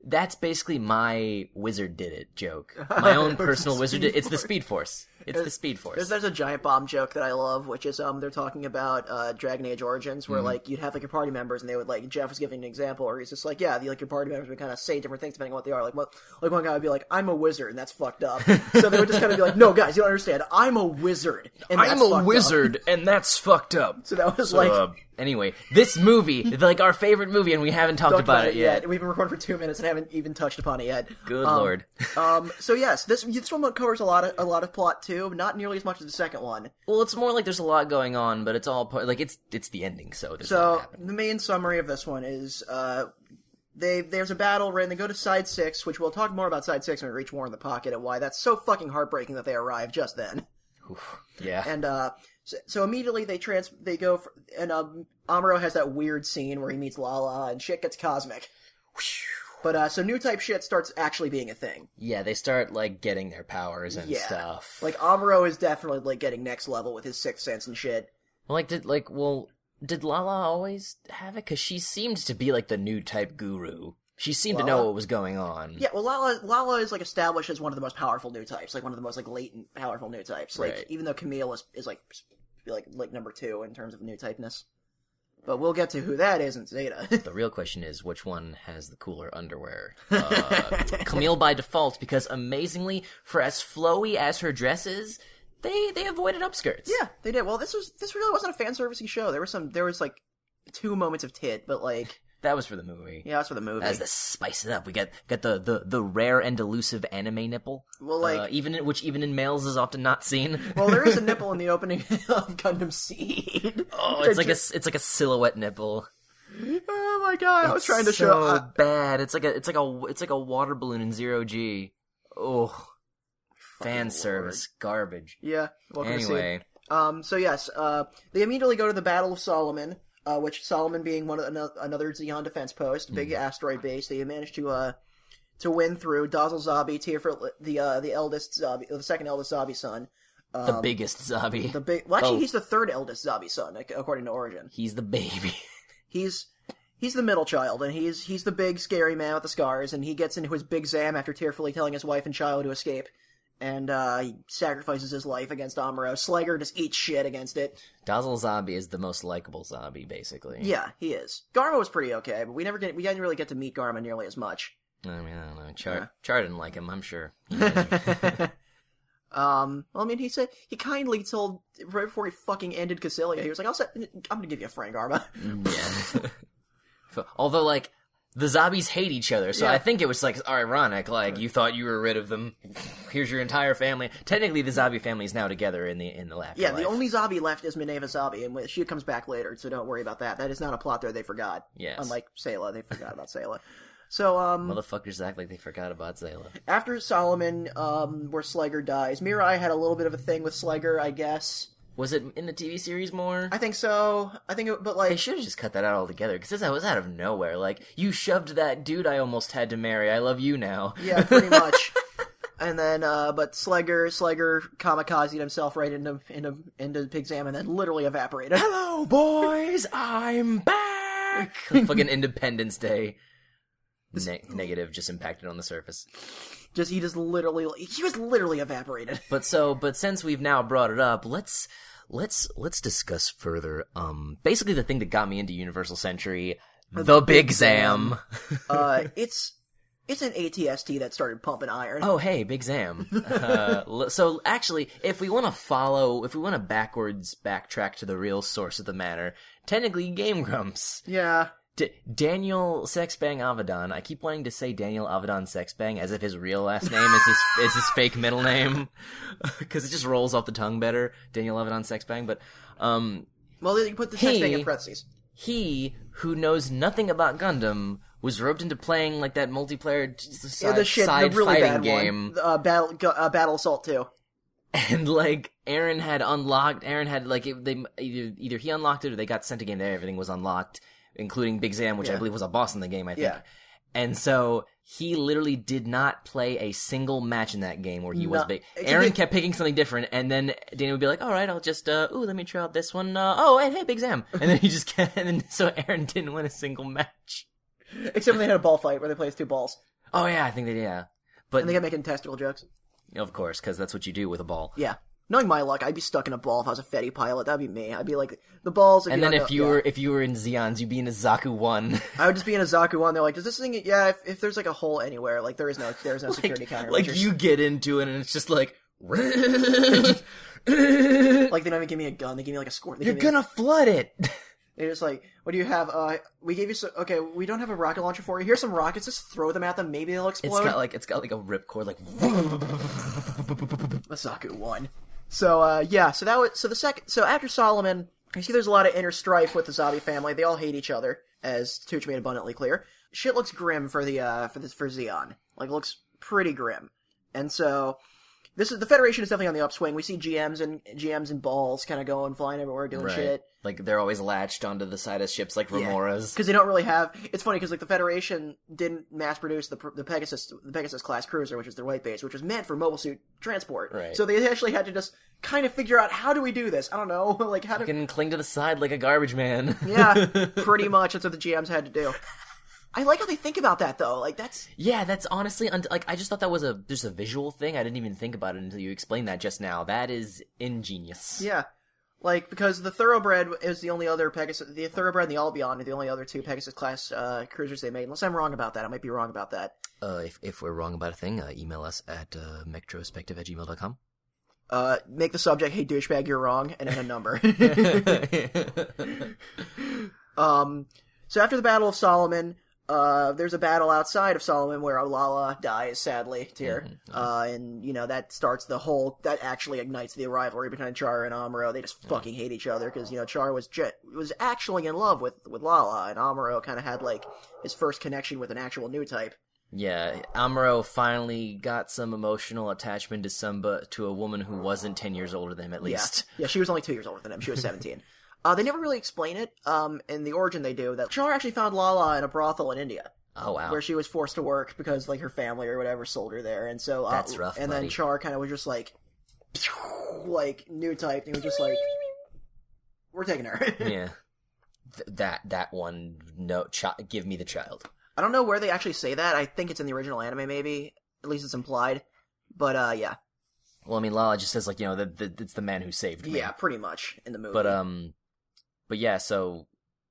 That's basically my wizard did it joke. [laughs] My own personal wizard. Did, it's the Speed Force. It's the Speed Force. There's, there's a giant bomb joke that I love, which is um they're talking about uh, Dragon Age Origins, Mm-hmm. where like you'd have like your party members, and they would like Jeff was giving an example, or he's just like, yeah, the, like your party members would kind of say different things depending on what they are. Like, what, like one guy would be like, I'm a wizard, and that's [laughs] fucked up. so they would just kind of be like, no, guys, you don't understand. I'm a wizard. And that's I'm fucked a up." wizard, and that's fucked up. [laughs] So that was like. Uh, anyway, this movie, like our favorite movie, and we haven't talked, talked about, it yet. We've been recording for two minutes and haven't even touched upon it yet. Good Um, lord. [laughs] um, so yes, this this one covers a lot of a lot of plot too, not nearly as much as the second one. Well, it's more like there's a lot going on, but it's all part, like it's it's the ending, so there's a lot So happening. the main summary of this one is uh, they there's a battle and they go to side six, which we'll talk more about side six when we reach War in the Pocket and why that's so fucking heartbreaking that they arrive just then. Yeah, And uh, so, so immediately they trans they go for, and um, Amuro has that weird scene where he meets Lala and shit gets cosmic. But uh, so new type shit starts actually being a thing. yeah, they start like getting their powers and Yeah, stuff. like Amuro is definitely like getting next level with his sixth sense and shit. Well, like did like well did Lala always have it? Because she seemed to be like the new type guru. She seemed to know Lala? what was going on. Yeah, well, Lala Lala is like established as one of the most powerful new types, like one of the most like latent powerful new types. Like Right. even though Camille is, is like like like number two in terms of new typeness, but we'll get to who that is in Zeta. [laughs] The real question is which one has the cooler underwear? Uh, [laughs] Camille by default, because amazingly, for as flowy as her dress is, they they avoided upskirts. yeah, they did. Well, this was this really wasn't a fan servicey show. There was some there was like two moments of tit, but like that was for the movie. yeah, that's for the movie. As to spice it up, we got got the, the, the rare and elusive anime nipple. Well, like- uh, even in, which even in males is often not seen. well, there is a nipple in the opening [laughs] of Gundam Seed. [laughs] oh, it's like a s- it's like a silhouette nipple. Oh my god, I was trying to so show. uh, I- bad. It's like a it's like a it's like a water balloon in zero g. Oh, fan service garbage. yeah, welcome to Seed. Anyway, Um, so yes, uh, they immediately go to the Battle of Solomon, uh, which Solomon being one of ano- another Zeon defense post, big Mm-hmm. asteroid base. They managed to uh, to win through Dazzle Zabi, Tirfit, the uh, the eldest Zabi, the second eldest Zabi son. Um, the biggest zombie. The big, well, actually, Oh. he's the third eldest Zabi son ac- according to Origin. [laughs] He's the baby. [laughs] He's he's the middle child, and he's he's the big scary man with the scars, and he gets into his big zam after tearfully telling his wife and child to escape. And uh, he sacrifices his life against Amuro. Slager just eats shit against it. Dazzle Zombie is the most likable zombie, basically. Yeah, he is. Garma was pretty okay, but we never get we didn't really get to meet Garma nearly as much. I mean, I don't know. Char, Char didn't like him, I'm [laughs] sure. Um, well, I mean, he said he kindly told right before he fucking ended Cassilia, he was like, "I'll set, I'm gonna give you a frank, Garma." [laughs] Mm. F- [laughs] Although, like, the zombies hate each other, so Yeah. I think it was, like, ironic. Like, you thought you were rid of them. Here's your entire family. Technically, the zombie family is now together in the in the afterlife. yeah, the only zombie left is Mineva Zabi, and she comes back later, so don't worry about that. That is not a plot there they forgot. Yes. unlike Sela, they forgot about Sela. So, um, Motherfuckers act like they forgot about Zayla. after Solomon, um, where Slager dies, Mirai had a little bit of a thing with Slager, I guess. Was it in the TV series more? I think so. I think, it, but They like, should have just cut that out altogether because that was out of nowhere. Like you shoved that dude I almost had to marry. I love you now. Yeah, pretty much. and then, uh, but Slugger, Slugger kamikaze himself right into into into Pig Sam and then literally evaporated. [laughs] Hello, boys. I'm [laughs] back. Fucking Independence Day. Ne- negative, just impacted on the surface. just he just literally he was literally evaporated. But so, but since we've now brought it up, let's let's let's discuss further. Um, basically the thing that got me into Universal Century, the Big Zam. [laughs] Uh, it's it's an ATST that started pumping iron. Oh, hey, Big [laughs] Zam. Uh, l- so actually, if we want to follow, if we want to backwards backtrack to the real source of the matter, technically Game Grumps. Yeah, D- Daniel Sexbang Avadon. I keep wanting to say Daniel Avadon Sexbang as if his real [laughs] last name is his is his fake middle name, [laughs] because it just rolls off the tongue better. Daniel Avadon Sexbang, but um, well, you put the He- sex thing in parentheses. he who knows nothing about Gundam was roped into playing like that multiplayer t- Yeah, side, the shit, the side really fighting bad game. one. Uh, battle, Gu- uh, battle assault too. and like Aaron had unlocked. Aaron had like it, they either either he unlocked it or they got sent a game that everything was unlocked, including Big Zam, which I Yeah. believe was a boss in the game. I think. Yeah. And so he literally did not play a single match in that game where he was No. big. It- Aaron it- kept picking something different, and then Daniel would be like, "All right, I'll just uh, ooh, let me try out this one. Uh, oh, and hey, Big Zam." And then he just kept, [laughs] and then, so Aaron didn't win a single match. Except when they had a ball fight where they placed two balls Oh yeah, I think that yeah, but and they kept making testicle jokes. of course, because that's what you do with a ball. Yeah. Knowing my luck, I'd be stuck in a ball if I was a Fetty pilot. That'd be me. I'd be like the balls. If And you then don't if know- you yeah. were if you were in Xeons, you'd be in a Zaku one. [laughs] I would just be in a Zaku one. They're like, does this thing? Yeah, if, if there's like a hole anywhere, like there is no there is no security [laughs] counter. like which is- you get into it and it's just like [laughs] [laughs] like they don't even give me a gun. They give me like a squirt. They you're give me- gonna flood it [laughs] They're just like, what do you have? Uh, we gave you so okay. We don't have a rocket launcher for you. Here's some rockets. Just throw them at them. Maybe they'll explode. it's got like it's got like a ripcord like the Zaku one. So uh, yeah, so that was so the second. So after Solomon, you see, there's a lot of inner strife with the Zabi family. They all hate each other, as Tooch made abundantly clear. Shit looks grim for the uh, for this for Zeon. Like looks pretty grim, and so this is the Federation is definitely on the upswing. We see GMs and GMs and balls kind of going flying everywhere doing shit. Like they're always latched onto the side of ships like Remora's. because they don't really have. It's funny because like the Federation didn't mass produce the the Pegasus the Pegasus class cruiser, which is their light base, which was meant for mobile suit transport. Right. So they actually had to just kind of figure out how do we do this. I don't know, [laughs] like how [laughs] do Fucking cling to the side like a garbage man. [laughs] yeah, pretty much that's what the GMs had to do. I like how they think about that though. Like that's Yeah, that's honestly un- like I just thought that was a just a visual thing. I didn't even think about it until you explained that just now. That is ingenious. yeah. Like because the Thoroughbred is the only other Pegasus, the Thoroughbred and the Albion are the only other two Pegasus class uh, cruisers they made. Unless I'm wrong about that, I might be wrong about that. Uh, if if we're wrong about a thing, uh, email us at uh, metrospective at gmail.com. [laughs] [laughs] Uh, make the subject "Hey douchebag, you're wrong," and then a number. [laughs] Um, so after the Battle of Solomon, uh, there's a battle outside of Solomon where Olala dies sadly here, Mm-hmm. uh, and you know that starts the whole that actually ignites the rivalry between Char and Amuro. They just fucking hate each other because you know Char was ju- was actually in love with with Lala, and Amuro kind of had like his first connection with an actual new type. Yeah, Amuro finally got some emotional attachment to Samba to a woman who wasn't ten years older than him at Yeah. least. Yeah, she was only two years older than him. She was 17. [laughs] uh, they never really explain it. Um, in the origin, they do that Char actually found Lala in a brothel in India. Oh wow. where she was forced to work because like her family or whatever sold her there, and so uh, That's rough, And buddy. then Char kind of was just like, [laughs] like new type, and he was just like, "We're taking her." [laughs] [laughs] yeah. Th- that that one no chi- give me the child. I don't know where they actually say that. I think it's in the original anime, maybe at least it's implied. But uh, yeah, Well, I mean Lala just says like, you know, that that it's the man who saved me. yeah, pretty much in the movie. But um, but yeah, so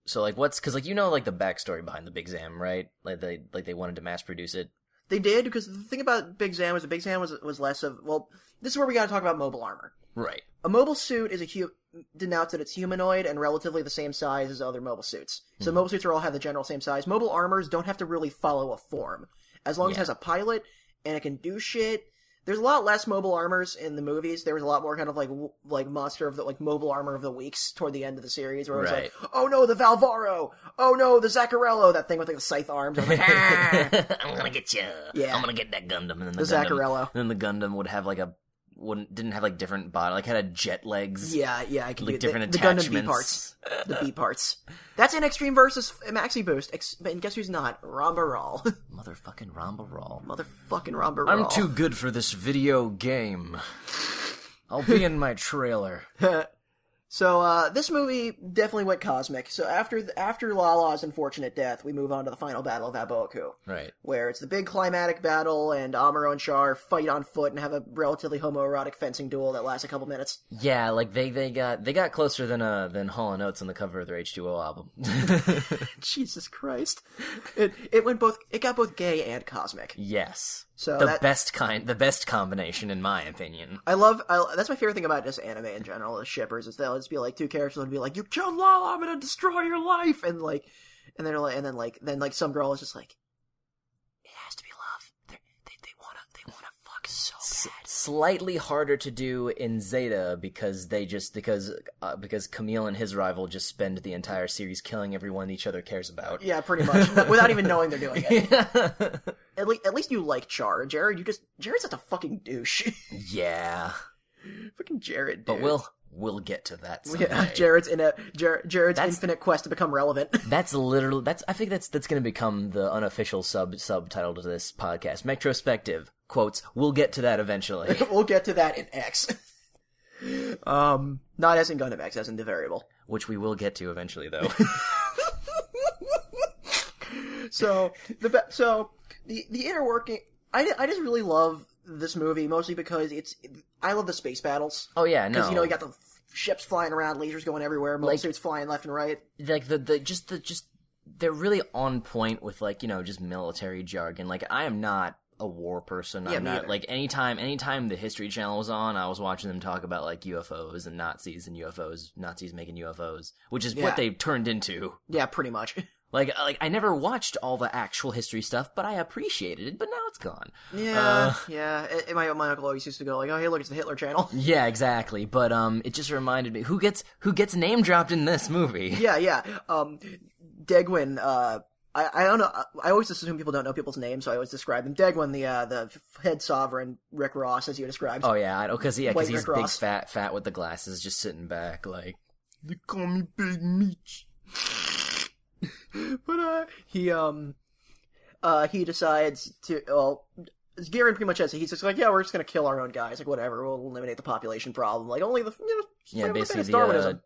so like what's because like you know like the backstory behind the Big Zam, right? Like they like they wanted to mass produce it. they did because the thing about Big Sam was that Big Sam was was less of well, this is where we got to talk about mobile armor. Right. A mobile suit is a hu- denotes that it's humanoid and relatively the same size as other mobile suits. Hmm. So mobile suits are all have the general same size. Mobile armors don't have to really follow a form, as long as it Yeah. has a pilot and it can do shit. There's a lot less mobile armors in the movies. There was a lot more kind of like w- like monster of the like mobile armor of the weeks toward the end of the series, where it was Right. like, oh no, the Valvaro, oh no, the Zaccarello, that thing with like the scythe arms. I was like, [laughs] "Ah." I'm gonna get you. Yeah. I'm gonna get that Gundam, and then the, The Gundam, Zaccarello. Then the Gundam would have like a wouldn't didn't have like different body, like had a jet legs. yeah, yeah, I can Like do it. different the, the Gundam B attachments. parts, the [laughs] B parts. That's in Extreme versus Maxi Boost, Ex- and guess who's not? Rombarol. Motherfucking Romba Rawl. [laughs] motherfucking Robert. I'm Rawl. too good for this video game. I'll be in my [laughs] trailer. So uh, this movie definitely went cosmic. So after th- after Lala's unfortunate death, we move on to the final battle of Aboku, Right. where it's the big climatic battle, and Amuro and Char fight on foot and have a relatively homoerotic fencing duel that lasts a couple minutes. [laughs] Yeah, like they they got they got closer than uh than Hall and Oates on the cover of their H2O album. [laughs] Jesus Christ! It it went both. It got both gay and cosmic. yes. So the that- best kind, the best combination, in my opinion. I love. I, that's my favorite thing about just anime in general. Is shippers is they'll just be like two characters will be like, "You killed Lala, I'm gonna destroy your life," and like, and then like, and then like, then like some girl is just like, "It has to be love. They're, they they wanna they wanna fuck so S- bad." slightly harder to do in Zeta because they just because uh, because Camille and his rival just spend the entire series killing everyone each other cares about. Yeah, pretty much, [laughs] without even knowing they're doing it. At least at least you like Char, Jared. You just Jared's such a fucking douche. [laughs] [laughs] yeah. fucking Jared, dude. But we'll we'll get to that. Someday. [laughs] Yeah, Jared's in a Jar, Jared's That's- infinite quest to become relevant. [laughs] That's literally that's I think that's that's going to become the unofficial sub subtitle to this podcast. Metrospective quotes. We'll get to that [laughs] eventually. we'll get to that in X. [laughs] um, not as in Gundam X, as in the variable. which we will get to eventually [laughs] though. so the be- so the the inner working I, ju- I just really love this movie mostly because it's I love the space battles oh yeah, because no. you know you got the ships flying around lasers going everywhere mobile Like- suits flying left and right like the the just the just they're really on point with like you know just military jargon. Like I am not a war person. Yeah, I'm me not either. like anytime anytime the History Channel was on, I was watching them talk about like UFOs and Nazis and UFOs, Nazis making UFOs, which is Yeah. what they turned into. yeah pretty much [laughs] Like like I never watched all the actual history stuff, but I appreciated it. But now it's gone. yeah Uh, yeah it, my my uncle always used to go like oh hey look it's the Hitler channel [laughs] yeah, exactly. But um, it just reminded me who gets who gets name dropped in this movie. yeah yeah um Degwin uh I, I don't know. I- I always assume people don't know people's names, so I always describe them. Degwin, the uh, the f- head sovereign, Rick Ross, as you described. Oh yeah, I don't because yeah, White because he's Rick big, Ross. fat, fat with the glasses, just sitting back, like They call me Big Meech. [laughs] But uh, he um, uh, he decides to well, Garen pretty much has it. He's just like, yeah, we're just gonna kill our own guys, like whatever. We'll eliminate the population problem. Like only the you know, yeah, fucking basically it's the. Uh, Darwinism,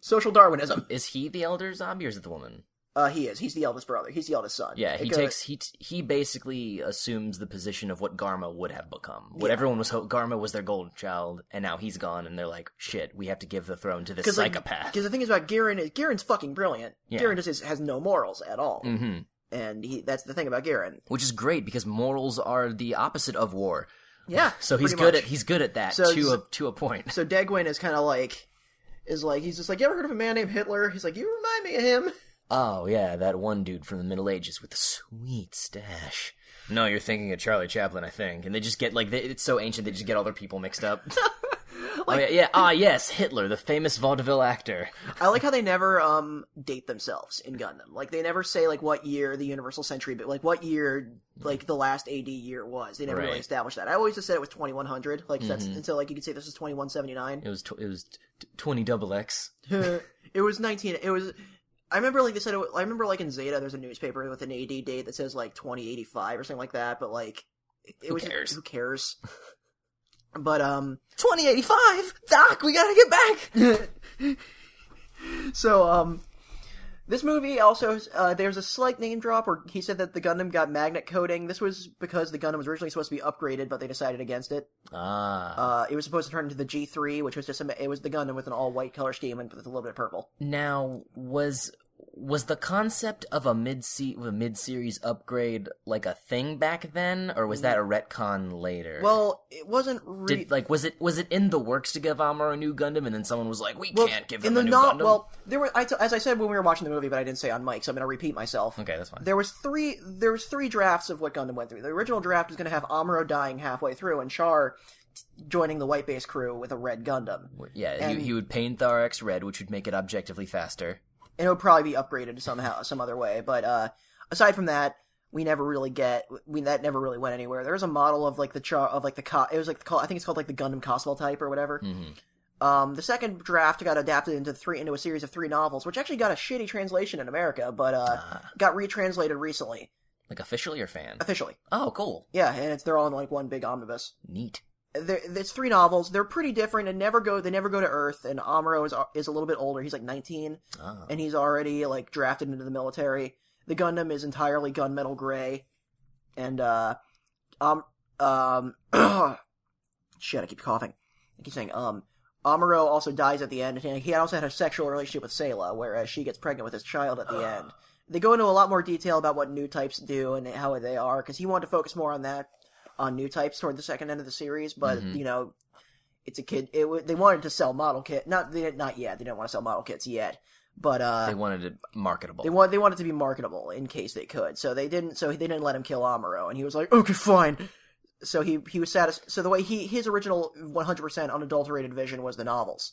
social Darwinism. is he the elder zombie or is it the woman? Uh, he is. He's the eldest brother. He's the eldest son. Yeah, he Because- takes he t- he basically assumes the position of what Garma would have become. What everyone was ho- Garma was their golden child, and now he's gone, and they're like, shit, we have to give the throne to this psychopath. Because the thing is about Garen is Garen's fucking brilliant. Yeah. Garen just is, has no morals at all, hmm and he that's the thing about Garen. Which is great because morals are the opposite of war. Yeah, [laughs] So he's pretty good much. at he's good at that So to it's- a to a point. So Degwin is kind of like is like he's just like you ever heard of a man named Hitler? He's like you remind me of him. Oh yeah, that one dude from the Middle Ages with the sweet stash. No, you're thinking of Charlie Chaplin, I think. And they just get like they, it's so ancient they just get all their people mixed [laughs] up. oh, yeah, yeah, ah yes, Hitler, the famous vaudeville actor. I like how they never um date themselves in Gundam. Like they never say like what year the Universal Century, but like what year like the last AD year was. They never Right. Mm-hmm. really established that. I always just said it was twenty one hundred. Like that's and so like you could say this is twenty one seventy nine. It was tw- it was t- twenty double X. [laughs] it was nineteen. It was. I remember like they said. It, wa- I remember like in Zeta, there's a newspaper with an AD date that says like 2085 or something like that. But like, it, it was cares? who cares? [laughs] but um, 2085, Doc, we gotta get back. so um, this movie also uh, there's a slight name drop where he said that the Gundam got magnet coating. This was because the Gundam was originally supposed to be upgraded, but they decided against it. Ah, Uh, it was supposed to turn into the G3, which was just a, it was the Gundam with an all white color scheme and with a little bit of purple. now was was the concept of a mid a mid series upgrade like a thing back then, or was that a retcon later? Well, it wasn't really. Did, like was it was it in the works to give Amuro a new Gundam, and then someone was like, "We Well, can't give in him the a new not- Gundam." Well, there were I t- as I said when we were watching the movie, but I didn't say on mic, so I'm going to repeat myself. okay, that's fine. There was three. There was three drafts of what Gundam went through. The original draft was going to have Amuro dying halfway through and Char t- joining the White Base crew with a red Gundam, yeah, and- he, he would paint Thorax red, which would make it objectively faster. and it would probably be upgraded somehow, some other way. But uh, aside from that, we never really get. We that never really went anywhere. There was a model of like the Char of like the co- it was like the call. I think it's called like the Gundam Cosmo type or whatever. Mm-hmm. Um, the second draft got adapted into three into a series of three novels, which actually got a shitty translation in America, but uh, got retranslated recently Ah, Like officially or fan? officially. Oh, cool, Yeah, and it's they're all in like one big omnibus. neat. There, it's three novels. They're pretty different, and never go. They never go to Earth. And Amuro is is a little bit older. He's like nineteen, Ah. and he's already like drafted into the military. The Gundam is entirely gunmetal gray, and uh, um, um, [clears throat] shit, I keep coughing. I keep saying um. Amuro also dies at the end, and he also had a sexual relationship with Selah, whereas she gets pregnant with his child at the end. They go into a lot more detail about what new types do and how they are, because he wanted to focus more on that, on new types toward the second end of the series. But Mhm. you know, it's a kid. It, wa- they wanted to sell model kit, not they, not yet. They didn't want to sell model kits yet, but uh, they wanted it marketable. they want they wanted to be marketable in case they could. So they didn't. So they didn't let him kill Amuro, and he was like, okay, fine. So he he was satisfied. So the way he his original 100% unadulterated vision was the novels.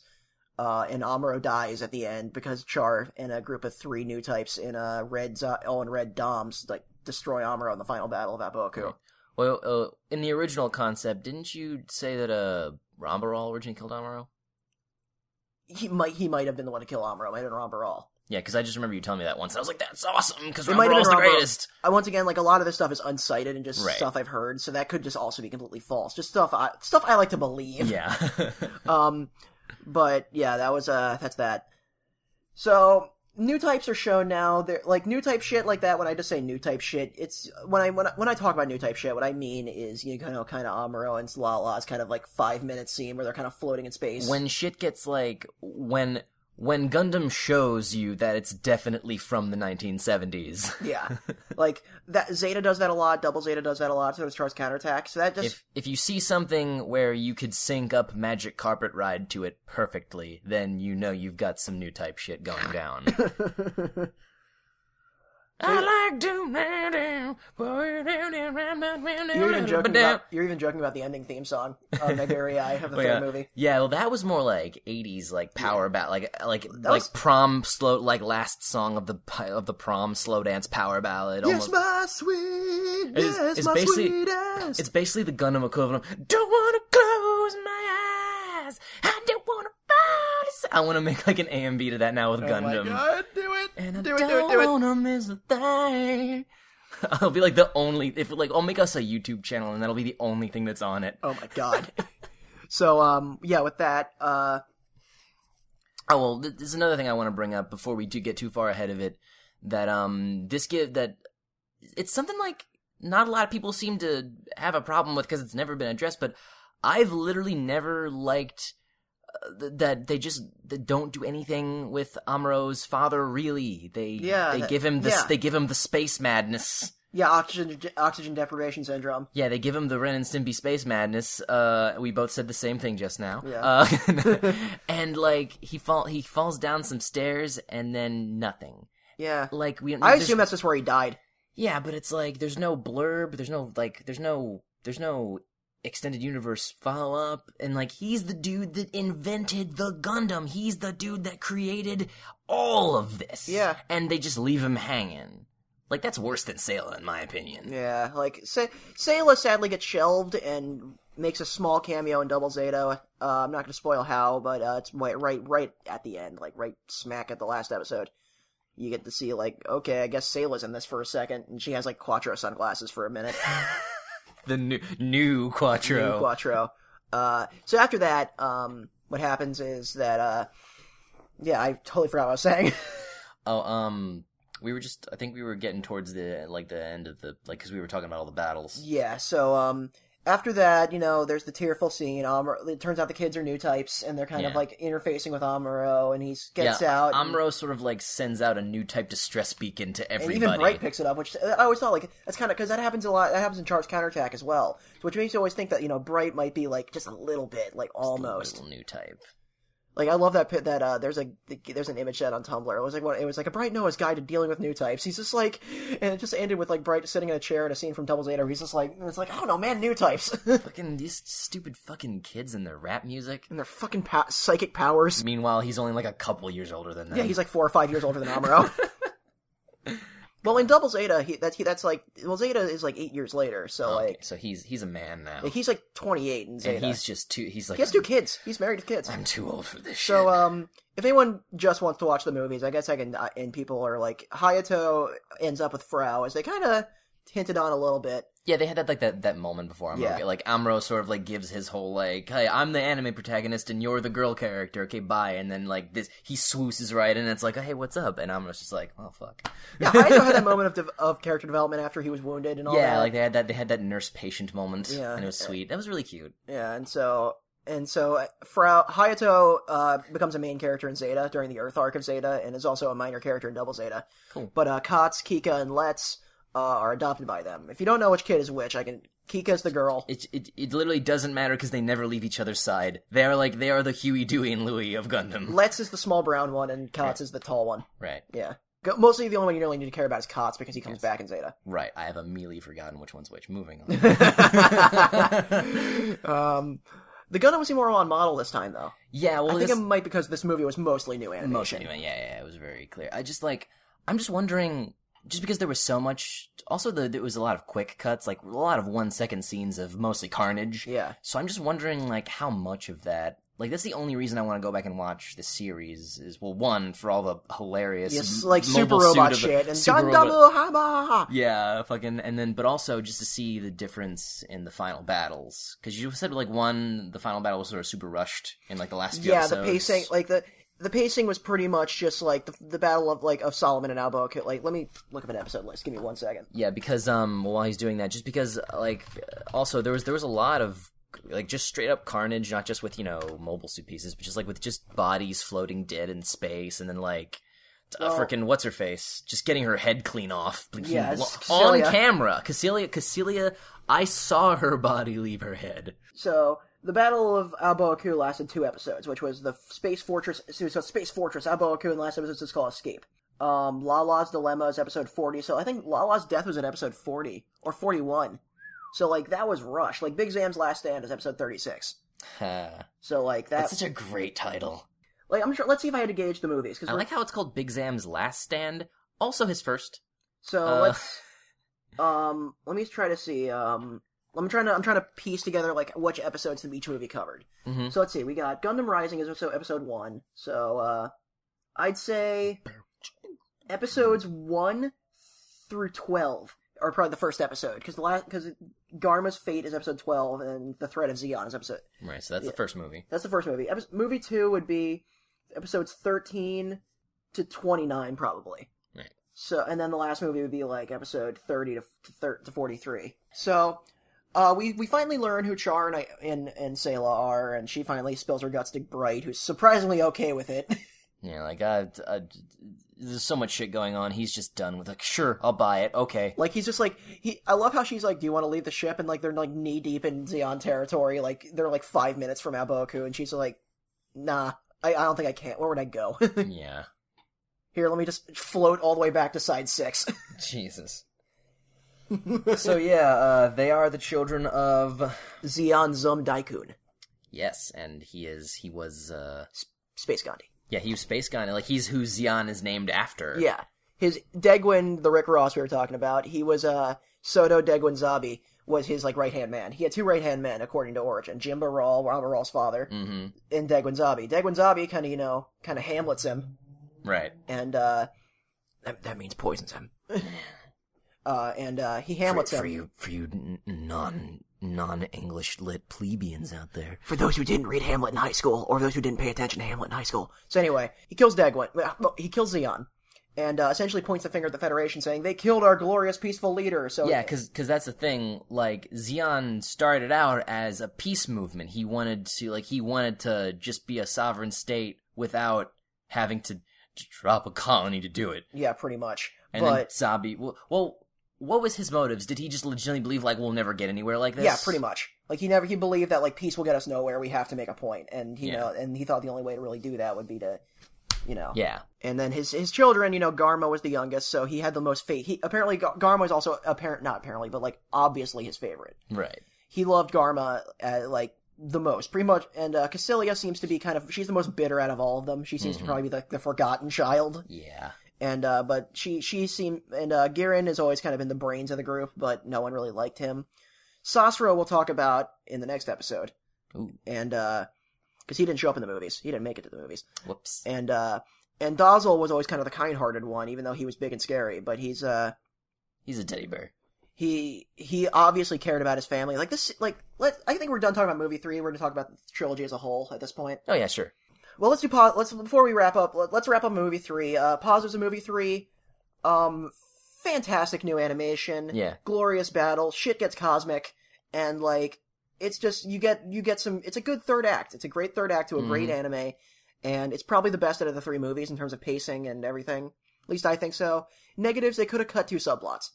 Uh, and Amuro dies at the end because Char and a group of three new types in a red zo- all in red Doms like destroy Amuro in the final battle of Apoku. Well, uh, in the original concept, didn't you say that uh, Rambaral originally killed Amuro? He might he might have been the one to kill Amuro. Might have been Rambaral. Yeah, because I just remember you telling me that once. and I was like, "That's awesome!" Because It might have Rambaral's the been Rambaral. greatest. I once again like a lot of this stuff is unsighted and just Right. stuff I've heard, so that could just also be completely false. Just stuff I stuff I like to believe. Yeah, [laughs] Um, but yeah, that was uh, that's that. So new types are shown now. They're like new type shit like that. When I just say new type shit, it's when I when I, when I talk about new type shit, what I mean is you know kind of Amuro and Lala's kind of like five minute scene where they're kind of floating in space. when shit gets like when when Gundam shows you that it's definitely from the 1970s. [laughs] yeah, like that Zeta does that a lot. Double Zeta does that a lot. So does Char's counterattack. So that just If if you see something where you could sync up Magic Carpet Ride to it perfectly, [laughs] then you know you've got some new type shit going down. I like to. You're even joking about, you're even joking about the ending theme song of Nigeria of the third yeah. movie. Yeah, [laughs] well, that was more like '80s, like power bat, like like was- like prom slow, like last song of the pi- of the prom slow dance power ballad. Yes, my sweet, It's- yes, it's my basically- sweetest. It's basically the Gundam equivalent. of, Don't wanna close my eyes. I don't wanna fall. asleep." I wanna make like an AMV to that now with Gundam. Oh do it. And I do it, do don't it, do it. wanna miss a thing. [laughs] I'll be like the only if like I'll make us a YouTube channel and that'll be the only thing that's on it. Oh my god. so um yeah, with that, uh Oh well, th- there's another thing I want to bring up before we do get too far ahead of it. That um, this give that it's something like not a lot of people seem to have a problem with because it's never been addressed. But I've literally never liked uh, th- that they just they don't do anything with Amuro's father. Really, they Yeah, they that- give him this yeah. they give him the space madness. yeah, oxygen oxygen deprivation syndrome. Yeah, they give him the Ren and Stimpy space madness. Uh, we both said the same thing just now. Yeah. [laughs] Uh, [laughs] and like he fall he falls down some stairs and then nothing. Yeah. Like we I there's- assume that's just where he died. Yeah, but it's like there's no blurb, there's no like there's no there's no extended universe follow up and like he's the dude that invented the Gundam. He's the dude that created all of this. Yeah. And they just leave him hanging. Like that's worse than Sailor in my opinion. Yeah, like Sa- Sayla sadly gets shelved and makes a small cameo in Double Zeta. Uh, I'm not going to spoil how, but uh, it's right, right, right at the end, like right smack at the last episode. You get to see like, okay, I guess Sayla's in this for a second, and she has like Quattro sunglasses for a minute. The new new Quattro. New Quattro. Uh, so after that, um, what happens is that, uh, yeah, I totally forgot what I was saying. [laughs] Oh, um, we were just. I think we were getting towards the like the end of the like because we were talking about all the battles. yeah, so, um, after that, you know, there's the tearful scene. Amuro, it turns out the kids are new types, and they're kind of Yeah. like interfacing with Amuro, and he gets out. and- Amuro sort of like sends out a new type distress beacon to And everybody. even Bright picks it up, which I always thought like that's kind of because that happens a lot. That happens in Charge Counterattack as well, which makes you always think that you know Bright might be like just a little bit, like almost. Little new type. Like I love that pit that uh there's a there's an image set on Tumblr. It was like what it was like a Bright Noah's guide to dealing with new types. He's just like and it just ended with like Bright sitting in a chair in a scene from Double Zeta where he's just like and it's like, I don't know, man, new types. [laughs] and Fucking these stupid fucking kids and their rap music. their fucking pa- psychic powers. Meanwhile, he's only like a couple years older than them. Yeah, he's like four or five years older [laughs] than Amuro. well in Double Zeta, he that's he that's like well Zeta is like eight years later, so Oh, Okay, like so he's he's a man now, he's like twenty eight in Zeta. and he's just too. He's like he has two kids. He's married with kids. I'm too old for this So, shit. um, if anyone just wants to watch the movies, I guess I can. Uh, and people are like, Hayato ends up with Frau, as they kind of hinted on a little bit. Yeah, they had that like that, that moment before Amuro. Yeah. Like Amuro sort of like gives his whole like, "Hey, I'm the anime protagonist and you're the girl character. Okay, bye." And then like this, he swooses right in and it's like, "Hey, what's up?" And Amuro's just like, "Oh fuck." [laughs] Yeah, Hayato had that moment of, de- of character development after he was wounded and all yeah, that. like they had that they had that nurse patient moment, Yeah. and it was sweet. That was really cute. yeah, and so and so uh, Frau Hayato uh, becomes a main character in Zeta during the Earth arc of Zeta, and is also a minor character in Double Zeta. Cool. But uh, Kats, Kika, and Let's uh, are adopted by them. If you don't know which kid is which, I can. Kika's the girl. It it, it literally doesn't matter because they never leave each other's side. They are like they are the Huey, Dewey, and Louie of [laughs] Gundam. Let's is the small brown one, and Kats is the tall one. Right, Yeah. Go- Mostly the only one you really need to care about is Kotz because he comes back [laughs] in Zeta. [laughs] right. I have immediately forgotten which one's which. Moving on. Um, The Gundam was more on model this time, though. yeah, well, I think this... it might because this movie was mostly new animation. Most anyway, yeah, yeah, it was very clear. I just like, I'm just wondering, just because there was so much, also the, there was a lot of quick cuts, like a lot of one second scenes of mostly carnage. Yeah. So I'm just wondering, like, how much of that, like, that's the only reason I want to go back and watch the series is, well, one for all the hilarious, Yes, m- like super mobile suit robot of- shit and super Gundam robot- [laughs] Hama. yeah, fucking, and then, but also just to see the difference in the final battles. Because you said, like, one, the final battle was sort of super rushed in, like, the last few Yeah, episodes. the pacing, like the the pacing was pretty much just like the, the battle of like of Solomon and Alboa. Like, let me look up an episode list. Give me one second. Yeah, because um, while he's doing that, just because uh, like, also there was there was a lot of like just straight up carnage, not just with you know mobile suit pieces, but just like with just bodies floating dead in space, and then like. Uh, freaking what's her face? Just getting her head clean off like, Yeah, lo- it's on Cassilia. camera. Casilia, Casilia, I saw her body leave her head. [laughs] So the Battle of Alboaku lasted two episodes, which was the Space Fortress. So Space Fortress Alboaku, and the last episode is called Escape. um, Lala's Dilemma is episode 40. So I think Lala's death was in episode 40 or 41. So like that was Rush. Like Big Zam's Last Stand is episode 36. Ha. So like that. That's such a great title. like I'm sure. Let's see if I had to gauge the movies because I like how it's called Big Zam's Last Stand, also his first. so. uh, let's um. Let me try to see. Um. I'm trying to I'm trying to piece together like which episodes each movie covered. Mhm. So let's see. We got Gundam Rising is also episode one. So uh, I'd say episodes one through twelve are probably the first episode because the last because Garma's fate is episode twelve and the threat of Zeon is episode. Right, so that's the first movie. That's the first movie. Epi- movie two would be episodes thirteen to twenty nine probably. Right. So and then the last movie would be like episode thirty to to, thir- to forty three. So. Uh, we we finally learn who Char and I, and and Sayla are, and she finally spills her guts to Bright, who's surprisingly okay with it. [laughs] Yeah, like uh, I, I, there's so much shit going on. He's just done with like, sure, I'll buy it. [laughs] Okay, Like he's just like he. I love how she's like, "Do you want to leave the ship?" And like they're like knee deep in Zeon territory. Like they're like five minutes from Aboku, and she's like, "Nah, I, I don't think I can't. Where would I go? [laughs] yeah, Here, let me just float all the way back to side six. [laughs] Jesus. so yeah, uh, they are the children of Zeon Zum Daikun, yes, and he is he was uh Space Gandhi. yeah he was space guy and like he's who Zeon is named after. Yeah, his Degwin, the Rick Ross we were talking about. He was uh Soto Degwin Zabi was his like right hand man. He had two right hand men according to Origin: Jim Baral, Robert Rawls' father, Mm-hmm. and Degwin Zabi. Degwin Zabi kind of you know kind of Hamlets him. right. and uh, that, that means poisons him. uh, and uh, he hamlets for, him. for you for you n- non non English lit plebeians out there. For those who didn't read Hamlet in high school, or those who didn't pay attention to Hamlet in high school. So anyway, he kills Dagwin. well, He kills Zeon, and uh, essentially points the finger at the Federation, saying they killed our glorious, peaceful leader. So Yeah, because that's the thing. Like Zeon started out as a peace movement. He wanted to like he wanted to just be a sovereign state without having to d- drop a colony to do it. yeah, pretty much. And then but Zabi, well, well, what was his motives? Did he just legitimately believe like we'll never get anywhere like this? yeah, pretty much. Like he never he believed that like peace will get us nowhere. We have to make a point, and you Yeah. know, and he thought the only way to really do that would be to, you know, Yeah, and then his his children, you know, Garma was the youngest, so he had the most faith. He apparently Gar- Garma is also apparent, not apparently, but like obviously his favorite. right. He loved Garma uh, like the most, pretty much. And uh, Cassilia seems to be kind of she's the most bitter out of all of them. She seems to probably be the, the forgotten child. Yeah, And uh, but she she seemed and uh, Garen has always kind of been the brains of the group, but no one really liked him. Sasro we'll talk about in the next episode, Ooh. and because he didn't show up in the movies, he didn't make it to the movies whoops. and uh and Dazzle was always kind of the kind-hearted one, even though he was big and scary. But he's uh He's a teddy bear. he he obviously cared about his family. Like this, like let I think we're done talking about movie three. We're gonna talk about the trilogy as a whole at this point. Oh yeah, sure. Well, let's do pause. Let's before we wrap up. Let, let's wrap up movie three. Uh, positives of movie three. Um, fantastic new animation. Yeah. glorious battle. Shit gets cosmic, and like it's just you get you get some. It's a good third act. It's a great third act to a great anime, and it's probably the best out of the three movies in terms of pacing and everything. At least I think so. Negatives: they could have cut two subplots.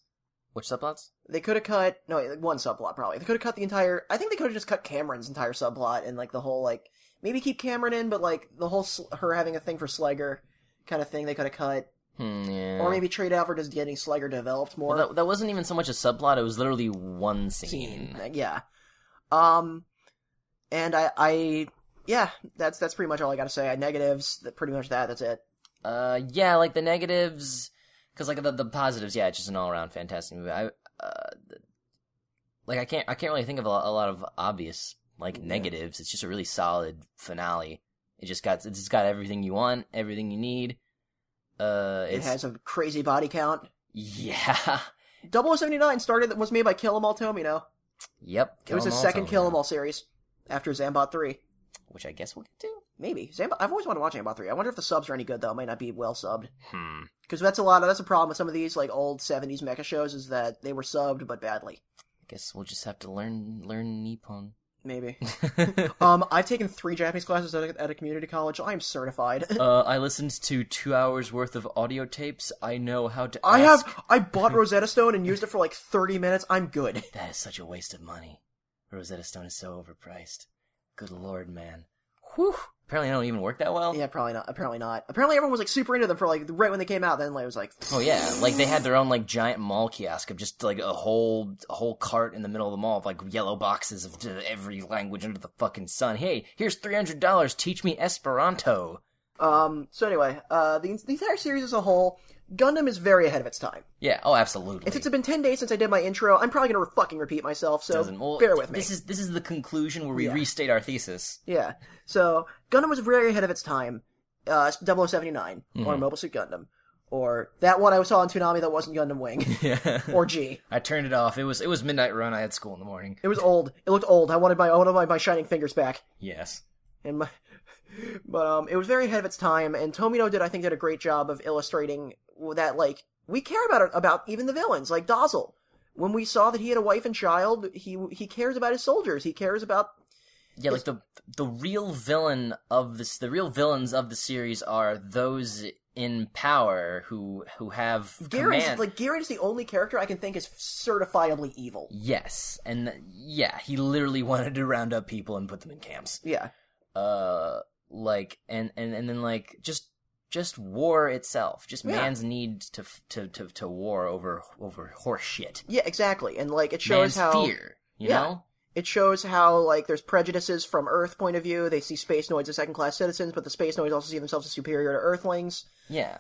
Which subplots? They could have cut no one subplot probably. They could have cut the entire. I think they could have just cut Cameron's entire subplot and like the whole like maybe keep Cameron in, but like the whole sl- her having a thing for Sliger kind of thing they could have cut, Hmm, yeah. or maybe trade out for just getting Sliger developed more. Well, that, that wasn't even so much a subplot. It was literally one scene. scene. Like, yeah. Um, and I I yeah that's that's pretty much all I got to say. I negatives that pretty much that that's it. Uh, yeah, like the negatives, because like the the positives, yeah, it's just an all around fantastic movie. I, uh, th- like I can't I can't really think of a lot, a lot of obvious like negatives. It's just a really solid finale. It just got it's just got everything you want, everything you need. Uh, It it's has a crazy body count. yeah, [laughs] 0079 started that was made by Kill 'Em All Tomino. yep. It was his second Kill 'Em All series after Zambot three. which I guess we'll get to. Maybe Zamba. I've always wanted to watch Zamba three. I wonder if the subs are any good though. It might not be well subbed Hmm. because that's a lot. Of, that's a problem with some of these like old seventies mecha shows is that they were subbed but badly. I guess we'll just have to learn learn [laughs] Nippon. Maybe. um, I've taken three Japanese classes at a, at a community college. I [laughs] am certified. Uh, I listened to two hours worth of audio tapes. I know how to. I ask- have. [laughs] I bought Rosetta Stone and used it for like thirty minutes. I'm good. That is such a waste of money. Rosetta Stone is so overpriced. Good lord, man. Whew. Apparently, I don't even work that well. Yeah, probably not. Apparently not. Apparently, everyone was like super into them for like right when they came out. Then like, it was like, Oh yeah, like they had their own like giant mall kiosk of just like a whole a whole cart in the middle of the mall of like yellow boxes of uh, every language under the fucking sun. Hey, here's three hundred dollars. Teach me Esperanto. um. So anyway, uh, the, the entire series as a whole, Gundam is very ahead of its time. Yeah. Oh, absolutely. If it's been ten days since I did my intro, I'm probably gonna fucking repeat myself. So Doesn't- well, bear with me. This is this is the conclusion where we restate our thesis. Yeah. So Gundam was very ahead of its time. Uh, 79 Mm-hmm. or Mobile Suit Gundam, or that one I saw on Toonami that wasn't Gundam Wing, [laughs] Yeah. or G. I turned it off. It was it was midnight run. I had school in the morning. It was old. It looked old. I wanted my I wanted my, my shining fingers back. Yes. and my, but um, it was very ahead of its time. And Tomino did, I think, did a great job of illustrating that like we care about about even the villains, like Dazzle. When we saw that he had a wife and child, he he cares about his soldiers. He cares about Yeah, like the the real villain of this, the real villains of the series are those in power who who have Garen. command. Like Garen is the only character I can think is certifiably evil. yes, and th- yeah, he literally [laughs] wanted to round up people and put them in camps. Yeah, Uh, like and and and then like just just war itself, just Yeah. man's need to f- to to to war over over horse shit. yeah, exactly. And like it Man's shows how fear, you Yeah. know. it shows how like there's prejudices from Earth point of view. They see space noids as second class citizens, but the space noids also see themselves as superior to Earthlings, Yeah.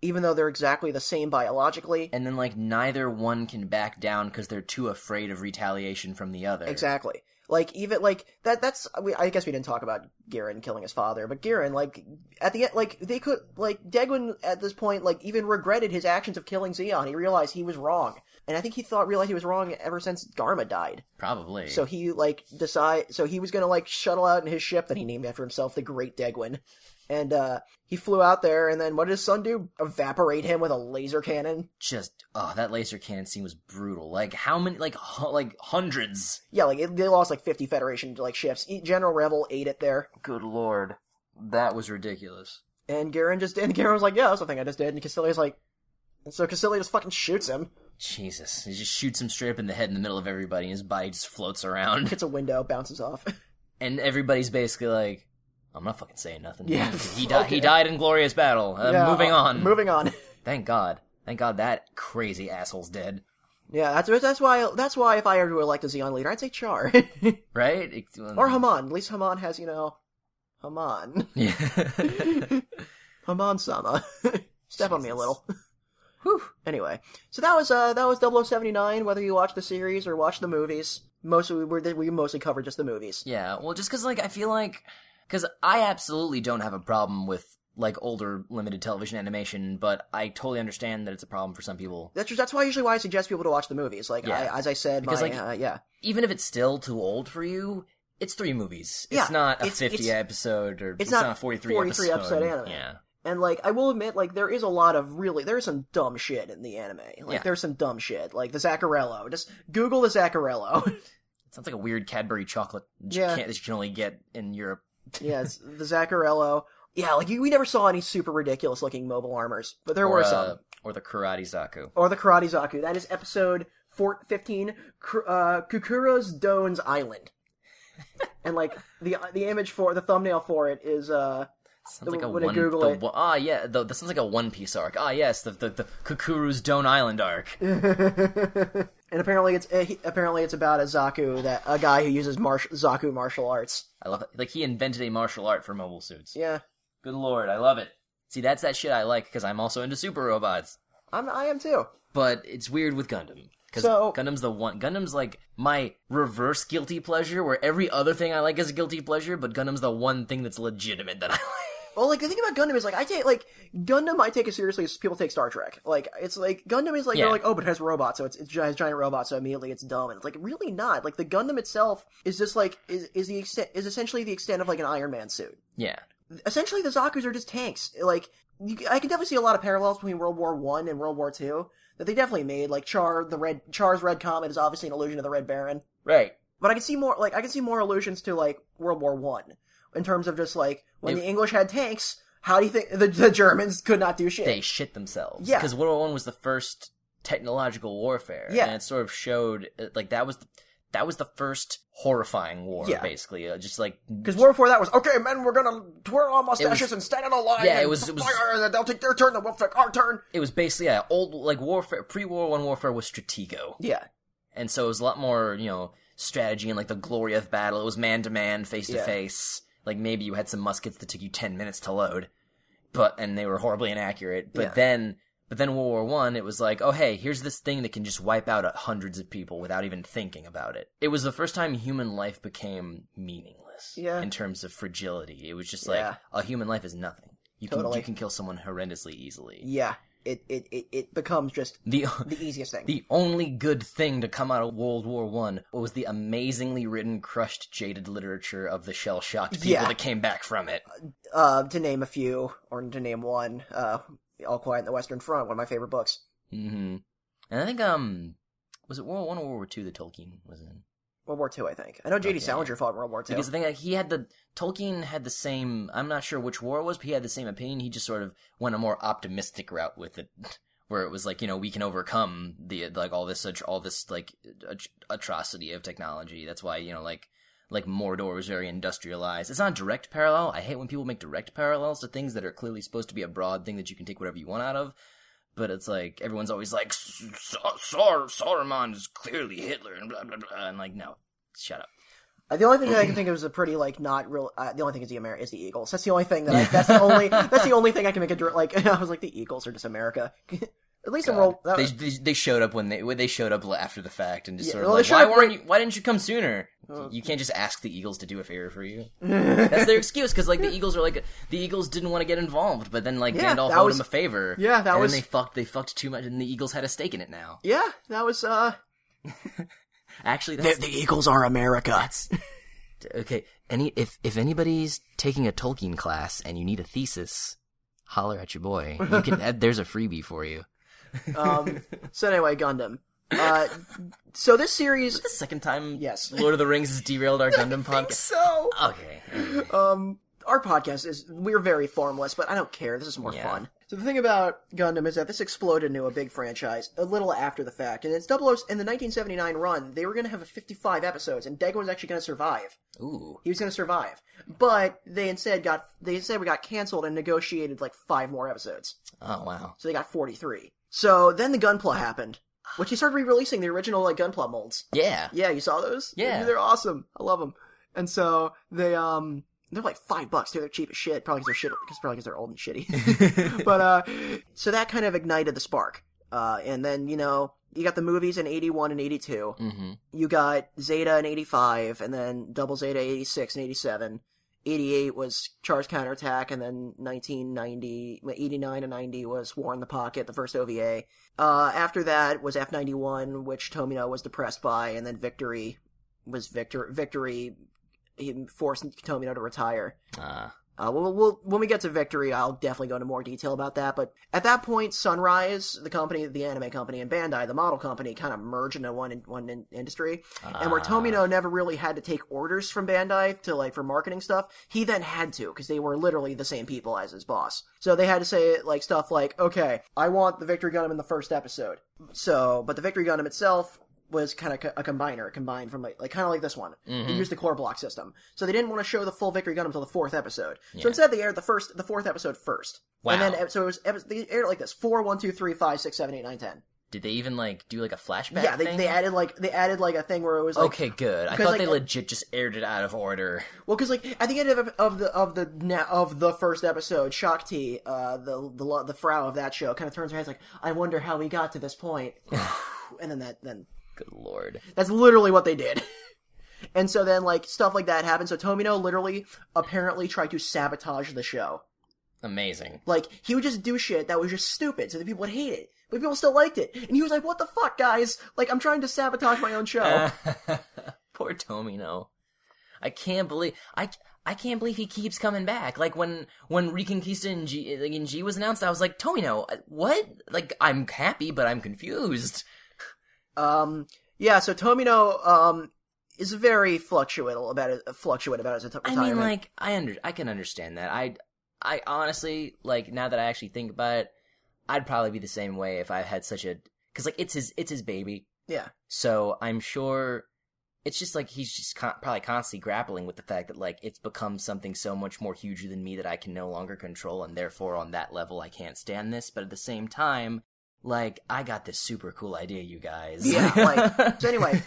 even though they're exactly the same biologically. and then like neither one can back down because they're too afraid of retaliation from the other. Exactly. Like even like that. That's we, I guess we didn't talk about Garen killing his father, but Garen like at the end like they could like Degwin at this point like even regretted his actions of killing Zeon. He realized he was wrong, and I think he thought realized he was wrong ever since Garma died. Probably. So he like decide so he was gonna like shuttle out in his ship that he named after himself, the Great Degwin, and uh he flew out there. And then what did his son do? Evaporate him with a laser cannon. just oh, that laser cannon scene was brutal. Like how many? Like hu- like hundreds. Yeah, like it, they lost like fifty Federation like ships. E, General Revel ate it there. Good lord, that was ridiculous. And Garen just and Garen was like, "Yeah, that's the thing I just did." And Cassilia's like, and so Cassilia just fucking shoots him, Jesus, he just shoots him straight up in the head in the middle of everybody, and his body just floats around, [laughs] hits a window, bounces off. [laughs] and everybody's basically like, "I'm not fucking saying nothing." Yeah, he died. He okay. died in glorious battle. Uh, Yeah, moving uh, on. moving on. [laughs] Thank God. Thank God that crazy asshole's dead. Yeah, that's that's why that's why if I ever were elect a Xeon leader, I'd say Char [laughs] Mm. Right? It- or Haman. At least Haman has you know, Haman, [laughs] Yeah. Haman Sama. [laughs] Step on me a little. [laughs] Whew. Anyway, so that was uh that was 0079, Whether you watch the series or watch the movies, mostly we were, we mostly covered just the movies. Yeah, well, just because like I feel like because I absolutely don't have a problem with like older limited television animation, but I totally understand that it's a problem for some people. That's that's why usually why I suggest people to watch the movies. Like Yeah. I, as I said, Because, my, like, uh, yeah. Even if it's still too old for you, it's three movies. Yeah, it's not a it's- fifty it's- episode or it's, not not, a forty three 43 episode anime. Yeah, And like I will admit, like there is a lot of really there is some dumb shit in the anime. Like Yeah. there's some dumb shit, like the Zaccarello. Just Google the Zaccarello. [laughs] it sounds like a weird Cadbury chocolate that you, Yeah. can't, that you can only get in Europe. yeah, it's the Zaccarello. Yeah, like you, we never saw any super ridiculous looking mobile armors, but there Or, were uh, some. or the Karate Zaku. Or the Karate Zaku. That is episode four, 15, Kr- uh, Kukuro's Dones Island. and like the uh, the image for the thumbnail for it is uh Sounds like a when I one. Google the it- one- ah, yeah, the, that sounds like a One Piece arc. Ah, yes, the the, the Kukuru's Dome Island arc. [laughs] and apparently it's uh, he- apparently it's about a Zaku that a guy who uses martial Zaku martial arts. I love it. Like he invented a martial art for mobile suits. Yeah. Good lord, I love it. See, that's that shit I like because I'm also into super robots. I'm, I am too. But it's weird with Gundam because So- Gundam's the one. Gundam's like my reverse guilty pleasure, where every other thing I like is a guilty pleasure, but Gundam's the one thing that's legitimate that [laughs] I like. Well, like the thing about Gundam is like I take like Gundam. I take as seriously as people take Star Trek. Like it's like Gundam is like Yeah. they're like oh, but it has robots, so it's it has giant robots, so immediately it's dumb. And it's like really not. Like the Gundam itself is just like is, is the extent is essentially the extent of like an Iron Man suit. Yeah, Essentially, the Zaku's are just tanks. Like you, I can definitely see a lot of parallels between World War One and World War Two that they definitely made. Like Char the red Char's red comet is obviously an allusion to the Red Baron. right. But I can see more like I can see more allusions to like World War One in terms of just like when They- the English had tanks. How do you think the, the Germans could not do shit? They shit themselves. Yeah. because World War One was the first technological warfare. Yeah. and it sort of showed uh, like that was. The, that was the first horrifying war, Yeah. basically. Uh, just like Because war before that was okay, men. We're gonna twirl our mustaches was- and stand in a line. Yeah, it and was- it was- fire, they'll take their turn, then we'll take our turn. it was basically yeah, old like warfare pre-war one warfare was stratego. Yeah, and so it was a lot more you know strategy and like the glory of battle it was man to man face to Yeah. face like maybe you had some muskets that took you 10 minutes to load but and they were horribly inaccurate but Yeah. then but then world war one it was like oh hey here's this thing that can just wipe out uh, hundreds of people without even thinking about it it was the first time human life became meaningless Yeah. in terms of fragility it was just Yeah. like a human life is nothing you Totally. can you can kill someone horrendously easily yeah. It it it, it becomes just the the easiest thing. [laughs] the only good thing to come out of World War One was the amazingly written, crushed, jaded literature of the shell shocked people Yeah. that came back from it. uh, to name a few, or to name one, uh, All Quiet on the Western Front, one of my favorite books. hmm And I think um, was it World War One or World War Two that Tolkien was in? World War II, I think. I know J.D. Okay. Salinger fought in World War II. Because the thing like, he had the Tolkien had the same. I'm not sure which war it was, but he had the same opinion. He just sort of went a more optimistic route with it, [laughs] where it was like you know we can overcome the like all this all this like at- atrocity of technology. That's why you know like like Mordor was very industrialized. It's not a direct parallel. I hate when people make direct parallels to things that are clearly supposed to be a broad thing that you can take whatever you want out of. But it's like everyone's always like Sar- Sar- Saruman is clearly Hitler and blah blah blah and like no, shut up. Uh, the only thing that I can think of is a pretty like not real. Uh, the only thing is the Amer- is the Eagles. That's the only thing that I, that's the only that's the only thing I can make a dir- like. [laughs] I was like the Eagles are just America. [laughs] At least in World. That, they, they they showed up when they when they showed up after the fact and just Uh, sort Yeah, of well, they like showed why up weren't you why didn't you come sooner? you can't just ask the Eagles to do a favor for you. That's their excuse because like the Eagles are like the Eagles didn't want to get involved, but then like Yeah, Gandalf that owed was- him a favor. Yeah, that and was- then they fucked they fucked too much, and the Eagles had a stake in it now. yeah, that was. uh Actually, the, that's, the Eagles are America. okay. Any if if anybody's taking a Tolkien class and you need a thesis, holler at your boy. You can add, there's a freebie for you. Um, so anyway, Gundam. Uh, so [laughs] this series. The second time, Yes. Lord of the Rings has derailed [laughs] our Gundam podcast. So Okay. um our podcast is we're very formless but i don't care this is more Yeah. fun so the thing about gundam is that this exploded into a big franchise a little after the fact and it's double in the 1979 run they were going to have a 55 episodes and dagon was actually going to survive Ooh. he was going to survive but they instead got they instead we got canceled and negotiated like five more episodes Oh wow. so they got 43 so then the gunpla happened which they started re-releasing the original like gunpla molds Yeah. yeah, you saw those? Yeah. They're awesome. I love them. And so they, um, they're like five bucks. They're, they're cheap as shit. Probably because they're shit, cause probably 'cause they're old [laughs] and shitty. [laughs] but, uh, so that kind of ignited the spark. Uh, and then, you know, you got the movies in 81 and 82. Mm-hmm. You got Zeta in 85 and then Double Zeta 86 and 87. 88 was Charge Counterattack and then 1990, 89 and 90 was War in the Pocket, the first OVA. Uh, after that was F91, which Tomino was depressed by, and then Victory was Victor Victory he forced Tomino to retire. Uh, Uh, we'll, we'll, when we get to Victory, I'll definitely go into more detail about that. But at that point, Sunrise, the company, the anime company, and Bandai, the model company, kind of merged into one in, one in- industry. and where Tomino never really had to take orders from Bandai to like for marketing stuff, he then had to because they were literally the same people as his boss. So they had to say like stuff like, "Okay, I want the Victory Gundam in the first episode." So, but the Victory Gundam itself was kind of a combiner, combined from like, like kind of like this one. Mm-hmm. They used the core block system, so they didn't want to show the full Victory Gundam until the fourth episode. So instead, they aired the first, the fourth episode first. And Wow. then so it was epi- they aired it like this: four, one, two, three, five, six, seven, eight, nine, ten. did they even like do like a flashback? Yeah, they, thing? they added like they added like a thing where it was like Okay, good. I 'Cause, thought like, they uh, legit just aired it out of order. Well, because like at the end of, of the of the na- of the first episode, Shakti, uh, the the lo- the Frau of that show, kind of turns her head like, "I wonder how we got to this point," and then that then Good lord. that's literally what they did. [laughs] and so then like stuff like that happened. So Tomino literally apparently tried to sabotage the show. Amazing. Like he would just do shit that was just stupid, so the people would hate it, but people still liked it. And he was like, "What the fuck, guys? Like I'm trying to sabotage my own show." [laughs] Poor Tomino. I can't believe I. I can't believe he keeps coming back. Like when when Reconquista in G, like in G was announced, I was like, Tomino, what? Like I'm happy, but I'm confused. Um, yeah, so Tomino um, is very fluctuate about it, fluctuate about his ret- I retirement. mean, like I under I can understand that. I I honestly like now that I actually think about it, I'd probably be the same way if I had such a because like it's his it's his baby, yeah, so I'm sure it's just like he's just con- probably constantly grappling with the fact that like it's become something so much more huger than me that I can no longer control, and therefore on that level I can't stand this. But at the same time, like I got this super cool idea, you guys. [laughs] Yeah. [laughs] Like, so anyway,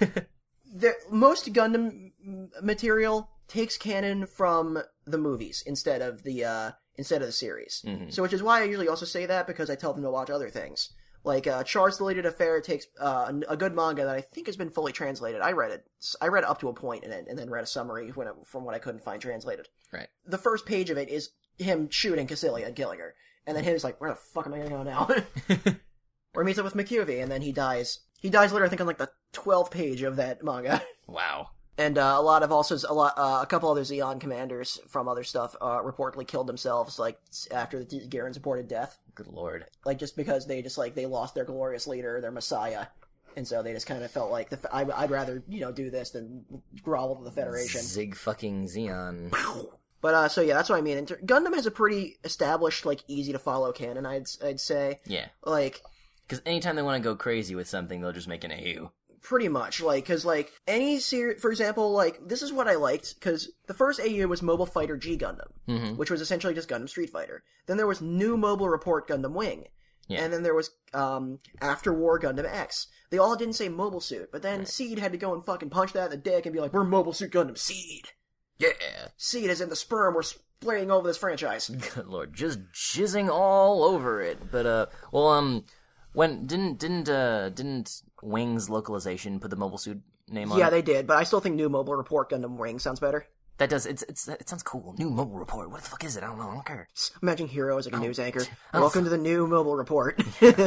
the, most Gundam m- material takes canon from the movies instead of the uh, instead of the series. So, which is why I usually also say that because I tell them to watch other things. Like uh, Char's Deleted Affair takes uh, an- a good manga that I think has been fully translated. I read it. I read up to a point and then, and then read a summary when it, from what I couldn't find translated. Right. The first page of it is him shooting Cassilia and killing her, and then him's like, "Where the fuck am I gonna go now?" [laughs] or he meets up with McCuvey, and then he dies. He dies later, I think, on like the twelfth page of that manga. [laughs] Wow. And uh, a lot of also a lot uh, a couple other Zeon commanders from other stuff uh, reportedly killed themselves like s- after the D- Garen's reported death, Good lord. like just because they just like they lost their glorious leader, their messiah, and so they just kind of felt like the, f- I, would rather you know do this than grovel to the Federation. Zig fucking Xeon. But uh, so yeah, that's what I mean. In ter- Gundam has a pretty established like easy to follow canon. I'd I'd say Yeah. like Because anytime they want to go crazy with something, they'll just make an AU. pretty much like because like any series for example like this is what i liked because the first au was mobile fighter g gundam Mm-hmm. which was essentially just gundam street fighter then there was new mobile report gundam wing Yeah. and then there was um after war gundam x they all didn't say mobile suit but then seed had to go and fucking punch that in the dick and be like we're mobile suit gundam seed Yeah. seed is in the sperm we're spraying over this franchise Good [laughs] lord, just jizzing all over it. But uh, well, um, when didn't didn't uh didn't Wings localization put the mobile suit name on? yeah it? they did but i still think new mobile report gundam wing sounds better that does. It's it's it sounds cool. New mobile report. What the fuck is it? I don't know. I don't care. Imagine Hero as like a Oh. news anchor. Welcome to the new mobile report.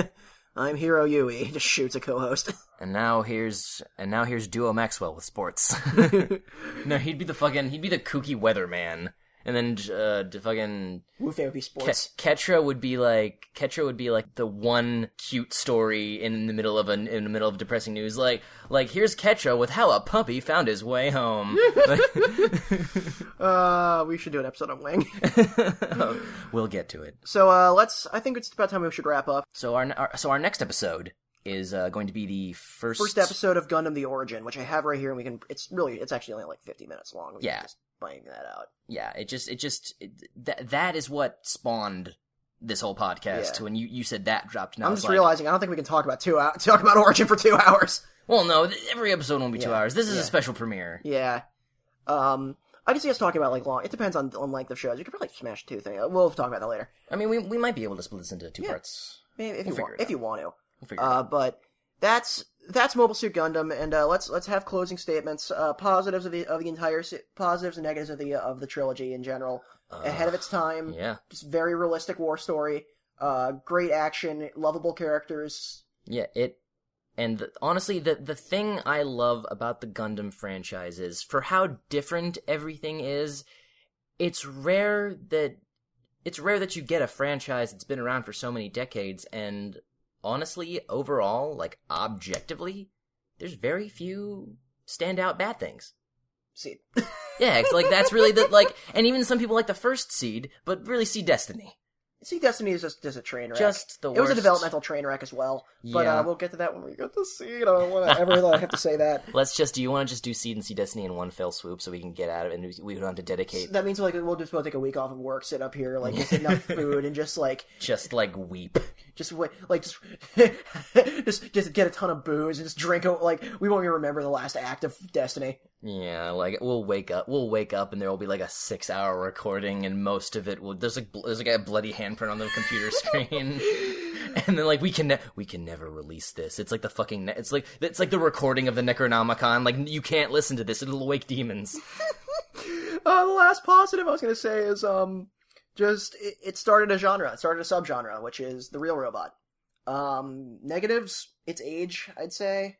[laughs] I'm Hero Yui. Just shoots a co-host. [laughs] And now here's and now here's Duo Maxwell with [laughs] sports. [laughs] No, he'd be the fucking he'd be the kooky weatherman. And then uh the fucking Wufei would be sports. Ke- Ketra would be like Ketra would be like the one cute story in the middle of an in the middle of depressing news. Like like here's Ketra with how a puppy found his way [laughs] home. Uh, we should do an episode [laughs] on Wang. we'll get to it. so uh, let's. I think it's about time we should wrap up. So our, our so our next episode is uh, going to be the first First episode of Gundam: The Origin, which I have right here, and we can. It's really. It's actually only like 50 minutes long. We can Yeah. just bang that out. yeah it just it just it, that that is what spawned this whole podcast Yeah. when you you said that dropped and I I'm was just like, realizing I don't think we can talk about two hours. Talk about Origin for two [laughs] hours. well no th- every episode won't be two Yeah. hours this is Yeah. a special premiere Yeah. Um, I can see us talking about like long. It depends on on length of shows. You could probably smash two things. We'll talk about that later. I mean we we might be able to split this into two parts Maybe if you figure want, it if you want to. we'll figure it out. Uh, but that's that's Mobile Suit Gundam, and uh, let's let's have closing statements. Uh, positives of the of the entire se- positives and negatives of the uh, of the trilogy in general. Ahead of its time, Uh, yeah just very realistic war story. Uh, great action, lovable characters. Yeah, it and th honestly the the thing I love about the Gundam franchise is for how different everything is, it's rare that it's rare that you get a franchise that's been around for so many decades and honestly overall like objectively there's very few standout bad things. See, Yeah, it's like that's really the like and even some people like the first seed, but really see Destiny. see, Destiny is just, just a train wreck. Just the it was a worst. developmental train wreck as well. But Yeah. uh, we'll get to that when we get to see it. I don't want to ever let- have to [laughs] say that. Let's just do you want to just do Seed and see Destiny in one fell swoop so we can get out of it and we- we don't have to dedicate That means like we'll just we'll take a week off of work, sit up here, like [laughs] just enough food, and just like just like weep. just wa- like just [laughs] just just get a ton of booze and just drink it. Like we won't even remember the last act of Destiny. Yeah, like we'll wake up, we'll wake up, and there will be like a six-hour recording, and most of it will there's like bl- there's like a bloody handprint on the computer screen, [laughs] and then like we can ne- we can never release this. It's like the fucking ne- it's like it's like the recording of the Necronomicon. Like you can't listen to this; it'll awake [laughs] demons. [laughs] Uh, the last positive I was gonna say is um just it, it started a genre, it started a subgenre, which is the real robot. Um, negatives, its age, I'd say.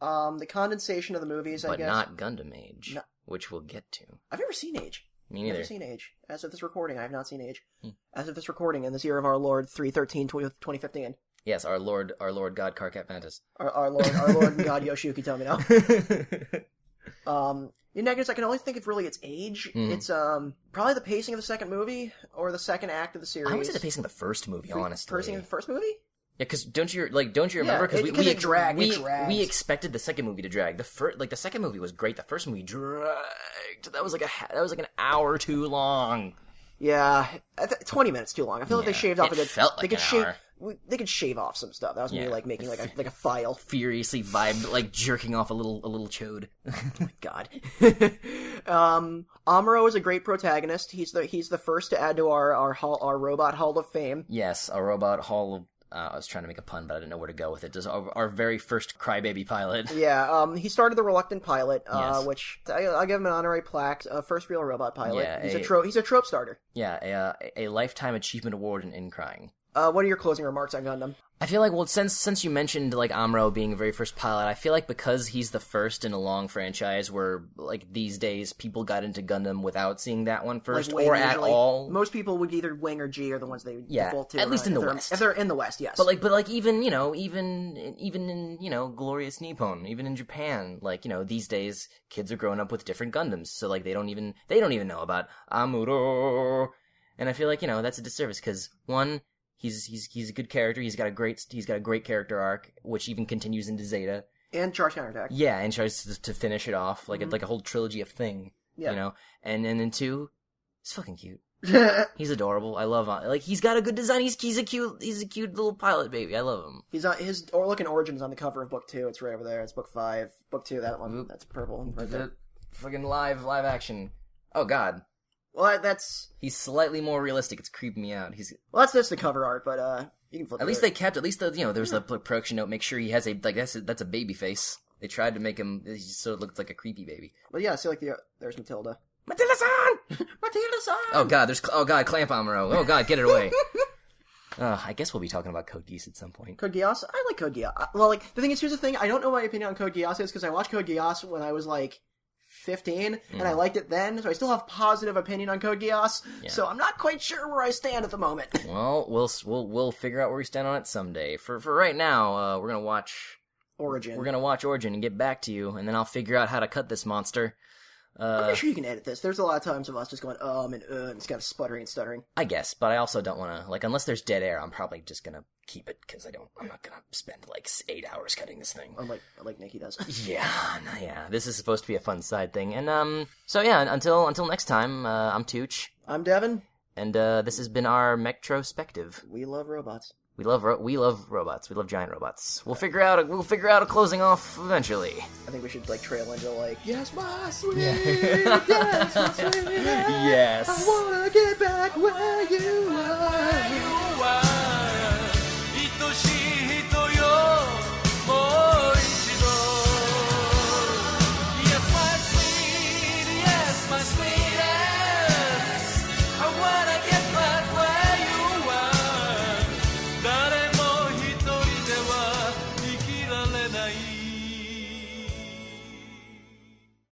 Um, the condensation of the movies, I But guess. not Gundam Age, No. which we'll get to. I've never seen Age. Me Never neither. seen Age. As of this recording, I have not seen Age. Hmm. As of this recording, in this year of our Lord 313 2015. Yes, our Lord, our Lord God Karkat Mantis. Our, our Lord, our Lord and God Yoshiyuki Tomino. [laughs] Um, in negatives, I can only think of really its age. Hmm. It's um probably the pacing of the second movie or the second act of the series. I would say the pacing of the first movie, honestly. Pacing of the first movie? Yeah, because don't you like don't you remember? it- Because we 'cause we, it dragged, we, it drags. we expected the second movie to drag. The first like the second movie was great. The first movie dragged. That was like a ha- that was like an hour too long. Yeah, I th- twenty minutes too long. I feel like they Yeah, shaved off it a good. felt like they could an shave. hour. we- They could shave off some stuff. That was me Yeah. like making like a [laughs] like a file. Furiously vibed like jerking off a little a little chode. God. [laughs] um, Amuro is a great protagonist. He's the he's the first to add to our our hall, our robot hall of fame. yes, a robot hall of. Uh, I was trying to make a pun, but I didn't know where to go with it. Does our, our very first crybaby pilot? Yeah. Um, he started the reluctant pilot, uh, Yes. which I, I'll give him an honorary plaque. Uh, first real robot pilot. Yeah, he's a, a- trope. He's a trope starter. Yeah, a, uh, a lifetime achievement award in, in crying. Uh, what are your closing remarks on Gundam? I feel like well since since you mentioned like Amuro being the very first pilot, I feel like because he's the first in a long franchise where like these days people got into Gundam without seeing that one first Wing, or at usually. all. Most people would either Wing or G are the ones they would Yeah, default to. at least uh, in if the they're- West. If they're in the West, yes. but like but like even, you know, even even in, you know, glorious Nippon, even in Japan, like, you know, these days kids are growing up with different Gundams, so like they don't even they don't even know about Amuro. And I feel like, you know, that's a disservice cuz one He's, he's he's a good character. He's got a great he's got a great character arc, which even continues into Zeta. and Charge Counterattack. Yeah, and tries to, to finish it off like a, like a whole trilogy of thing. Yeah. You know, and and then two, he's fucking cute. he's adorable. I love him. Like he's got a good design. He's he's a cute he's a cute little pilot baby. I love him. [laughs] He's on his or look in Origins on the cover of book two. It's right over there. It's book five, book two. That one. That's purple. Right there. The fucking live live action. Oh god, Well, that- that's he's slightly more realistic. It's creeping me out. He's well, that's just the cover art, but uh, you can flip. at least they kept at least the you know there's the production note. Make sure he has a like that's a, that's a baby face. They tried to make him he just sort of looked like a creepy baby. But yeah, see, like the there's Matilda. Matilda-san! Matilda-san. Oh god, there's oh god, clamp Amuro. Oh god, get it away. uh, I guess we'll be talking about Code Geass at some point. Code Geass. I like Code Geass. I- Well, like the thing is, here's the thing. I don't know my opinion on Code Geass is because I watched Code Geass when I was like. 15 and Mm. I liked it then, so I still have positive opinion on Code Geass. So I'm not quite sure where I stand at the moment. [laughs] Well, we'll we'll we'll figure out where we stand on it someday. For for right now, uh, we're gonna watch Origin. we're gonna watch Origin and get back to you, and then I'll figure out how to cut this monster. Uh, I'm pretty sure you can edit this. There's a lot of times of us just going um and uh, and it's kind of sputtering and stuttering. I guess, but I also don't want to like unless there's dead air. I'm probably just gonna keep it because I don't. I'm not gonna spend like s- eight hours cutting this thing. I'm like like Nikki does. [laughs] Yeah, no, yeah. This is supposed to be a fun side thing, and um. So yeah, until until next time, uh, I'm Tooch, I'm Devin. and uh, this has been our Metrospective. We love robots. We love ro- we love robots. We love giant robots. We'll figure out a, we'll figure out a closing off eventually. I think we should like trail into like, yes, my sweet, yes, my sweet, Yes. I wanna get back where you are.